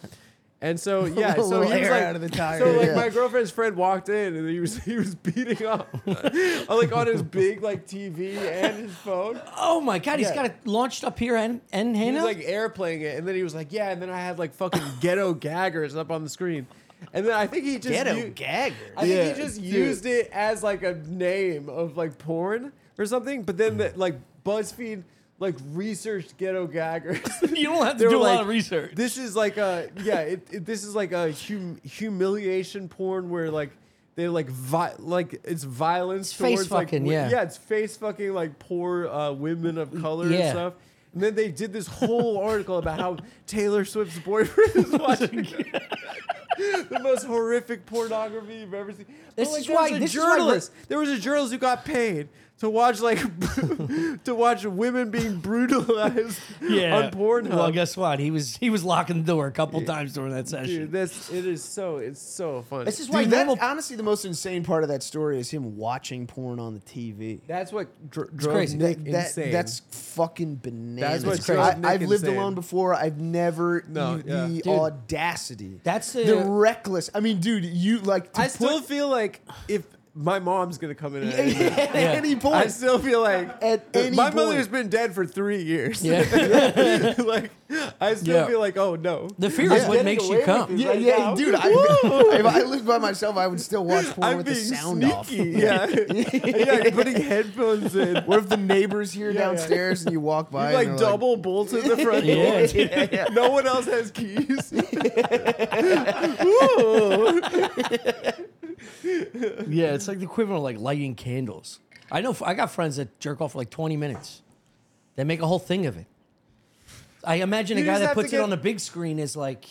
[SPEAKER 4] And so yeah,
[SPEAKER 1] little-
[SPEAKER 4] so
[SPEAKER 1] little
[SPEAKER 4] he was
[SPEAKER 1] air
[SPEAKER 4] like,
[SPEAKER 1] out of the tire.
[SPEAKER 4] so like
[SPEAKER 1] Yeah.
[SPEAKER 4] my girlfriend's friend walked in and he was he was beating up, uh, like on his big like TV and his phone.
[SPEAKER 3] Oh my god, he's
[SPEAKER 4] Yeah.
[SPEAKER 3] got it launched up here and and
[SPEAKER 4] He
[SPEAKER 3] hand
[SPEAKER 4] was
[SPEAKER 3] out?
[SPEAKER 4] like airplaying it, and then he was like, yeah, and then I had like fucking ghetto gaggers up on the screen, and then I think he just u-
[SPEAKER 3] gagger.
[SPEAKER 4] I think
[SPEAKER 1] Yeah,
[SPEAKER 4] he just
[SPEAKER 1] dude.
[SPEAKER 4] used it as like a name of like porn or something. But then the, like BuzzFeed like researched ghetto gaggers.
[SPEAKER 3] You don't have
[SPEAKER 4] They
[SPEAKER 3] to do
[SPEAKER 4] were
[SPEAKER 3] a
[SPEAKER 4] like,
[SPEAKER 3] lot of research.
[SPEAKER 4] This is like a yeah. It, it- this is like a hum, humiliation porn where like they like vi- like it's violence
[SPEAKER 3] It's face
[SPEAKER 4] towards like
[SPEAKER 3] fucking,
[SPEAKER 4] wi-
[SPEAKER 3] yeah.
[SPEAKER 4] yeah it's face fucking like poor uh, women of color and
[SPEAKER 3] Yeah.
[SPEAKER 4] stuff. And then they did this whole article about how Taylor Swift's boyfriend is watching the most horrific pornography you've ever seen. But,
[SPEAKER 3] This is
[SPEAKER 4] there was
[SPEAKER 3] why-
[SPEAKER 4] a
[SPEAKER 3] this is why-
[SPEAKER 4] journalist. there was a journalist who got paid to watch like to watch women being brutalized on Pornhub.
[SPEAKER 3] Well, guess what? He was he was locking the door a couple times during that
[SPEAKER 4] Dude,
[SPEAKER 3] session.
[SPEAKER 4] this it is so it's so funny.
[SPEAKER 3] this is why
[SPEAKER 1] Dude, that's
[SPEAKER 3] normal.
[SPEAKER 1] honestly the most insane part of that story is him watching porn on the TV.
[SPEAKER 4] that's what dr- drove
[SPEAKER 3] crazy.
[SPEAKER 4] Nick
[SPEAKER 1] That-
[SPEAKER 4] insane.
[SPEAKER 1] That's fucking bananas.
[SPEAKER 4] what
[SPEAKER 1] It's
[SPEAKER 4] drove
[SPEAKER 1] I,
[SPEAKER 4] Nick
[SPEAKER 1] I've lived
[SPEAKER 4] insane.
[SPEAKER 1] alone before. I've never
[SPEAKER 4] No,
[SPEAKER 1] the-
[SPEAKER 4] yeah.
[SPEAKER 1] the
[SPEAKER 4] Dude.
[SPEAKER 1] audacity.
[SPEAKER 3] That's
[SPEAKER 1] the,
[SPEAKER 3] the-
[SPEAKER 1] reckless. I mean, dude, you like. To
[SPEAKER 4] I still
[SPEAKER 1] put,
[SPEAKER 4] feel like if my mom's gonna come in, at any minute,
[SPEAKER 1] at any point.
[SPEAKER 4] I still feel like
[SPEAKER 1] At any
[SPEAKER 4] my
[SPEAKER 1] point.
[SPEAKER 4] mother's been dead for three years.
[SPEAKER 3] Yeah.
[SPEAKER 4] like I still
[SPEAKER 3] Yeah.
[SPEAKER 4] feel like oh no,
[SPEAKER 3] The fear
[SPEAKER 1] Yeah.
[SPEAKER 3] is what
[SPEAKER 1] Getting
[SPEAKER 3] makes
[SPEAKER 4] away
[SPEAKER 3] you
[SPEAKER 4] with
[SPEAKER 3] come.
[SPEAKER 4] it.
[SPEAKER 1] yeah,
[SPEAKER 4] right
[SPEAKER 1] yeah,
[SPEAKER 4] now.
[SPEAKER 1] dude. I, if I lived by myself, I would still watch porn
[SPEAKER 4] I'm
[SPEAKER 1] with
[SPEAKER 4] being
[SPEAKER 1] the sound off.
[SPEAKER 4] sneaky. Yeah, yeah, putting headphones in.
[SPEAKER 1] What if the neighbors here
[SPEAKER 4] Yeah, yeah.
[SPEAKER 1] downstairs and you walk by? and
[SPEAKER 4] You like
[SPEAKER 1] they're
[SPEAKER 4] double bolted the front door.
[SPEAKER 3] Yeah,
[SPEAKER 4] No one else has keys.
[SPEAKER 3] Yeah, it's like the equivalent of like lighting candles. I know. I got friends that jerk off for like 20 minutes. They make a whole thing of it. I imagine
[SPEAKER 4] You
[SPEAKER 3] a guy
[SPEAKER 4] just have
[SPEAKER 3] that
[SPEAKER 4] to
[SPEAKER 3] puts
[SPEAKER 4] get-
[SPEAKER 3] it on the big screen is like,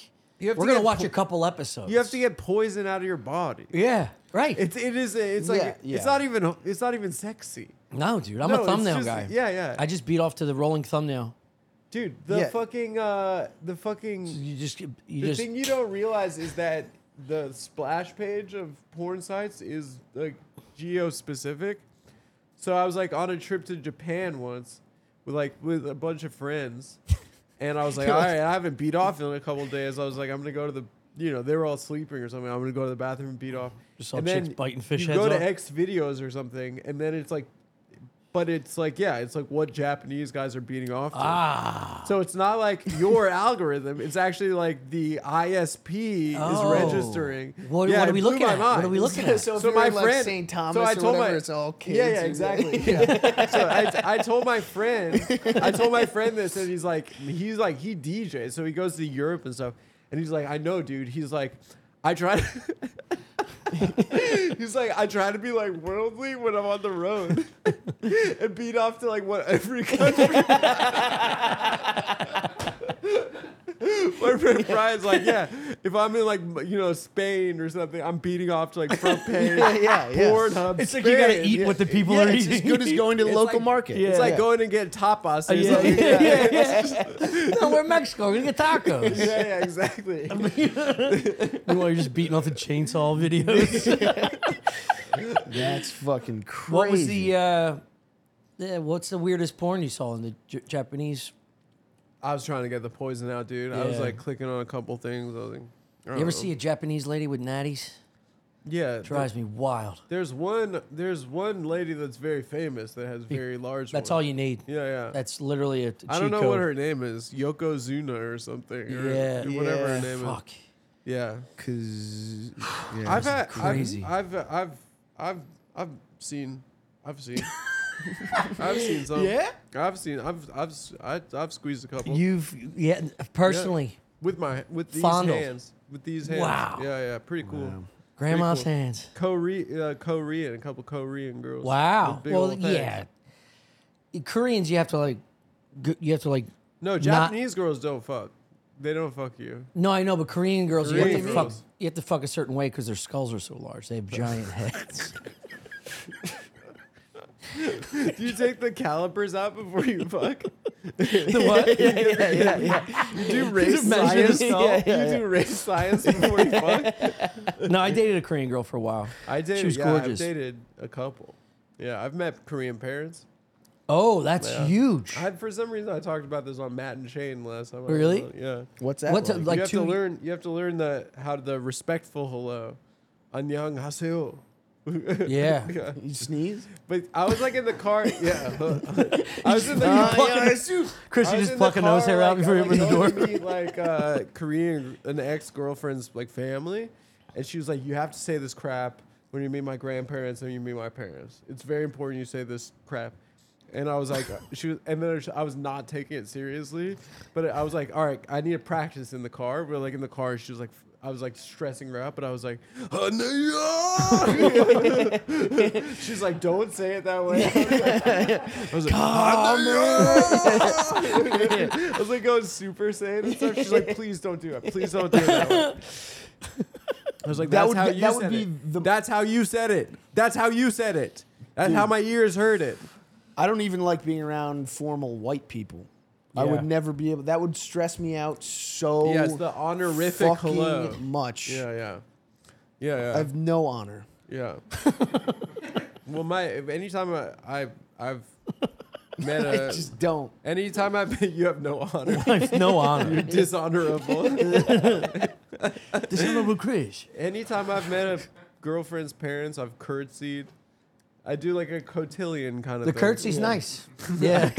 [SPEAKER 3] we're
[SPEAKER 4] You have to
[SPEAKER 3] gonna
[SPEAKER 4] get
[SPEAKER 3] watch
[SPEAKER 4] po-
[SPEAKER 3] a couple episodes.
[SPEAKER 4] You have to get poison out of your body.
[SPEAKER 3] Yeah. Right.
[SPEAKER 4] It's it is it's like
[SPEAKER 1] Yeah, yeah.
[SPEAKER 4] it's not even it's not even sexy,
[SPEAKER 3] no, dude. I'm
[SPEAKER 4] No,
[SPEAKER 3] a
[SPEAKER 4] it's
[SPEAKER 3] thumbnail
[SPEAKER 4] just-
[SPEAKER 3] guy.
[SPEAKER 4] yeah, yeah.
[SPEAKER 3] I just beat off to the rolling thumbnail.
[SPEAKER 4] dude. The
[SPEAKER 1] Yeah.
[SPEAKER 4] fucking uh the fucking
[SPEAKER 3] You just. You
[SPEAKER 4] the
[SPEAKER 3] just.
[SPEAKER 4] thing you don't realize is that the splash page of porn sites is like geo specific. So I was like on a trip to Japan once with like with a bunch of friends, and I was like, all right, I haven't beat off in a couple of days. I was like, I'm gonna go to the you know they were all sleeping or something. I'm gonna go to the bathroom and beat off.
[SPEAKER 3] Just saw
[SPEAKER 4] and
[SPEAKER 3] chicks biting fish
[SPEAKER 4] you
[SPEAKER 3] heads
[SPEAKER 4] go to
[SPEAKER 3] off.
[SPEAKER 4] X videos or something, and then it's like, but it's like yeah, it's like what Japanese guys are beating off. To.
[SPEAKER 3] ah.
[SPEAKER 4] So it's not like your algorithm. It's actually like the ISP
[SPEAKER 3] Oh.
[SPEAKER 4] is registering.
[SPEAKER 3] What- what are
[SPEAKER 4] it
[SPEAKER 3] we
[SPEAKER 4] blew
[SPEAKER 3] looking
[SPEAKER 4] my
[SPEAKER 3] at? What are we
[SPEAKER 4] mind.
[SPEAKER 3] looking at?
[SPEAKER 1] So, if
[SPEAKER 4] So
[SPEAKER 1] you're
[SPEAKER 4] my
[SPEAKER 1] in, like,
[SPEAKER 4] friend-
[SPEAKER 1] St.
[SPEAKER 4] so
[SPEAKER 1] Thomas
[SPEAKER 4] I
[SPEAKER 1] or
[SPEAKER 4] told my-
[SPEAKER 1] whatever, it's all kids.
[SPEAKER 4] Yeah, yeah,
[SPEAKER 1] and-
[SPEAKER 4] exactly. Yeah. so I, I told my friend, I told my friend this, and he's like, he's like, he DJs, so he goes to Europe and stuff, and he's like, I know, dude. He's like, I try. he's like, I try to be like worldly when I'm on the road, and beat off to like what every country. My friend Brian's like, yeah, if I'm in like you know Spain or something, I'm beating off to like front page,
[SPEAKER 1] Yeah, yeah, yeah.
[SPEAKER 4] Pornhub.
[SPEAKER 3] It's like you gotta
[SPEAKER 4] Spain.
[SPEAKER 3] eat what the people
[SPEAKER 1] Yeah,
[SPEAKER 3] are
[SPEAKER 1] it's
[SPEAKER 3] eating.
[SPEAKER 1] as good as going to the
[SPEAKER 4] It's
[SPEAKER 1] local
[SPEAKER 4] like-
[SPEAKER 1] market.
[SPEAKER 4] It's like
[SPEAKER 1] Yeah.
[SPEAKER 4] going and get tapas. Or
[SPEAKER 3] Oh, Yeah.
[SPEAKER 4] something. Yeah. Yeah.
[SPEAKER 3] no, we're in Mexico. We're gonna get tacos.
[SPEAKER 4] yeah, exactly.
[SPEAKER 3] Meanwhile, you're just beating off the chainsaw videos.
[SPEAKER 1] That's fucking crazy.
[SPEAKER 3] what was the? Uh, the- what's the weirdest porn you saw in the J- Japanese?
[SPEAKER 4] I was trying to get the poison out, dude. I was
[SPEAKER 3] Yeah.
[SPEAKER 4] like clicking on a couple things. I was like, I
[SPEAKER 3] You ever see a Japanese lady with natties?
[SPEAKER 4] Yeah. th-
[SPEAKER 3] Drives me wild.
[SPEAKER 4] there's one. There's one lady that's very famous that has very large.
[SPEAKER 3] That's
[SPEAKER 4] ones.
[SPEAKER 3] all you need.
[SPEAKER 4] Yeah, yeah.
[SPEAKER 3] That's literally a. a
[SPEAKER 4] I don't
[SPEAKER 3] cheat
[SPEAKER 4] know
[SPEAKER 3] code.
[SPEAKER 4] what her name is. Yokozuna or something. Or
[SPEAKER 3] Yeah.
[SPEAKER 4] Whatever her
[SPEAKER 1] Yeah.
[SPEAKER 4] name
[SPEAKER 3] Fuck.
[SPEAKER 4] is. Yeah.
[SPEAKER 1] Cause yeah.
[SPEAKER 4] I've had
[SPEAKER 3] crazy.
[SPEAKER 4] I've, I've I've I've I've seen I've seen I've seen some.
[SPEAKER 6] Yeah?
[SPEAKER 4] I've seen I've I've s- I, have squeezed a couple.
[SPEAKER 3] You've yeah personally
[SPEAKER 4] with my with these
[SPEAKER 3] Fondled.
[SPEAKER 4] hands with these hands.
[SPEAKER 3] Wow.
[SPEAKER 4] Yeah, yeah, pretty cool.
[SPEAKER 3] grandma's
[SPEAKER 4] cool.
[SPEAKER 3] hands.
[SPEAKER 4] Korean, uh, Korean, a couple Korean girls.
[SPEAKER 3] Wow.
[SPEAKER 4] with big
[SPEAKER 3] Well,
[SPEAKER 4] old things.
[SPEAKER 3] yeah. Koreans, you have to like, g- you have to like.
[SPEAKER 4] No,
[SPEAKER 3] not-
[SPEAKER 4] Japanese girls don't fuck. They don't fuck you.
[SPEAKER 3] No, I know, but Korean girls, you have
[SPEAKER 4] Korean
[SPEAKER 3] to fuck.
[SPEAKER 4] girls.
[SPEAKER 3] You have to fuck a certain way because their skulls are so large. They have giant heads.
[SPEAKER 4] Do you take the calipers out before you fuck?
[SPEAKER 3] the what? Yeah, yeah, yeah.
[SPEAKER 4] You do race
[SPEAKER 3] measure
[SPEAKER 4] science.
[SPEAKER 3] the- yeah, yeah,
[SPEAKER 4] You do race science before you fuck.
[SPEAKER 3] No, I dated a Korean girl for a while.
[SPEAKER 4] I dated.
[SPEAKER 3] was
[SPEAKER 4] yeah,
[SPEAKER 3] gorgeous.
[SPEAKER 4] I've dated a couple. Yeah, I've met Korean parents.
[SPEAKER 3] Oh, that's
[SPEAKER 4] Yeah.
[SPEAKER 3] huge.
[SPEAKER 4] I for some reason I talked about this on Matt and Shane last time. I was
[SPEAKER 3] Really?
[SPEAKER 4] on- Yeah.
[SPEAKER 1] What's that?
[SPEAKER 3] What's a-
[SPEAKER 1] like?
[SPEAKER 3] like-
[SPEAKER 4] you have
[SPEAKER 3] two-
[SPEAKER 4] to learn. You have to learn the how the respectful hello, 안녕 하세요.
[SPEAKER 3] yeah.
[SPEAKER 4] Yeah.
[SPEAKER 1] you sneeze?
[SPEAKER 4] But I was like in the car. Yeah. I was in the.
[SPEAKER 3] Uh,
[SPEAKER 4] car-
[SPEAKER 3] yeah,
[SPEAKER 4] I
[SPEAKER 3] Chrissy
[SPEAKER 4] was
[SPEAKER 3] just
[SPEAKER 4] in the
[SPEAKER 3] plucking nose
[SPEAKER 4] car,
[SPEAKER 3] hair out
[SPEAKER 4] like,
[SPEAKER 3] before you
[SPEAKER 4] like,
[SPEAKER 3] open the door.
[SPEAKER 4] going to meet, like uh, Korean, an ex girlfriend's like family, and she was like, "You have to say this crap when you meet my grandparents and you meet my parents. It's very important you say this crap." And I was like, she was, and then I was not taking it seriously, but I was like, all right, I need to practice in the car. But like in the car, she was like, I was like stressing her out, but I was like, she's like, don't say it that way. I was like, I was like, I was like going super saiyan and stuff. She's like, please don't do it. Please don't do it. That way. I was like,
[SPEAKER 1] That
[SPEAKER 4] that's
[SPEAKER 1] would
[SPEAKER 4] how
[SPEAKER 1] be-
[SPEAKER 4] you
[SPEAKER 1] that would
[SPEAKER 4] said
[SPEAKER 1] be
[SPEAKER 4] it.
[SPEAKER 1] the-
[SPEAKER 4] that's how you said it. That's how you said it. That's how my ears heard it.
[SPEAKER 1] I don't even like being around formal white people. I
[SPEAKER 6] Yeah.
[SPEAKER 1] would never be able. That would stress me out so.
[SPEAKER 4] Yeah, it's the honorific
[SPEAKER 1] fucking
[SPEAKER 4] hello.
[SPEAKER 1] Much.
[SPEAKER 4] Yeah, yeah, yeah,
[SPEAKER 1] I
[SPEAKER 4] yeah.
[SPEAKER 1] have no honor.
[SPEAKER 4] yeah. well, my if anytime I, I I've met
[SPEAKER 1] I
[SPEAKER 4] a
[SPEAKER 1] just don't.
[SPEAKER 4] anytime I met you have no honor,
[SPEAKER 3] I've no honor.
[SPEAKER 4] dishonorable.
[SPEAKER 3] Dishonorable Chris.
[SPEAKER 4] Anytime I've met a girlfriend's parents, I've curtsied. I do like a cotillion kind of
[SPEAKER 3] The
[SPEAKER 4] thing.
[SPEAKER 3] curtsy's nice. Yeah.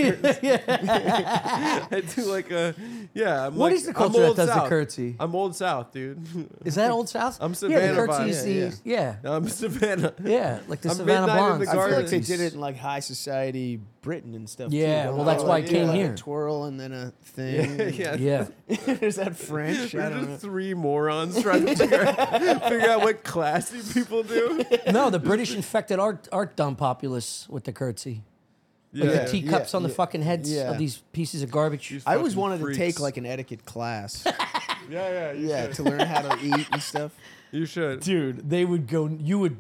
[SPEAKER 4] I do like a yeah. I'm
[SPEAKER 6] What
[SPEAKER 4] like,
[SPEAKER 6] is the
[SPEAKER 4] I'm
[SPEAKER 6] culture that
[SPEAKER 4] old
[SPEAKER 6] does the
[SPEAKER 4] South.
[SPEAKER 6] curtsy?
[SPEAKER 4] I'm old South, dude.
[SPEAKER 3] Is that Old South? Yeah,
[SPEAKER 4] I'm
[SPEAKER 3] the
[SPEAKER 4] Savannah
[SPEAKER 3] curtsy's
[SPEAKER 4] vibe.
[SPEAKER 3] the, yeah. yeah.
[SPEAKER 4] I'm Savannah.
[SPEAKER 3] like the
[SPEAKER 4] I'm
[SPEAKER 3] Savannah
[SPEAKER 4] midnight in
[SPEAKER 3] Blondes.
[SPEAKER 4] the
[SPEAKER 1] I feel like they
[SPEAKER 4] Gardens.
[SPEAKER 1] did it in like high society Britain and stuff. too,
[SPEAKER 3] Yeah,
[SPEAKER 1] don't
[SPEAKER 3] well,
[SPEAKER 1] they?
[SPEAKER 3] that's why I
[SPEAKER 1] Like,
[SPEAKER 3] came
[SPEAKER 1] like a
[SPEAKER 3] here.
[SPEAKER 1] twirl and then a thing.
[SPEAKER 4] yeah,
[SPEAKER 1] and-
[SPEAKER 4] yeah.
[SPEAKER 3] Mm, Yeah.
[SPEAKER 1] Is that French? I
[SPEAKER 4] We're
[SPEAKER 1] don't
[SPEAKER 4] just
[SPEAKER 1] know.
[SPEAKER 4] three morons trying to figure out, figure out what classy people do.
[SPEAKER 3] No, the British infected our our dumb populace with the curtsy.
[SPEAKER 4] Yeah,
[SPEAKER 3] the teacups on the
[SPEAKER 1] yeah,
[SPEAKER 3] fucking heads
[SPEAKER 1] yeah.
[SPEAKER 3] of these pieces of garbage.
[SPEAKER 4] You
[SPEAKER 1] I always
[SPEAKER 4] fucking
[SPEAKER 1] wanted
[SPEAKER 4] freaks.
[SPEAKER 1] to take like an etiquette class.
[SPEAKER 4] yeah, yeah, you
[SPEAKER 1] yeah,
[SPEAKER 4] should.
[SPEAKER 1] to learn how to eat and stuff.
[SPEAKER 4] You should.
[SPEAKER 3] dude they would go you would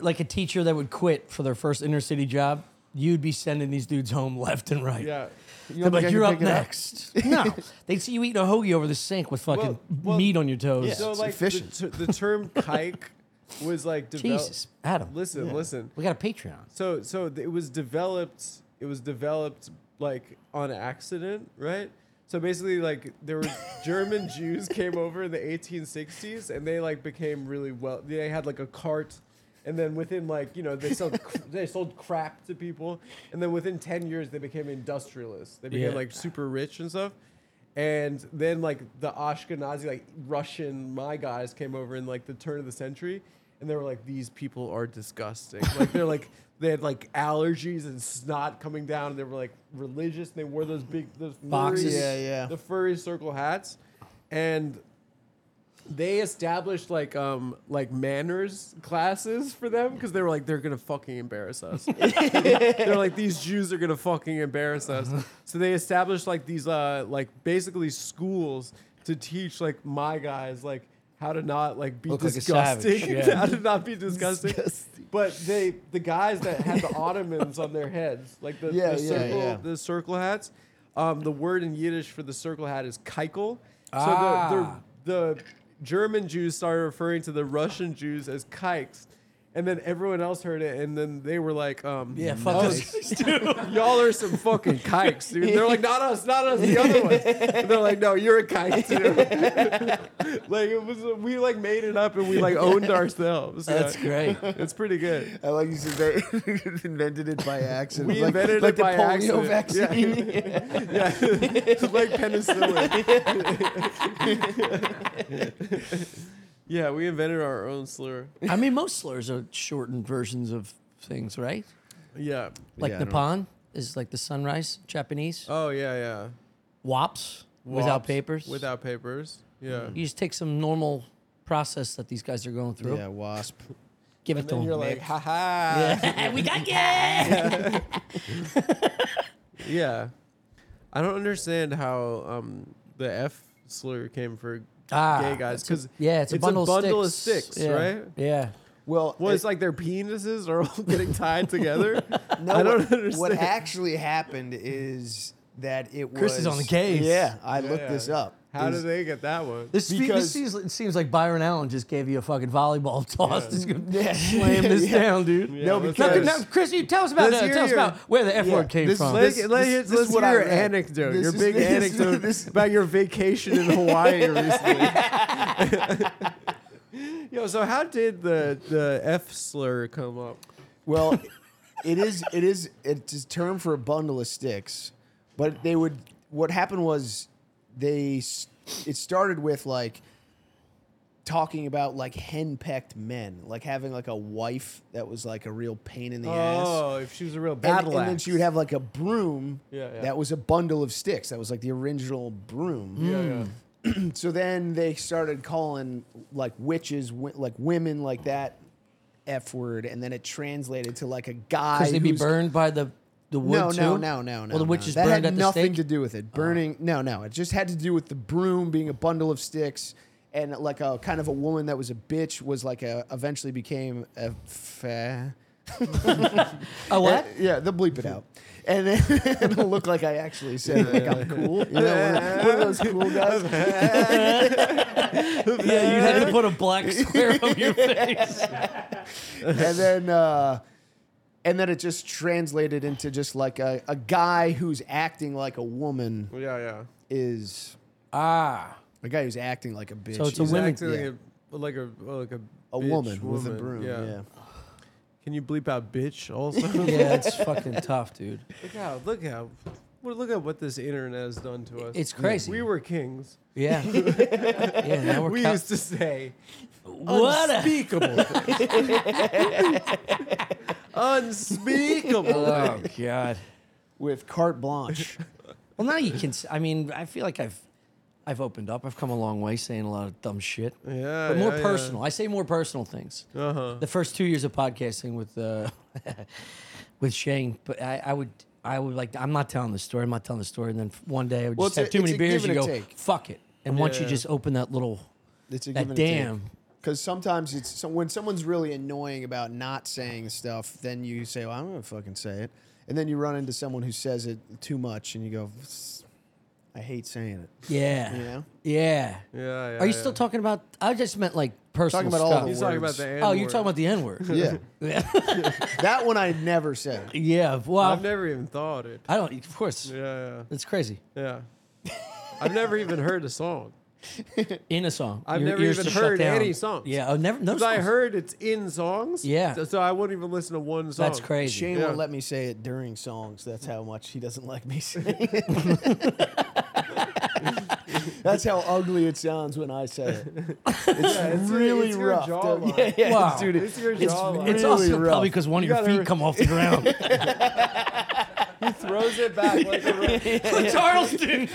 [SPEAKER 3] like a teacher that would quit for their first inner city job you'd be sending these dudes home left and right
[SPEAKER 4] Yeah.
[SPEAKER 3] They'd be
[SPEAKER 1] think I
[SPEAKER 3] like
[SPEAKER 1] could
[SPEAKER 3] you're up
[SPEAKER 1] pick it up?"
[SPEAKER 3] next no they'd see you eating a hoagie over the sink with fucking
[SPEAKER 4] Well- well,
[SPEAKER 3] meat on your toes
[SPEAKER 4] so
[SPEAKER 1] it's
[SPEAKER 4] like the,
[SPEAKER 1] efficient.
[SPEAKER 4] ter- the term kike was like developed.
[SPEAKER 3] jesus adam
[SPEAKER 4] Listen, listen.
[SPEAKER 3] we got a patreon
[SPEAKER 4] So so th- it was developed. It was developed like on accident, right? So basically, like there were German Jews came over in the 1860s, and they like became really well. They had like a cart, and then within like you know they sold cr- they sold crap to people, and then within 10 years they became industrialists. They became
[SPEAKER 3] Yeah.
[SPEAKER 4] like super rich and stuff. And then like the Ashkenazi, like Russian, my guys came over in like the turn of the century, and they were like, "These people are disgusting." like they're like they had like allergies and snot coming down, and they were like religious. And they wore those big those furry-
[SPEAKER 3] Boxes.
[SPEAKER 1] Yeah, yeah.
[SPEAKER 4] the furry circle hats, and they established like um like manners classes for them because they were like they're gonna fucking embarrass us. they're like these Jews are gonna fucking embarrass us. So they established like these uh like basically schools to teach like my guys like how to not like be
[SPEAKER 3] Look like a savage,
[SPEAKER 4] disgusting,
[SPEAKER 3] yeah.
[SPEAKER 4] how to not be disgusting. But they the guys that had the ottomans on their heads like the,
[SPEAKER 1] Yeah,
[SPEAKER 4] the
[SPEAKER 1] yeah,
[SPEAKER 4] circle
[SPEAKER 1] yeah.
[SPEAKER 4] the circle hats. Um, the word in Yiddish for the circle hat is keikel.
[SPEAKER 3] Ah.
[SPEAKER 4] So the, the the German Jews started referring to the Russian Jews as kikes, And then everyone else heard it, and then they were like, um,
[SPEAKER 6] Yeah, fuck
[SPEAKER 4] oh,
[SPEAKER 6] this.
[SPEAKER 4] Y'all are some fucking kikes, dude. They're like, not us, not us, the other ones. And they're like, no, you're a kike too. like it was, we like made it up and we like owned ourselves.
[SPEAKER 6] That's
[SPEAKER 4] Yeah.
[SPEAKER 6] great.
[SPEAKER 4] It's pretty good.
[SPEAKER 1] I like you said they invented it by accident.
[SPEAKER 4] We
[SPEAKER 1] like,
[SPEAKER 4] invented
[SPEAKER 1] like
[SPEAKER 4] it
[SPEAKER 1] the
[SPEAKER 4] by
[SPEAKER 1] polio
[SPEAKER 4] accident.
[SPEAKER 1] vaccine.
[SPEAKER 4] Yeah, like penicillin. yeah, we invented our own slur.
[SPEAKER 6] I mean, most slurs are shortened versions of things, right?
[SPEAKER 4] Yeah.
[SPEAKER 3] Like
[SPEAKER 1] Yeah, I don't-
[SPEAKER 3] Nippon is like the sunrise, Japanese.
[SPEAKER 4] Oh yeah, yeah.
[SPEAKER 3] Wops, without
[SPEAKER 4] Wops,
[SPEAKER 3] papers.
[SPEAKER 4] Without papers. Yeah.
[SPEAKER 3] You just take some normal process that these guys are going through.
[SPEAKER 1] Yeah, wasp.
[SPEAKER 3] Give it to
[SPEAKER 4] Then
[SPEAKER 3] them.
[SPEAKER 4] you're like, ha ha.
[SPEAKER 3] we got you.
[SPEAKER 4] Yeah. I don't understand how um, the F slur came for
[SPEAKER 3] Ah,
[SPEAKER 4] gay guys because
[SPEAKER 3] Yeah, it's, a bundle,
[SPEAKER 4] of sticks,
[SPEAKER 3] Yeah.
[SPEAKER 4] right?
[SPEAKER 3] Yeah.
[SPEAKER 1] Well,
[SPEAKER 4] Well, it's
[SPEAKER 1] it-
[SPEAKER 4] like their penises are all getting tied together.
[SPEAKER 1] no,
[SPEAKER 4] I don't
[SPEAKER 1] what,
[SPEAKER 4] understand.
[SPEAKER 1] What actually happened is that it was.
[SPEAKER 3] Chris is on the case.
[SPEAKER 1] Yeah, I looked
[SPEAKER 4] Yeah.
[SPEAKER 1] this up.
[SPEAKER 4] How
[SPEAKER 1] It
[SPEAKER 4] did
[SPEAKER 1] was-
[SPEAKER 4] they get that one?
[SPEAKER 3] This, fe-
[SPEAKER 1] Because-
[SPEAKER 3] this seems, it seems like Byron Allen just gave you a fucking volleyball toss. Just gonna
[SPEAKER 1] Yeah.
[SPEAKER 3] slam this
[SPEAKER 1] Yeah.
[SPEAKER 3] down, dude.
[SPEAKER 4] Yeah,
[SPEAKER 1] no,
[SPEAKER 4] let's
[SPEAKER 3] Now,
[SPEAKER 1] because-
[SPEAKER 4] hear it.
[SPEAKER 3] now, Chris, you tell us about
[SPEAKER 4] Let's
[SPEAKER 3] that.
[SPEAKER 4] hear
[SPEAKER 3] Tell us
[SPEAKER 4] your-
[SPEAKER 3] about where the F
[SPEAKER 1] Yeah.
[SPEAKER 3] word came
[SPEAKER 1] This-
[SPEAKER 3] from.
[SPEAKER 1] this-
[SPEAKER 4] Let's, let's, hear-
[SPEAKER 1] this is
[SPEAKER 4] let's
[SPEAKER 1] what I
[SPEAKER 4] hear your
[SPEAKER 1] read.
[SPEAKER 4] anecdote,
[SPEAKER 1] This
[SPEAKER 4] your
[SPEAKER 1] is-
[SPEAKER 4] big
[SPEAKER 1] this is-
[SPEAKER 4] anecdote
[SPEAKER 1] this-
[SPEAKER 4] about your vacation in Hawaii recently. Yo, so how did the the F slur come up?
[SPEAKER 1] Well, it is it is it's a term for a bundle of sticks, but they would what happened was they s- it started with like talking about like henpecked men, like having like a wife that was like a real pain in the ass.
[SPEAKER 4] Oh, if she was a real
[SPEAKER 1] And,
[SPEAKER 4] battle
[SPEAKER 1] and then she would have like a broom
[SPEAKER 4] Yeah, yeah.
[SPEAKER 1] that was a bundle of sticks. That was like the original broom. So then they started calling like witches, wi- like women, like that f word, and then it translated to like a guy.
[SPEAKER 3] Because they'd be
[SPEAKER 1] who's-
[SPEAKER 3] burned by the, the wood,
[SPEAKER 1] No,
[SPEAKER 3] too?
[SPEAKER 1] no, no, no, no.
[SPEAKER 3] Well, the
[SPEAKER 1] no.
[SPEAKER 3] witch is
[SPEAKER 1] that had
[SPEAKER 3] burned at the
[SPEAKER 1] nothing
[SPEAKER 3] stake? Oh.
[SPEAKER 1] to do with it. Burning? No, no. It just had to do with the broom being a bundle of sticks, and like a kind of a woman that was a bitch was like a eventually became a. Fa-
[SPEAKER 3] Oh, what?
[SPEAKER 1] yeah, they'll bleep it out, and then it'll look like I actually said it, like I'm cool. You know, one of- one of those cool guys.
[SPEAKER 3] yeah, you had to put a black square on your face.
[SPEAKER 1] and then uh, and then it just translated into just like a, a guy who's acting like a woman
[SPEAKER 4] Yeah, yeah.
[SPEAKER 1] is
[SPEAKER 6] Ah,
[SPEAKER 1] a guy who's acting like a bitch.
[SPEAKER 3] So it's a
[SPEAKER 1] is
[SPEAKER 3] women-
[SPEAKER 4] Acting
[SPEAKER 1] yeah.
[SPEAKER 4] like a like a like a,
[SPEAKER 1] a
[SPEAKER 4] bitch
[SPEAKER 1] woman, with a broom. Yeah.
[SPEAKER 4] Can you bleep out bitch also?
[SPEAKER 6] yeah, it's fucking tough, dude.
[SPEAKER 4] look how look how well, look at what this internet has done to us.
[SPEAKER 3] It's crazy.
[SPEAKER 4] We were kings.
[SPEAKER 3] Yeah. yeah, now we're
[SPEAKER 4] We
[SPEAKER 3] cal-
[SPEAKER 4] used to say
[SPEAKER 3] What a-
[SPEAKER 4] unspeakable. unspeakable.
[SPEAKER 3] Oh, God.
[SPEAKER 1] With carte blanche.
[SPEAKER 3] Well, now you can. s- I mean, I feel like I've, I've opened up. I've come a long way saying a lot of dumb shit.
[SPEAKER 4] Yeah,
[SPEAKER 3] but more
[SPEAKER 4] yeah, yeah.
[SPEAKER 3] personal. I say more personal things.
[SPEAKER 4] Uh-huh.
[SPEAKER 3] The first two years of podcasting with, uh, with Shane, but I, I would. I would like. I'm not telling the story. I'm not telling the story. And then one day I would
[SPEAKER 1] Well,
[SPEAKER 3] just
[SPEAKER 1] it's a-
[SPEAKER 3] have too many
[SPEAKER 1] it's a give
[SPEAKER 3] beers. You
[SPEAKER 1] and
[SPEAKER 3] go,
[SPEAKER 1] a take.
[SPEAKER 3] fuck it. And once you
[SPEAKER 4] Yeah.
[SPEAKER 3] just open that little,
[SPEAKER 1] It's a
[SPEAKER 3] That
[SPEAKER 1] give
[SPEAKER 3] damn.
[SPEAKER 1] Because sometimes it's so when someone's really annoying about not saying stuff, then you say, "Well, I'm gonna fucking say it," and then you run into someone who says it too much, and you go, "I hate saying it."
[SPEAKER 3] yeah,
[SPEAKER 1] You know?
[SPEAKER 3] yeah.
[SPEAKER 4] Yeah, yeah.
[SPEAKER 3] Are you
[SPEAKER 4] yeah.
[SPEAKER 3] still talking about? I just meant like personal
[SPEAKER 1] about all
[SPEAKER 3] stuff.
[SPEAKER 1] the
[SPEAKER 4] He's talking about
[SPEAKER 1] words?
[SPEAKER 4] the N
[SPEAKER 3] oh, you're
[SPEAKER 4] word.
[SPEAKER 3] talking about the N word.
[SPEAKER 1] Yeah, that one I never say.
[SPEAKER 3] yeah. Well,
[SPEAKER 4] I've never even thought it.
[SPEAKER 3] I don't. Of course,
[SPEAKER 4] Yeah,
[SPEAKER 3] it's crazy.
[SPEAKER 4] yeah. yeah. I've never even heard a song.
[SPEAKER 3] In a song,
[SPEAKER 4] I've
[SPEAKER 3] Your
[SPEAKER 4] never
[SPEAKER 3] ears
[SPEAKER 4] even
[SPEAKER 3] just shut
[SPEAKER 4] heard
[SPEAKER 3] down.
[SPEAKER 4] any songs.
[SPEAKER 3] Yeah, I've never. No
[SPEAKER 4] Because I
[SPEAKER 3] songs.
[SPEAKER 4] heard it's in songs.
[SPEAKER 3] Yeah.
[SPEAKER 4] So, so I wouldn't even listen to one song.
[SPEAKER 3] That's crazy.
[SPEAKER 1] Shane
[SPEAKER 4] Yeah.
[SPEAKER 1] won't let me say it during songs. That's how much he doesn't like me saying it. That's how ugly it sounds when I say it. It's
[SPEAKER 4] it's your-
[SPEAKER 1] really
[SPEAKER 4] it's your
[SPEAKER 1] rough. dude.
[SPEAKER 4] jawline.
[SPEAKER 1] Yeah, yeah,
[SPEAKER 3] Wow.
[SPEAKER 1] dude.
[SPEAKER 4] It's your
[SPEAKER 3] It's,
[SPEAKER 4] jawline.
[SPEAKER 3] it's
[SPEAKER 1] really
[SPEAKER 3] also
[SPEAKER 1] rough.
[SPEAKER 3] probably because one of
[SPEAKER 4] You
[SPEAKER 3] your
[SPEAKER 4] gotta
[SPEAKER 3] feet come off the ground.
[SPEAKER 4] throws it back like a ro-
[SPEAKER 3] Charleston,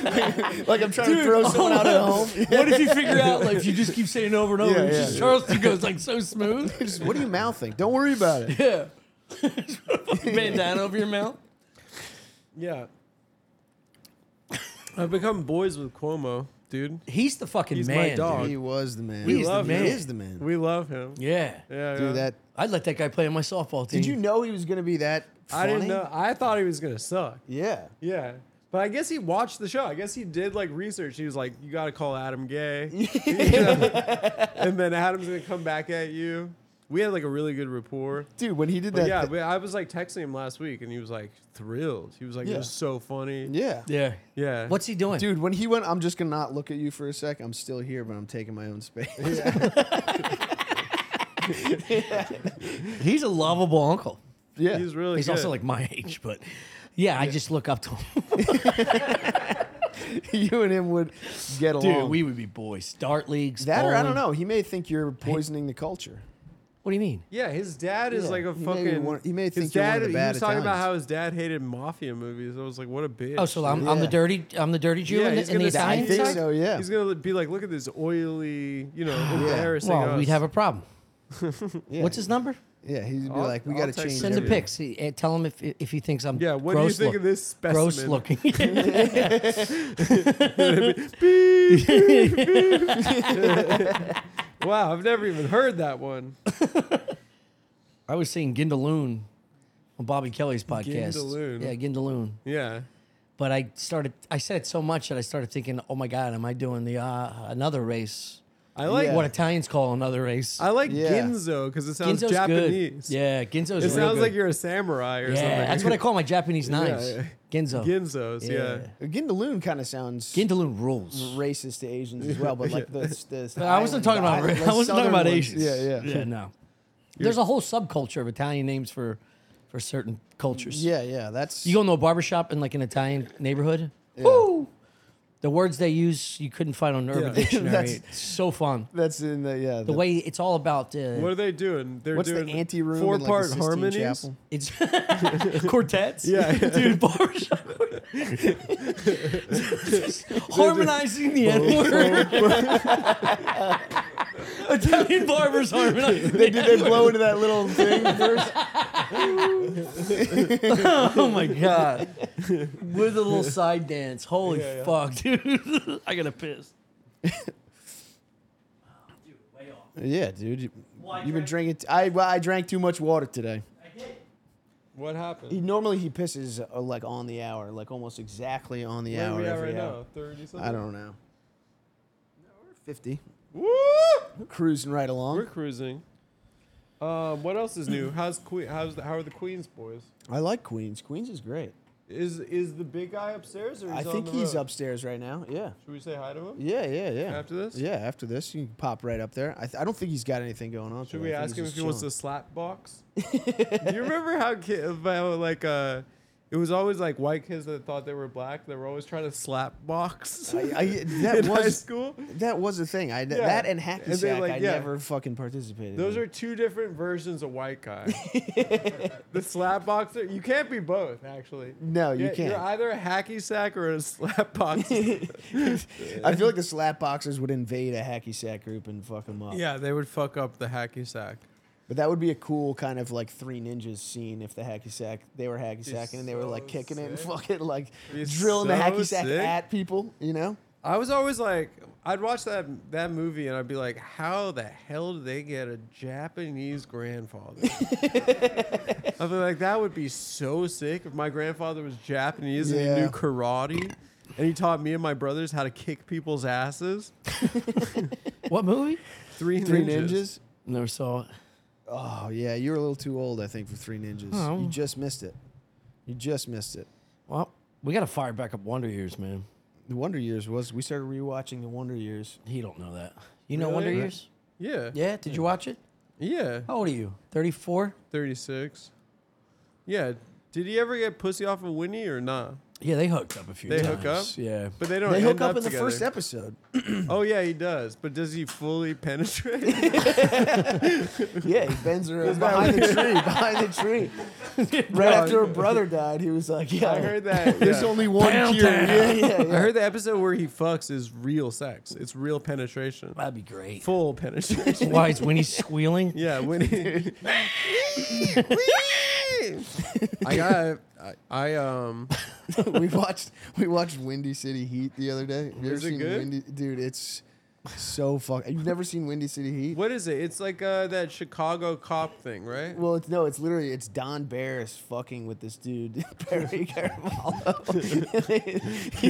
[SPEAKER 1] like I'm trying to throw someone out at home.
[SPEAKER 3] what if you figure out? Like, if you just keep saying over and over,
[SPEAKER 1] Yeah,
[SPEAKER 3] it's
[SPEAKER 1] yeah,
[SPEAKER 3] just
[SPEAKER 1] yeah.
[SPEAKER 3] Charleston goes like so smooth.
[SPEAKER 1] Just, what are you mouthing? Don't worry about it.
[SPEAKER 3] yeah, bandana over your mouth.
[SPEAKER 4] yeah. I've become boys with Cuomo, dude.
[SPEAKER 3] He's the fucking
[SPEAKER 4] He's my
[SPEAKER 3] man. dude.
[SPEAKER 4] dog.
[SPEAKER 1] He was the man.
[SPEAKER 3] We He's the
[SPEAKER 4] love
[SPEAKER 3] man.
[SPEAKER 1] He is the man.
[SPEAKER 4] We love him.
[SPEAKER 3] Yeah,
[SPEAKER 4] Yeah, yeah.
[SPEAKER 1] Dude, that.
[SPEAKER 3] I'd let that guy play on my softball team.
[SPEAKER 1] Did you know he was gonna be that? Funny?
[SPEAKER 4] I didn't know. I thought he was gonna suck.
[SPEAKER 1] Yeah.
[SPEAKER 4] Yeah. But I guess he watched the show. I guess he did like research. He was like, "You got to call Adam gay," and then Adam's gonna come back at you. We had like a really good rapport.
[SPEAKER 1] dude. When he did
[SPEAKER 4] But
[SPEAKER 1] that,
[SPEAKER 4] yeah,
[SPEAKER 1] thi-
[SPEAKER 4] but I was like texting him last week, and he was like thrilled. He was like,
[SPEAKER 1] Yeah.
[SPEAKER 4] "It was so funny."
[SPEAKER 1] yeah,
[SPEAKER 6] Yeah.
[SPEAKER 4] Yeah.
[SPEAKER 3] What's he doing?
[SPEAKER 1] dude. When he went, I'm just gonna not look at you for a sec. I'm still here, but I'm taking my own space.
[SPEAKER 3] He's a lovable uncle.
[SPEAKER 1] yeah,
[SPEAKER 4] He's really.
[SPEAKER 3] He's
[SPEAKER 4] good.
[SPEAKER 3] also like my age, but yeah, I just look up to him.
[SPEAKER 1] you and him would get along.
[SPEAKER 3] Dude, we would be boys. Dart leagues.
[SPEAKER 1] that or I
[SPEAKER 3] bowling.
[SPEAKER 1] don't know. He may think you're poisoning the culture.
[SPEAKER 3] What do you mean?
[SPEAKER 4] Yeah, his dad is
[SPEAKER 1] Yeah,
[SPEAKER 4] like a
[SPEAKER 1] he may be
[SPEAKER 4] fucking.
[SPEAKER 1] one- he may
[SPEAKER 4] his
[SPEAKER 1] think you're one
[SPEAKER 4] dad.
[SPEAKER 1] of the
[SPEAKER 4] he
[SPEAKER 1] bad
[SPEAKER 4] was talking about
[SPEAKER 1] Italians.
[SPEAKER 4] how his dad hated mafia movies. I was like, what a bitch.
[SPEAKER 3] Oh, so I'm, I'm the
[SPEAKER 1] Yeah.
[SPEAKER 3] dirty, I'm the dirty Jew
[SPEAKER 4] yeah,
[SPEAKER 3] in
[SPEAKER 4] he's
[SPEAKER 3] the, in the
[SPEAKER 4] gonna say-
[SPEAKER 1] I
[SPEAKER 3] Italian
[SPEAKER 1] think
[SPEAKER 3] side?
[SPEAKER 1] so. Yeah,
[SPEAKER 4] He's gonna be like, look at this oily, you know, embarrassing.
[SPEAKER 3] Well,
[SPEAKER 4] us.
[SPEAKER 3] we'd have a problem.
[SPEAKER 1] yeah.
[SPEAKER 3] What's his number?
[SPEAKER 1] Yeah, he'd be
[SPEAKER 4] I'll-
[SPEAKER 1] like, we
[SPEAKER 4] I'll
[SPEAKER 1] got to
[SPEAKER 4] text
[SPEAKER 1] change.
[SPEAKER 4] him.
[SPEAKER 3] Send a
[SPEAKER 4] Yeah.
[SPEAKER 1] everything.
[SPEAKER 3] pic. See, eh, tell him if if he thinks I'm
[SPEAKER 4] yeah. What do you
[SPEAKER 3] gross
[SPEAKER 4] think
[SPEAKER 3] look-
[SPEAKER 4] of this specimen?
[SPEAKER 3] gross looking?
[SPEAKER 4] Wow, I've never even heard that one.
[SPEAKER 3] I was seeing Gindaloon on Bobby Kelly's podcast.
[SPEAKER 4] Gindaloon.
[SPEAKER 3] Yeah, Gindaloon.
[SPEAKER 4] Yeah,
[SPEAKER 3] But I started, I said it so much that I started thinking, oh my God, am I doing the uh, another race?
[SPEAKER 4] I like.
[SPEAKER 1] Yeah.
[SPEAKER 3] What Italians call another race.
[SPEAKER 4] I like
[SPEAKER 1] Yeah.
[SPEAKER 4] Ginzo because it sounds
[SPEAKER 3] Ginzo's
[SPEAKER 4] Japanese.
[SPEAKER 3] good. Yeah, Ginzo's
[SPEAKER 4] It
[SPEAKER 3] real
[SPEAKER 4] sounds
[SPEAKER 3] good.
[SPEAKER 4] like you're a samurai or
[SPEAKER 3] Yeah, that's
[SPEAKER 4] something.
[SPEAKER 3] what I call my Japanese knives.
[SPEAKER 4] yeah.
[SPEAKER 3] Ginzo.
[SPEAKER 4] Ginzo's, yeah.
[SPEAKER 1] Gindaloon kind of sounds
[SPEAKER 3] Gindaloon rules.
[SPEAKER 1] racist to Asians as well, but like the, the, the
[SPEAKER 3] I wasn't talking about.
[SPEAKER 1] island- the
[SPEAKER 3] I wasn't
[SPEAKER 1] southern
[SPEAKER 3] talking about
[SPEAKER 1] ones.
[SPEAKER 3] Asians.
[SPEAKER 1] Yeah, yeah,
[SPEAKER 3] Yeah, no. There's a whole subculture of Italian names for, for certain cultures.
[SPEAKER 1] yeah, yeah. That's
[SPEAKER 3] You go into a barbershop in like an Italian neighborhood.
[SPEAKER 1] Yeah.
[SPEAKER 3] Woo! The words they use you couldn't find on Urban
[SPEAKER 4] Yeah.
[SPEAKER 3] Dictionary.
[SPEAKER 1] That's-
[SPEAKER 3] it's so fun.
[SPEAKER 1] that's in the yeah.
[SPEAKER 3] The way it's all about uh,
[SPEAKER 4] What are they doing? They're
[SPEAKER 1] what's
[SPEAKER 4] doing
[SPEAKER 1] the anti room?
[SPEAKER 4] Four
[SPEAKER 1] like
[SPEAKER 4] part
[SPEAKER 1] the Sistine
[SPEAKER 4] harmonies.
[SPEAKER 1] Chapel?
[SPEAKER 3] it's quartets.
[SPEAKER 4] Yeah, yeah.
[SPEAKER 3] dude, barbershop harmonizing the N word. Italian barbers harmonizing.
[SPEAKER 1] They did. They blow into that little thing first.
[SPEAKER 3] Oh my god. With a little side dance. Holy fuck, dude. I gotta piss.
[SPEAKER 2] Dude, way off.
[SPEAKER 1] Yeah, dude. You,
[SPEAKER 2] Why
[SPEAKER 1] have been
[SPEAKER 2] drink?
[SPEAKER 1] drinking. T- I well, I drank too much water today.
[SPEAKER 2] I did.
[SPEAKER 4] What
[SPEAKER 1] He,
[SPEAKER 4] happened?
[SPEAKER 1] normally he pisses uh, like on the hour, like almost exactly on the
[SPEAKER 4] Where are
[SPEAKER 1] hour
[SPEAKER 4] we at
[SPEAKER 1] every
[SPEAKER 4] right
[SPEAKER 1] hour.
[SPEAKER 4] now? Thirty something.
[SPEAKER 1] I don't know. Fifty.
[SPEAKER 4] Woo!
[SPEAKER 1] Cruising right along.
[SPEAKER 4] We're cruising. Um, what else is new? How's que- How's the, how are the Queens boys?
[SPEAKER 1] I like Queens. Queens is great.
[SPEAKER 4] Is is the big guy upstairs or? Is
[SPEAKER 1] I
[SPEAKER 4] he on
[SPEAKER 1] think
[SPEAKER 4] the
[SPEAKER 1] he's
[SPEAKER 4] road?
[SPEAKER 1] upstairs right now. Yeah.
[SPEAKER 4] Should we say hi to him?
[SPEAKER 1] Yeah, yeah, yeah.
[SPEAKER 4] After this?
[SPEAKER 1] Yeah, after this, you can pop right up there. I, th- I don't think he's got anything going on.
[SPEAKER 4] Should
[SPEAKER 1] today.
[SPEAKER 4] we
[SPEAKER 1] I think
[SPEAKER 4] ask
[SPEAKER 1] he's
[SPEAKER 4] him if
[SPEAKER 1] just
[SPEAKER 4] he wants to
[SPEAKER 1] chilling.
[SPEAKER 4] slap box? Do you remember how ki- about like uh, it was always like white kids that thought they were black that were always trying to slap box
[SPEAKER 1] I, I,
[SPEAKER 4] in
[SPEAKER 1] that
[SPEAKER 4] high
[SPEAKER 1] was
[SPEAKER 4] school?
[SPEAKER 1] that was a thing. I
[SPEAKER 4] Yeah.
[SPEAKER 1] that and hacky
[SPEAKER 4] And they,
[SPEAKER 1] sack.
[SPEAKER 4] like,
[SPEAKER 1] I
[SPEAKER 4] yeah.
[SPEAKER 1] never fucking participated.
[SPEAKER 4] Those
[SPEAKER 1] in.
[SPEAKER 4] are two different versions of white guy. the slap boxer, you can't be both actually.
[SPEAKER 1] No, you
[SPEAKER 4] Yeah, You're
[SPEAKER 1] can't.
[SPEAKER 4] either a hacky sack or a slap boxer.
[SPEAKER 1] I feel like the slap boxers would invade a hacky sack group and fuck them up.
[SPEAKER 4] yeah, they would fuck up the hacky sack.
[SPEAKER 1] But that would be a cool kind of like three ninjas scene if the hacky sack they were hacky sacking and they were like
[SPEAKER 4] so
[SPEAKER 1] kicking it and
[SPEAKER 4] sick.
[SPEAKER 1] fucking like
[SPEAKER 4] Be
[SPEAKER 1] drilling the
[SPEAKER 4] so
[SPEAKER 1] hacky sack
[SPEAKER 4] sick.
[SPEAKER 1] at people. You know?
[SPEAKER 4] I was always like, I'd watch that that movie and I'd be like, how the hell did they get a Japanese grandfather? I'd be like, that would be so sick if my grandfather was Japanese and he
[SPEAKER 1] Yeah.
[SPEAKER 4] knew karate and he taught me and my brothers how to kick people's asses.
[SPEAKER 3] What movie?
[SPEAKER 4] Three,
[SPEAKER 1] Three
[SPEAKER 4] ninjas.
[SPEAKER 1] ninjas.
[SPEAKER 3] Never saw it.
[SPEAKER 1] Oh yeah, you were a little too old, I think, for Three Ninjas.
[SPEAKER 3] Oh.
[SPEAKER 1] You just missed it. You just missed it.
[SPEAKER 3] Well, we gotta fire back up Wonder Years, man.
[SPEAKER 1] The Wonder Years was we started rewatching the Wonder Years.
[SPEAKER 3] He don't know that. You know
[SPEAKER 4] Really?
[SPEAKER 3] Wonder Years?
[SPEAKER 4] Yeah.
[SPEAKER 3] Yeah. Did you watch it?
[SPEAKER 4] Yeah.
[SPEAKER 3] How old are you? Thirty four.
[SPEAKER 4] 36. Yeah. Did he ever get pussy off of Winnie or not? Nah?
[SPEAKER 3] Yeah, they hooked up a few
[SPEAKER 4] They
[SPEAKER 3] times.
[SPEAKER 4] hook up?
[SPEAKER 3] Yeah.
[SPEAKER 4] But they don't
[SPEAKER 1] they
[SPEAKER 4] end
[SPEAKER 1] hook up in
[SPEAKER 4] together.
[SPEAKER 1] the first episode.
[SPEAKER 4] Oh, yeah, he does. But does he fully penetrate?
[SPEAKER 1] yeah, he bends her behind the tree, behind the tree. right after her brother died, he was like, "Yeah,
[SPEAKER 4] I heard that.
[SPEAKER 1] there's
[SPEAKER 4] yeah.
[SPEAKER 1] only one
[SPEAKER 3] Pound
[SPEAKER 1] cure."
[SPEAKER 3] town.
[SPEAKER 1] Yeah, yeah,
[SPEAKER 4] I
[SPEAKER 1] yeah.
[SPEAKER 4] heard the episode where he fucks is real sex. It's real penetration.
[SPEAKER 3] That'd be great.
[SPEAKER 4] Full penetration.
[SPEAKER 3] Why is Winnie squealing?
[SPEAKER 4] yeah, when he I got I, I um
[SPEAKER 1] we watched we watched Windy City Heat the other day. Have you
[SPEAKER 4] Is
[SPEAKER 1] ever
[SPEAKER 4] it
[SPEAKER 1] seen
[SPEAKER 4] good?
[SPEAKER 1] Windy? Dude, it's so fuck. You've never seen Windy City Heat?
[SPEAKER 4] What is it? It's like uh, that Chicago cop thing, right?
[SPEAKER 1] Well, it's no, it's literally it's Don Barris fucking with this dude Barry Caravalho.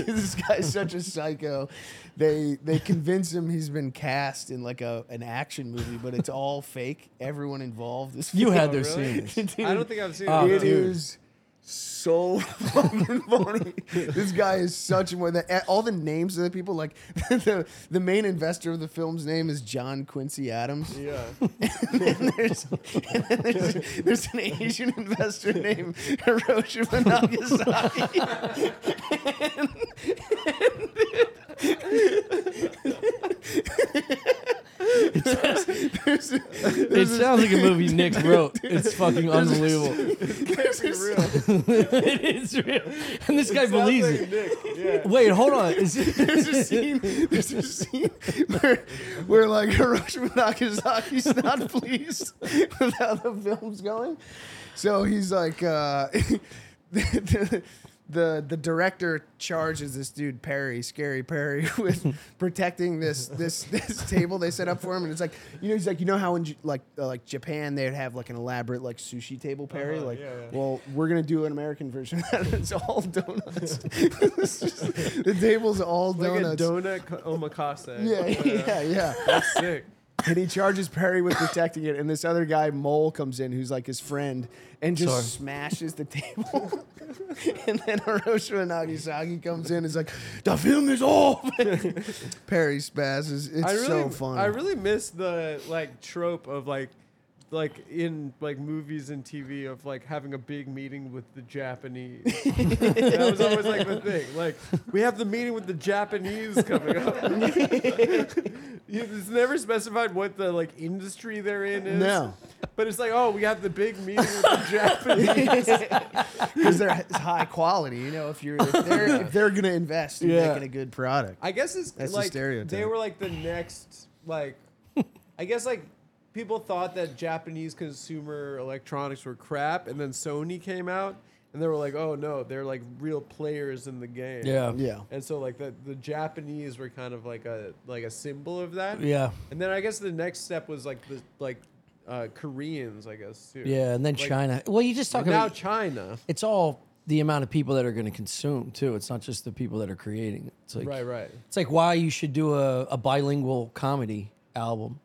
[SPEAKER 1] this guy's such a psycho. They they convince him he's been cast in like a an action movie, but it's all fake. Everyone involved is.
[SPEAKER 6] You
[SPEAKER 1] fake.
[SPEAKER 6] had to have
[SPEAKER 4] really?
[SPEAKER 6] seen this.
[SPEAKER 4] I don't think I've seen
[SPEAKER 6] Oh,
[SPEAKER 1] It
[SPEAKER 4] it.
[SPEAKER 1] is
[SPEAKER 6] dude.
[SPEAKER 1] so fucking funny. this guy is such one that all the names of the people like the the main investor of the film's name is John Quincy Adams.
[SPEAKER 4] Yeah.
[SPEAKER 1] and there's, and then there's, there's an Asian investor named Hiroshima Nagasaki. there's,
[SPEAKER 3] It sounds like a movie Nick wrote. It's fucking unbelievable.
[SPEAKER 4] Can't be real.
[SPEAKER 3] it is real. And this guy believes
[SPEAKER 4] Sounds
[SPEAKER 3] it.
[SPEAKER 4] like Nick. Yeah.
[SPEAKER 3] Wait, hold on. Is it-
[SPEAKER 1] there's a scene, there's a scene where, where like Hiroshima Nagasaki's not pleased with how the film's going. So he's like, uh, the, the, the the director charges this dude Perry, Scary Perry, with protecting this this this table they set up for him, and it's like, you know, he's like, you know how in J- like uh, like Japan they'd have like an elaborate like sushi table, Perry,
[SPEAKER 4] Uh-huh,
[SPEAKER 1] like,
[SPEAKER 4] yeah, yeah.
[SPEAKER 1] well, we're gonna do an American version. of that. it's all donuts. It's just- the table's all
[SPEAKER 4] Like
[SPEAKER 1] donuts.
[SPEAKER 4] a donut co- omakase.
[SPEAKER 1] yeah, yeah, yeah.
[SPEAKER 4] That's sick.
[SPEAKER 1] And he charges Perry with protecting it, and this other guy Mole comes in, who's like his friend, and just
[SPEAKER 3] Sorry.
[SPEAKER 1] smashes the table. and then Hiroshima Nagasaki comes in, and is like, "The film is off." Perry spazzes. It's
[SPEAKER 4] I really,
[SPEAKER 1] so funny.
[SPEAKER 4] I really miss the like trope of like, like in like movies and TV of like having a big meeting with the Japanese. that was always like the thing. Like we have the meeting with the Japanese coming up. You- it's never specified what the like industry they're in is.
[SPEAKER 1] No.
[SPEAKER 4] But it's like, oh, we have the big meeting with the Japanese.
[SPEAKER 1] because they're it's high quality. You know, if you're if they're, if they're gonna invest in
[SPEAKER 6] Yeah.
[SPEAKER 1] making a good product,
[SPEAKER 4] I guess it's
[SPEAKER 1] That's a
[SPEAKER 4] like they
[SPEAKER 1] stereotype.
[SPEAKER 4] were like the next like I guess like people thought that Japanese consumer electronics were crap and then Sony came out and they were like, "Oh no, they're like real players in the game."
[SPEAKER 6] Yeah.
[SPEAKER 1] yeah.
[SPEAKER 4] And so like the, the Japanese were kind of like a like a symbol of that.
[SPEAKER 6] Yeah.
[SPEAKER 4] And then I guess the next step was like the like uh, Koreans, I guess too.
[SPEAKER 3] Yeah, and then
[SPEAKER 4] Like,
[SPEAKER 3] China. Well, you just
[SPEAKER 4] and
[SPEAKER 3] talk
[SPEAKER 4] now
[SPEAKER 3] about
[SPEAKER 4] China.
[SPEAKER 3] it's all the amount of people that are going to consume too. It's not just the people that are creating. it. It's like
[SPEAKER 4] Right, right.
[SPEAKER 3] It's like why you should do a, a bilingual comedy album.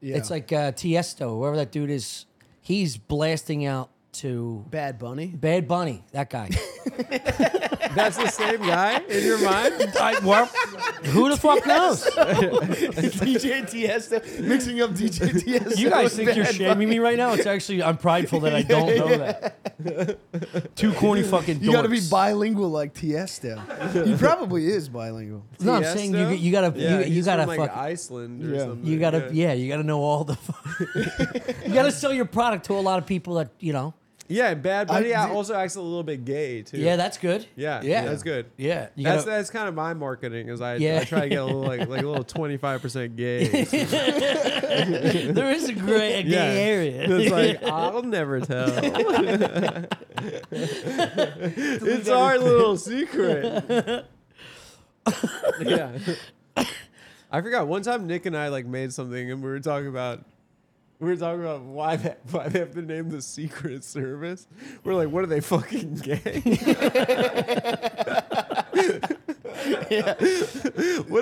[SPEAKER 1] yeah.
[SPEAKER 3] It's like uh, Tiesto, whoever that dude is. He's blasting out to
[SPEAKER 1] Bad Bunny.
[SPEAKER 3] Bad Bunny. That guy.
[SPEAKER 4] That's the same guy in your mind?
[SPEAKER 3] I, well, who the fuck knows?
[SPEAKER 1] DJ Tiesto mixing up DJ Tiesto.
[SPEAKER 3] You guys
[SPEAKER 1] with
[SPEAKER 3] think you're
[SPEAKER 1] Bad
[SPEAKER 3] shaming me right now? It's actually I'm prideful that I don't know that. Two corny fucking.
[SPEAKER 1] You got to be
[SPEAKER 3] dorks.
[SPEAKER 1] bilingual like Tiesto. he probably is bilingual.
[SPEAKER 3] No, I'm saying you, you gotta
[SPEAKER 4] Yeah,
[SPEAKER 3] you, you
[SPEAKER 4] he's
[SPEAKER 3] gotta
[SPEAKER 4] from, like
[SPEAKER 3] fuck.
[SPEAKER 4] Iceland or
[SPEAKER 1] Yeah.
[SPEAKER 4] something.
[SPEAKER 3] You gotta, yeah. you gotta know all the. you gotta sell your product to a lot of people that you know.
[SPEAKER 4] Yeah, and Bad Bunny
[SPEAKER 1] I-
[SPEAKER 4] I also acts a little bit gay too.
[SPEAKER 3] Yeah, that's good.
[SPEAKER 4] yeah,
[SPEAKER 3] yeah,
[SPEAKER 4] that's good.
[SPEAKER 3] Yeah, you
[SPEAKER 4] that's
[SPEAKER 3] gotta-
[SPEAKER 4] that's kind of my marketing is I,
[SPEAKER 3] Yeah.
[SPEAKER 4] I try to get a little like like a little twenty five percent gay.
[SPEAKER 3] there is a gray a gay
[SPEAKER 4] Yeah.
[SPEAKER 3] area.
[SPEAKER 4] It's like I'll never tell. it's our little secret. yeah. I forgot one time Nick and I like made something and we were talking about we were talking about why they, why they have to name the Secret Service. We're like, what are they fucking gay? What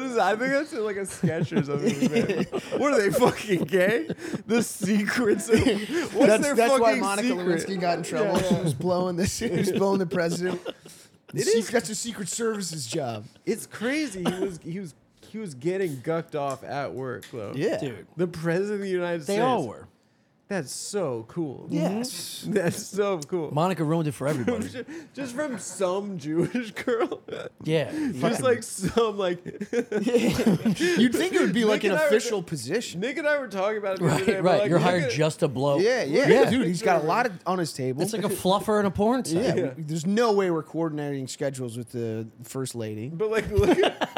[SPEAKER 4] is that? I think that's like a sketch or something. we made. what are they fucking gay? The secrets. Of, what's
[SPEAKER 1] That's,
[SPEAKER 4] their
[SPEAKER 1] that's
[SPEAKER 4] fucking
[SPEAKER 1] why Monica
[SPEAKER 4] secret?
[SPEAKER 1] Lewinsky got in trouble. She was blowing the she was blowing the president. The sec- That's the Secret Service's job.
[SPEAKER 4] It's crazy. He was he was he was getting gucked off at work though.
[SPEAKER 1] Yeah,
[SPEAKER 3] Dude,
[SPEAKER 4] The president of the United States.
[SPEAKER 3] they all were.
[SPEAKER 4] That's so cool.
[SPEAKER 1] Yes.
[SPEAKER 4] That's so cool.
[SPEAKER 3] Monica ruined it for everybody.
[SPEAKER 4] Just from some Jewish girl.
[SPEAKER 3] yeah,
[SPEAKER 4] Just
[SPEAKER 3] fucking-
[SPEAKER 4] like some like
[SPEAKER 1] You'd think it would be like an
[SPEAKER 4] Nick and I were-
[SPEAKER 1] official position.
[SPEAKER 4] Nick and I were talking about it. the other day.
[SPEAKER 3] right,
[SPEAKER 4] We're
[SPEAKER 3] right.
[SPEAKER 4] like,
[SPEAKER 3] You're
[SPEAKER 4] look
[SPEAKER 3] hired
[SPEAKER 4] at-
[SPEAKER 3] just to blow.
[SPEAKER 1] Yeah, yeah,
[SPEAKER 3] Yeah.
[SPEAKER 1] dude. He's got a lot of, on his table.
[SPEAKER 3] It's like a fluffer in a porn site.
[SPEAKER 1] yeah, we- there's no way we're coordinating schedules with the first lady.
[SPEAKER 4] But like, look at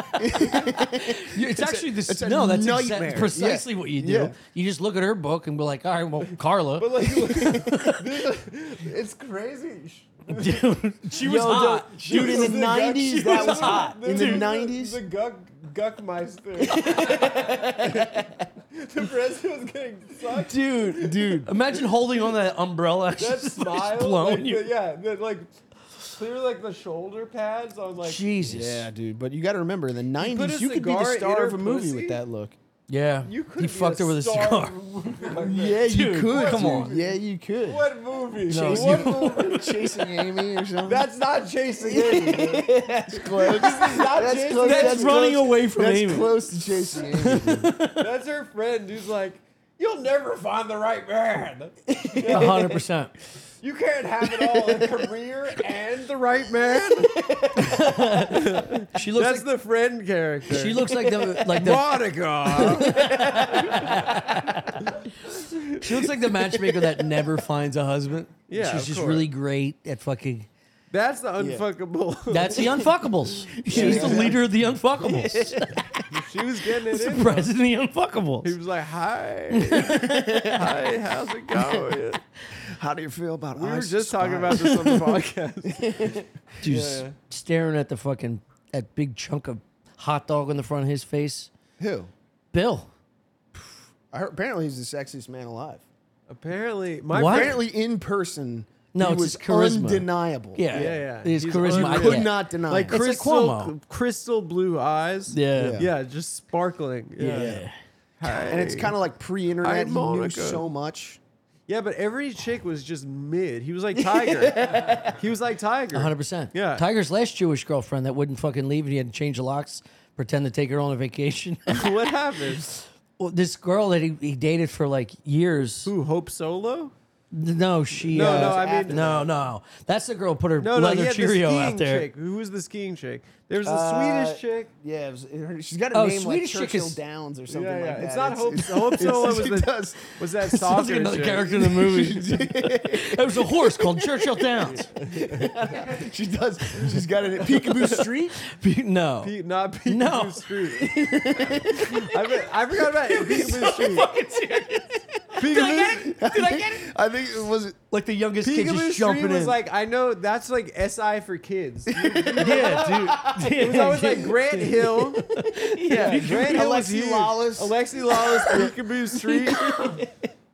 [SPEAKER 3] You- It's, actually this.
[SPEAKER 1] it's a
[SPEAKER 3] no, that's exa-
[SPEAKER 1] nightmare. Yeah.
[SPEAKER 3] precisely what you do.
[SPEAKER 1] Yeah.
[SPEAKER 3] You just look at her book and be like, all right, well, Carla.
[SPEAKER 4] But like, look, this- it's crazy.
[SPEAKER 3] Dude, she was
[SPEAKER 1] Yo,
[SPEAKER 3] hot.
[SPEAKER 1] dude, in the
[SPEAKER 4] guck- she
[SPEAKER 1] '90s, that was
[SPEAKER 4] the-
[SPEAKER 1] hot. In the
[SPEAKER 4] dude,
[SPEAKER 1] '90s,
[SPEAKER 4] the guck Guckmeister. the president was getting sucked.
[SPEAKER 3] dude, dude. Imagine holding on to that umbrella.
[SPEAKER 4] That
[SPEAKER 3] Just
[SPEAKER 4] smile,
[SPEAKER 3] blowing
[SPEAKER 4] like,
[SPEAKER 3] you.
[SPEAKER 4] the- yeah, the, like clear like the shoulder pads. I was like,
[SPEAKER 3] Jesus.
[SPEAKER 1] Yeah, dude. But you got to remember, in the
[SPEAKER 4] put
[SPEAKER 1] '90s,
[SPEAKER 4] a
[SPEAKER 1] you could be the
[SPEAKER 4] cigar in
[SPEAKER 1] star
[SPEAKER 4] her
[SPEAKER 1] of a movie
[SPEAKER 4] pussy?
[SPEAKER 1] with that look.
[SPEAKER 3] Yeah.
[SPEAKER 4] you could.
[SPEAKER 3] he
[SPEAKER 4] be
[SPEAKER 3] fucked
[SPEAKER 4] a
[SPEAKER 3] her with a
[SPEAKER 4] star
[SPEAKER 3] cigar.
[SPEAKER 4] of a movie like that.
[SPEAKER 1] Yeah, you
[SPEAKER 3] Dude,
[SPEAKER 1] could.
[SPEAKER 3] come
[SPEAKER 1] dude.
[SPEAKER 3] on.
[SPEAKER 1] Yeah, you could.
[SPEAKER 4] What movie?
[SPEAKER 1] Chasing,
[SPEAKER 4] What movie?
[SPEAKER 1] chasing Amy or something.
[SPEAKER 4] That's not chasing Amy. dude.
[SPEAKER 1] that's close. that's
[SPEAKER 4] chasing-
[SPEAKER 1] close.
[SPEAKER 3] That's, running
[SPEAKER 1] close.
[SPEAKER 3] away from
[SPEAKER 1] That's
[SPEAKER 3] Amy.
[SPEAKER 1] close to chasing Amy.
[SPEAKER 4] That's her friend who's like, you'll never find the right man.
[SPEAKER 3] hundred percent.
[SPEAKER 4] You can't have it all a career and the right man.
[SPEAKER 3] She looks
[SPEAKER 4] That's
[SPEAKER 3] like
[SPEAKER 4] the friend character.
[SPEAKER 3] she looks like the like the
[SPEAKER 4] Monica.
[SPEAKER 3] she looks like the matchmaker that never finds a husband.
[SPEAKER 4] Yeah,
[SPEAKER 3] she's
[SPEAKER 4] of
[SPEAKER 3] just
[SPEAKER 4] course.
[SPEAKER 3] really great at fucking.
[SPEAKER 4] That's the unfuckable.
[SPEAKER 3] That's the unfuckables. She's the leader of the unfuckables.
[SPEAKER 4] she was getting it in. though.
[SPEAKER 3] President of the
[SPEAKER 4] He
[SPEAKER 3] unfuckables.
[SPEAKER 4] was like, "Hi, hi, how's it going?"
[SPEAKER 1] How do you feel about?
[SPEAKER 4] We were
[SPEAKER 1] Ice
[SPEAKER 4] just talking
[SPEAKER 1] Spice?
[SPEAKER 4] about this on the podcast.
[SPEAKER 3] Dude, s- staring at the fucking that big chunk of hot dog in the front of his face.
[SPEAKER 1] who?
[SPEAKER 3] Bill.
[SPEAKER 1] I heard, apparently, he's the sexiest man alive.
[SPEAKER 4] Apparently, my
[SPEAKER 3] What?
[SPEAKER 4] friend-
[SPEAKER 1] Apparently, in person,
[SPEAKER 3] No,
[SPEAKER 1] he
[SPEAKER 3] it's
[SPEAKER 1] was
[SPEAKER 3] his charisma.
[SPEAKER 1] undeniable.
[SPEAKER 3] Yeah,
[SPEAKER 4] Yeah, yeah.
[SPEAKER 3] His
[SPEAKER 4] He's
[SPEAKER 3] charisma. I
[SPEAKER 4] unreal.
[SPEAKER 1] could
[SPEAKER 3] get.
[SPEAKER 1] not deny.
[SPEAKER 4] like
[SPEAKER 1] it.
[SPEAKER 3] It's a
[SPEAKER 4] crystal,
[SPEAKER 3] Cuomo.
[SPEAKER 4] crystal blue eyes.
[SPEAKER 3] Yeah.
[SPEAKER 4] yeah,
[SPEAKER 3] Yeah.
[SPEAKER 4] just sparkling. Yeah,
[SPEAKER 1] Yeah.
[SPEAKER 4] Hi.
[SPEAKER 1] and it's kind of like
[SPEAKER 4] Hi,
[SPEAKER 1] pre-internet. He knew
[SPEAKER 4] Monica.
[SPEAKER 1] so much.
[SPEAKER 4] yeah, but every chick was just mid. He was like Tiger. he was like Tiger.
[SPEAKER 3] hundred percent.
[SPEAKER 4] Yeah.
[SPEAKER 3] Tiger's last Jewish girlfriend that wouldn't fucking leave, and he had to change the locks, pretend to take her on a vacation.
[SPEAKER 4] what happened?
[SPEAKER 3] well, this girl that he, he dated for like years.
[SPEAKER 4] Who? Hope Solo?
[SPEAKER 3] No, she.
[SPEAKER 4] No,
[SPEAKER 3] uh,
[SPEAKER 4] no, I mean-
[SPEAKER 3] no, no. That's the girl who put her
[SPEAKER 4] No, no, he
[SPEAKER 3] leather
[SPEAKER 4] had
[SPEAKER 3] Cheerio
[SPEAKER 4] the
[SPEAKER 3] out
[SPEAKER 4] skiing
[SPEAKER 3] there.
[SPEAKER 4] chick. Who was the skiing chick? There was a
[SPEAKER 1] Uh,
[SPEAKER 4] Swedish chick.
[SPEAKER 1] Yeah, it was, it, her- she's got a
[SPEAKER 3] Oh,
[SPEAKER 1] name
[SPEAKER 3] Swedish
[SPEAKER 1] like
[SPEAKER 3] chick
[SPEAKER 1] Churchill
[SPEAKER 3] is-
[SPEAKER 1] Downs or something
[SPEAKER 4] Yeah, yeah.
[SPEAKER 1] like that.
[SPEAKER 4] it's not Hope.
[SPEAKER 1] it's-
[SPEAKER 4] Hope Solo was
[SPEAKER 1] she
[SPEAKER 4] the
[SPEAKER 1] does.
[SPEAKER 4] was that
[SPEAKER 3] Sounds like
[SPEAKER 4] soccer
[SPEAKER 3] another
[SPEAKER 4] chick.
[SPEAKER 3] character in the movie. there was a horse called Churchill Downs.
[SPEAKER 1] She does. She's got it at Peekaboo Street.
[SPEAKER 3] no.
[SPEAKER 4] Pete, not Pete
[SPEAKER 3] No.
[SPEAKER 4] Boo Street. I, mean, I forgot about Pete Boo Street. Peekaboo,
[SPEAKER 3] Did I get it?
[SPEAKER 1] I think it was.
[SPEAKER 3] Like the youngest kid
[SPEAKER 4] Peekaboo
[SPEAKER 3] just
[SPEAKER 4] Street
[SPEAKER 3] jumping
[SPEAKER 4] was
[SPEAKER 3] in.
[SPEAKER 4] like I know that's like SI for kids. It
[SPEAKER 3] yeah, dude.
[SPEAKER 4] was always like Grant Hill. Yeah, Grant Hill was
[SPEAKER 1] Alexi
[SPEAKER 4] huge.
[SPEAKER 1] Lawless.
[SPEAKER 4] Alexi Lawless, Peekaboo Street.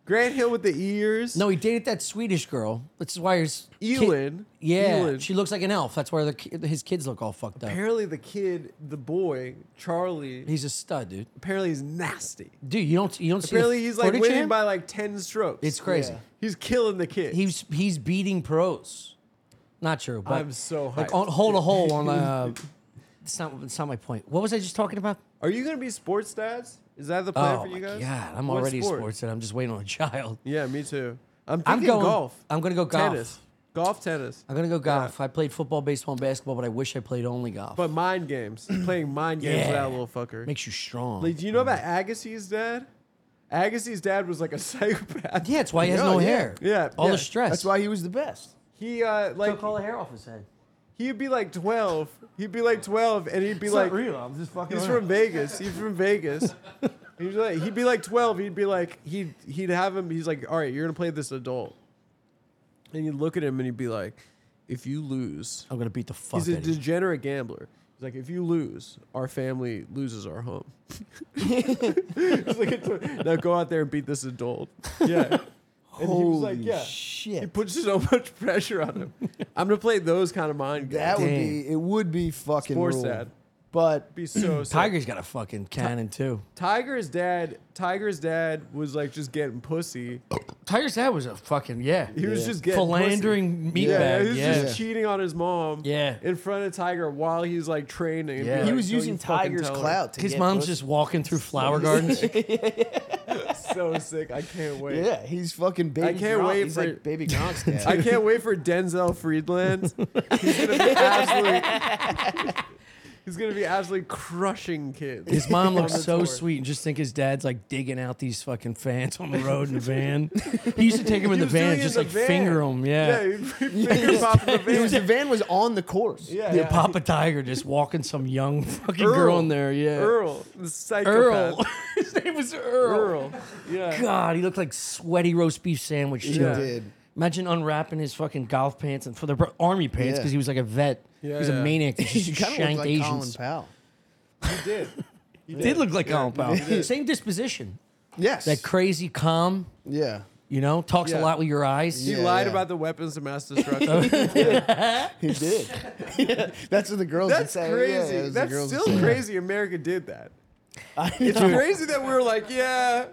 [SPEAKER 4] Grant Hill with the ears.
[SPEAKER 3] no, he dated that Swedish girl. That's why his kid-
[SPEAKER 4] Elin.
[SPEAKER 3] Yeah,
[SPEAKER 4] Elin.
[SPEAKER 3] she looks like an elf. That's why the, ki- his kids look all fucked up.
[SPEAKER 4] Apparently, the kid, the boy, Charlie.
[SPEAKER 3] He's a stud, dude.
[SPEAKER 4] apparently he's nasty.
[SPEAKER 3] Dude, you don't you don't
[SPEAKER 4] Apparently
[SPEAKER 3] see. the
[SPEAKER 4] he's like
[SPEAKER 3] footage of
[SPEAKER 4] winning
[SPEAKER 3] him?
[SPEAKER 4] by like ten strokes.
[SPEAKER 3] It's crazy.
[SPEAKER 4] He's killing the kid.
[SPEAKER 3] He's he's beating pros. Not true. But
[SPEAKER 4] I'm so
[SPEAKER 3] like
[SPEAKER 4] hyped.
[SPEAKER 3] on, hold a hole on. Uh, it's not it's not my point. What was I just talking about?
[SPEAKER 4] Are you gonna be sports dads? Is that the plan
[SPEAKER 3] Oh
[SPEAKER 4] for you
[SPEAKER 3] my
[SPEAKER 4] guys?
[SPEAKER 3] god, I'm
[SPEAKER 4] What
[SPEAKER 3] already
[SPEAKER 4] sport?
[SPEAKER 3] sports and I'm just waiting on a child.
[SPEAKER 4] Yeah, me too. I'm
[SPEAKER 3] I'm
[SPEAKER 4] thinking
[SPEAKER 3] going
[SPEAKER 4] golf.
[SPEAKER 3] I'm gonna go golf.
[SPEAKER 4] tennis. Golf, tennis.
[SPEAKER 3] I'm gonna go golf. I played football, baseball, and basketball, but I wish I played only golf.
[SPEAKER 4] But mind games. Playing mind games with
[SPEAKER 3] Yeah.
[SPEAKER 4] that little fucker.
[SPEAKER 3] makes you strong.
[SPEAKER 4] like, do you know about Agassi's dad? Agassi's dad was like a psychopath.
[SPEAKER 3] yeah, that's why he has
[SPEAKER 1] No,
[SPEAKER 3] no
[SPEAKER 1] yeah.
[SPEAKER 3] hair.
[SPEAKER 4] Yeah,
[SPEAKER 3] all
[SPEAKER 4] yeah.
[SPEAKER 3] the stress.
[SPEAKER 1] That's why he was the best.
[SPEAKER 4] He uh like
[SPEAKER 3] took all the hair off his head.
[SPEAKER 4] he'd be like twelve. He'd be like twelve and he'd be like
[SPEAKER 6] I'm just fucking.
[SPEAKER 4] He's from Vegas. He's from Vegas. He's like, he'd be like 12. He'd be like, he'd, he'd have him. He's like, all right, you're going to play this adult. And you'd look at him and he'd be like, if you lose,
[SPEAKER 3] I'm gonna beat the fuck.
[SPEAKER 4] he's a
[SPEAKER 3] out of you.
[SPEAKER 4] degenerate gambler. He's like, if you lose, our family loses our home. He's like, "It's- now go out there and beat this adult. Yeah. And he was like,
[SPEAKER 1] Holy
[SPEAKER 4] yeah. He
[SPEAKER 1] shit.
[SPEAKER 4] puts so much pressure on him. I'm going to play those kind of mind games.
[SPEAKER 1] That would
[SPEAKER 3] Damn.
[SPEAKER 1] be. It would be fucking.
[SPEAKER 4] Sports
[SPEAKER 1] rule.
[SPEAKER 4] dad.
[SPEAKER 1] But
[SPEAKER 4] be so sick.
[SPEAKER 3] Tiger's got a fucking cannon too.
[SPEAKER 4] Tiger's dad, Tiger's dad was like just getting pussy.
[SPEAKER 3] Tiger's dad was a fucking yeah.
[SPEAKER 4] He was just getting
[SPEAKER 3] Philandering
[SPEAKER 4] Pussy. Yeah,
[SPEAKER 3] meatbag.
[SPEAKER 4] he
[SPEAKER 3] Yeah,
[SPEAKER 4] was just cheating on his mom.
[SPEAKER 3] Yeah.
[SPEAKER 4] in front of Tiger while he's like training.
[SPEAKER 3] Yeah.
[SPEAKER 1] he
[SPEAKER 3] Like,
[SPEAKER 1] was using Tiger's clout. To
[SPEAKER 3] His
[SPEAKER 1] get
[SPEAKER 3] mom's
[SPEAKER 1] pussy.
[SPEAKER 3] just walking through flower gardens.
[SPEAKER 4] So sick. I can't wait.
[SPEAKER 1] Yeah, he's fucking baby.
[SPEAKER 4] I can't
[SPEAKER 1] Gronk.
[SPEAKER 4] wait
[SPEAKER 1] He's
[SPEAKER 4] for-
[SPEAKER 1] like baby Gronk's dad.
[SPEAKER 4] I can't wait for Denzel Friedland. He's gonna be absolutely. he's gonna be absolutely crushing kids.
[SPEAKER 3] His mom
[SPEAKER 4] on
[SPEAKER 3] looks
[SPEAKER 4] the
[SPEAKER 3] so
[SPEAKER 4] tour.
[SPEAKER 3] sweet, and just think his dad's like digging out these fucking fans on the road in the van. He used to take him in the
[SPEAKER 4] He was doing
[SPEAKER 3] van,
[SPEAKER 4] it
[SPEAKER 3] and just
[SPEAKER 4] in
[SPEAKER 3] like
[SPEAKER 4] the van.
[SPEAKER 3] finger him.
[SPEAKER 4] Yeah,
[SPEAKER 3] Yeah,
[SPEAKER 4] he'd finger pop in the
[SPEAKER 1] It was
[SPEAKER 4] van.
[SPEAKER 1] the van was on the course.
[SPEAKER 4] Yeah,
[SPEAKER 3] yeah.
[SPEAKER 4] yeah.
[SPEAKER 3] Papa Tiger just walking some young fucking
[SPEAKER 4] Earl.
[SPEAKER 3] girl in there. Yeah,
[SPEAKER 4] Earl, the psychopath.
[SPEAKER 3] Earl. his name was Earl.
[SPEAKER 4] Earl. Yeah.
[SPEAKER 3] God, he looked like sweaty roast beef sandwich.
[SPEAKER 1] He
[SPEAKER 3] too.
[SPEAKER 1] did.
[SPEAKER 3] Imagine unwrapping his fucking golf pants and for the br- army pants
[SPEAKER 1] Yeah.
[SPEAKER 3] because he was like a vet.
[SPEAKER 4] Yeah,
[SPEAKER 3] he was
[SPEAKER 4] yeah.
[SPEAKER 3] a maniac. that
[SPEAKER 1] He
[SPEAKER 3] just
[SPEAKER 1] kind of
[SPEAKER 3] shanked
[SPEAKER 1] looked like Colin
[SPEAKER 3] Asians.
[SPEAKER 1] Powell.
[SPEAKER 4] He did.
[SPEAKER 3] did, look like Colin Powell. Same disposition.
[SPEAKER 1] Yes.
[SPEAKER 3] That crazy, calm.
[SPEAKER 1] yeah.
[SPEAKER 3] You know, talks
[SPEAKER 4] Yeah.
[SPEAKER 3] a lot with your eyes.
[SPEAKER 4] He
[SPEAKER 1] Yeah,
[SPEAKER 4] lied
[SPEAKER 1] yeah.
[SPEAKER 4] about the weapons of mass destruction.
[SPEAKER 1] He did. That's what the girls would
[SPEAKER 4] That's
[SPEAKER 1] say.
[SPEAKER 4] crazy.
[SPEAKER 1] Yeah,
[SPEAKER 4] That's still crazy. America did that.
[SPEAKER 1] crazy.
[SPEAKER 4] It's crazy that we were like, yeah,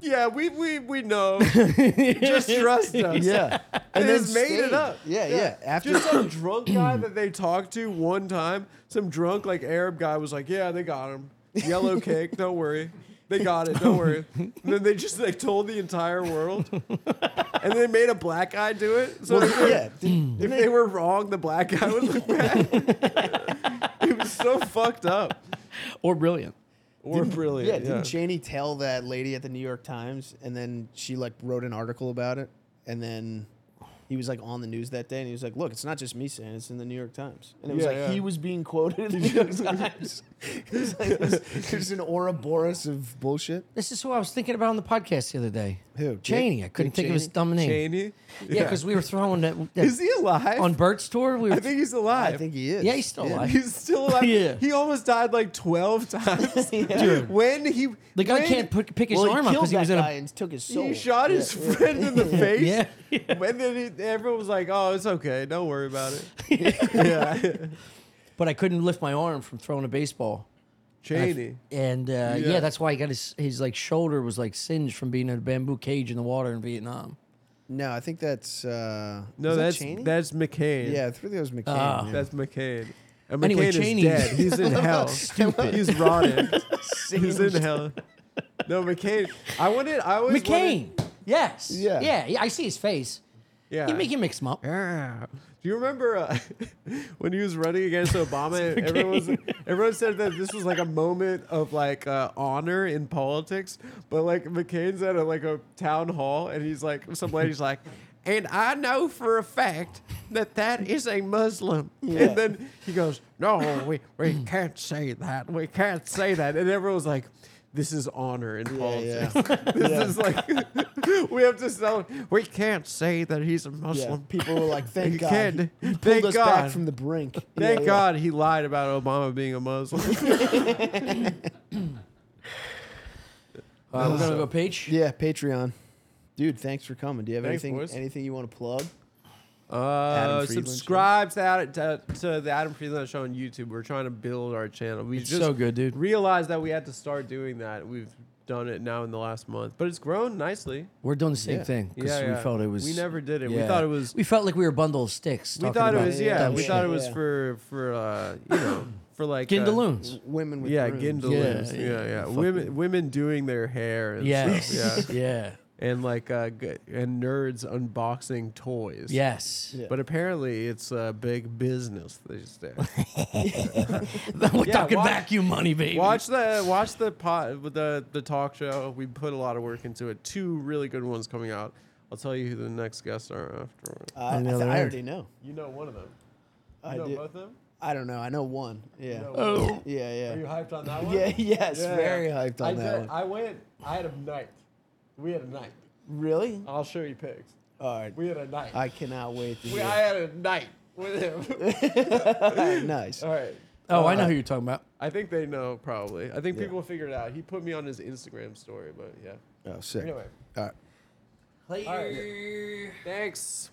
[SPEAKER 4] yeah, we we we know. Just trust us.
[SPEAKER 1] yeah.
[SPEAKER 4] And
[SPEAKER 1] then
[SPEAKER 4] just made it
[SPEAKER 1] stayed.
[SPEAKER 4] up.
[SPEAKER 1] Yeah, yeah. After
[SPEAKER 4] Just some drunk guy that they talked to one time, some drunk like Arab guy was like, "Yeah, they got him. Yellow cake, don't worry. They got it, don't worry." And then they just like told the entire world, and they made a black guy do it. So if, they,
[SPEAKER 1] yeah. did-
[SPEAKER 4] if they were wrong, the black guy would look bad. it was so fucked up.
[SPEAKER 3] Or brilliant.
[SPEAKER 4] Or brilliant.
[SPEAKER 1] Yeah, didn't Cheney tell that lady at the New York Times, and then she like wrote an article about it, and then he was like on the news that day, and he was like, "Look, it's not just me saying it, it's in the New York Times," and it was
[SPEAKER 4] Yeah,
[SPEAKER 1] like
[SPEAKER 4] yeah.
[SPEAKER 1] he was being quoted in the New York Times. It was like this- there's an Ouroboros of bullshit.
[SPEAKER 3] This is who I was thinking about on the podcast the other day.
[SPEAKER 1] Who, Dick-
[SPEAKER 3] Cheney. I couldn't
[SPEAKER 1] Dick
[SPEAKER 3] think of his
[SPEAKER 1] Cheney?
[SPEAKER 3] dumb name.
[SPEAKER 4] Cheney?
[SPEAKER 3] Yeah, because we were throwing that, that-
[SPEAKER 4] Is he alive?
[SPEAKER 3] on Bert's tour. We were,
[SPEAKER 4] I think he's alive.
[SPEAKER 1] I think he is.
[SPEAKER 3] yeah, he's still alive.
[SPEAKER 4] He's still alive.
[SPEAKER 3] Yeah.
[SPEAKER 4] He almost died like 12 times. When he
[SPEAKER 3] the guy
[SPEAKER 4] when
[SPEAKER 3] can't pick, pick his
[SPEAKER 1] Well,
[SPEAKER 3] arm
[SPEAKER 1] he
[SPEAKER 3] up
[SPEAKER 1] killed
[SPEAKER 3] because he
[SPEAKER 1] that
[SPEAKER 3] was in
[SPEAKER 1] guy
[SPEAKER 3] a.
[SPEAKER 1] and took his soul.
[SPEAKER 4] he shot his friend in the face.
[SPEAKER 3] Yeah.
[SPEAKER 4] When then he, everyone was like, "Oh, it's okay. Don't worry about it." yeah.
[SPEAKER 3] But I couldn't lift my arm from throwing a baseball.
[SPEAKER 4] Cheney.
[SPEAKER 3] And uh, yeah.
[SPEAKER 4] Yeah.
[SPEAKER 3] that's why he got his his like shoulder was like singed from being in a bamboo cage in the water in Vietnam.
[SPEAKER 1] No, I think that's uh,
[SPEAKER 4] No,
[SPEAKER 1] is that
[SPEAKER 4] that's
[SPEAKER 1] Cheney?
[SPEAKER 4] that's McCain.
[SPEAKER 1] yeah, I think that was McCain.
[SPEAKER 3] Ah.
[SPEAKER 1] yeah.
[SPEAKER 4] That's McCain. And
[SPEAKER 3] Anyway,
[SPEAKER 4] McCain
[SPEAKER 3] Cheney's-
[SPEAKER 4] is dead. He's in hell.
[SPEAKER 3] Stupid.
[SPEAKER 4] He's rotted. He's in hell. No, McCain. I wanted. I always
[SPEAKER 3] McCain.
[SPEAKER 4] Wanted,
[SPEAKER 3] Yes.
[SPEAKER 1] Yeah.
[SPEAKER 3] Yeah. yeah, I see his face.
[SPEAKER 4] yeah.
[SPEAKER 3] You make you mix him up.
[SPEAKER 4] Yeah. Do you remember uh, when he was running against Obama? and everyone, was, everyone said that this was like a moment of like uh, honor in politics, but like McCain's at a, like a town hall, and he's like, some lady's like, and I know for a fact that that is a Muslim.
[SPEAKER 1] Yeah.
[SPEAKER 4] And then he goes, no, we we can't say that. We can't say that. And everyone's like. This is honor in
[SPEAKER 1] yeah.
[SPEAKER 4] politics. This is like we have to sell. We can't say that he's a
[SPEAKER 1] Yeah,
[SPEAKER 4] Muslim.
[SPEAKER 1] people were like,
[SPEAKER 4] You
[SPEAKER 1] "Thank God,
[SPEAKER 4] can't-
[SPEAKER 1] he- he pulled
[SPEAKER 4] thank
[SPEAKER 1] us
[SPEAKER 4] God.
[SPEAKER 1] back from the brink."
[SPEAKER 4] Thank
[SPEAKER 1] Yeah, yeah.
[SPEAKER 4] God he lied about Obama being a Muslim.
[SPEAKER 3] Uh, we're gonna go page.
[SPEAKER 1] Yeah, Patreon. Dude, thanks for coming. Do you have
[SPEAKER 4] Thanks,
[SPEAKER 1] anything
[SPEAKER 4] boys.
[SPEAKER 1] anything you want to plug?
[SPEAKER 4] uh,
[SPEAKER 1] Friedland
[SPEAKER 4] subscribe to, Ad- to, to the Adam Friedland Show on YouTube. We're trying to build our channel. We just
[SPEAKER 6] so good, dude.
[SPEAKER 4] realized that we had to start doing that. We've done it now in the last month, but it's grown nicely.
[SPEAKER 3] We're doing the same
[SPEAKER 1] Yeah.
[SPEAKER 3] thing because
[SPEAKER 4] Yeah, yeah.
[SPEAKER 3] we felt it was.
[SPEAKER 4] We never did it. We
[SPEAKER 3] yeah.
[SPEAKER 4] thought it was.
[SPEAKER 3] We felt like we were a bundle of sticks.
[SPEAKER 4] We
[SPEAKER 3] talking
[SPEAKER 4] thought it
[SPEAKER 3] about
[SPEAKER 4] was. Yeah,
[SPEAKER 3] dumb
[SPEAKER 4] we
[SPEAKER 3] shit.
[SPEAKER 4] thought it was
[SPEAKER 1] Yeah.
[SPEAKER 4] for for uh, you know for like Uh,
[SPEAKER 3] Gindaloons.
[SPEAKER 1] Women with
[SPEAKER 4] yeah,
[SPEAKER 1] brooms.
[SPEAKER 4] Gindaloons.
[SPEAKER 3] Yeah,
[SPEAKER 4] Yeah,
[SPEAKER 3] yeah.
[SPEAKER 4] yeah. Women women doing their hair. And
[SPEAKER 3] Yes.
[SPEAKER 4] Stuff. Yeah.
[SPEAKER 3] yeah.
[SPEAKER 4] and like uh, g- and nerds unboxing toys.
[SPEAKER 3] Yes.
[SPEAKER 1] Yeah.
[SPEAKER 4] But apparently, it's a big business these days.
[SPEAKER 3] We're
[SPEAKER 4] Yeah,
[SPEAKER 3] talking
[SPEAKER 4] watch-
[SPEAKER 3] vacuum money, baby.
[SPEAKER 4] watch the watch the pot the the talk show. We put a lot of work into it. Two really good ones coming out. I'll tell you who the next guests are afterward.
[SPEAKER 1] Uh, I, I, th- I already know.
[SPEAKER 4] You know one of them. You
[SPEAKER 1] I
[SPEAKER 4] know
[SPEAKER 1] do.
[SPEAKER 4] both of them.
[SPEAKER 1] I don't know. I know one. Yeah.
[SPEAKER 4] know
[SPEAKER 1] Oh. Yeah,
[SPEAKER 4] Are you
[SPEAKER 1] yeah.
[SPEAKER 4] hyped on that one?
[SPEAKER 1] Yeah, yes,
[SPEAKER 4] Yeah,
[SPEAKER 1] very
[SPEAKER 4] yeah.
[SPEAKER 1] hyped on
[SPEAKER 4] I
[SPEAKER 1] that one.
[SPEAKER 4] did- I went. I had a night. We had a night.
[SPEAKER 1] Really?
[SPEAKER 4] I'll show you pics.
[SPEAKER 1] All right.
[SPEAKER 4] Uh, We had a night.
[SPEAKER 1] I cannot wait to
[SPEAKER 4] we,
[SPEAKER 1] hear.
[SPEAKER 4] I had a night with him.
[SPEAKER 1] it. nice.
[SPEAKER 4] All right.
[SPEAKER 3] Oh,
[SPEAKER 4] uh,
[SPEAKER 3] I know who you're talking about.
[SPEAKER 4] I think they know probably. I think people figured it out. He put me on his Instagram story, but yeah.
[SPEAKER 1] Oh, sick.
[SPEAKER 4] Anyway.
[SPEAKER 1] All right.
[SPEAKER 4] Thanks.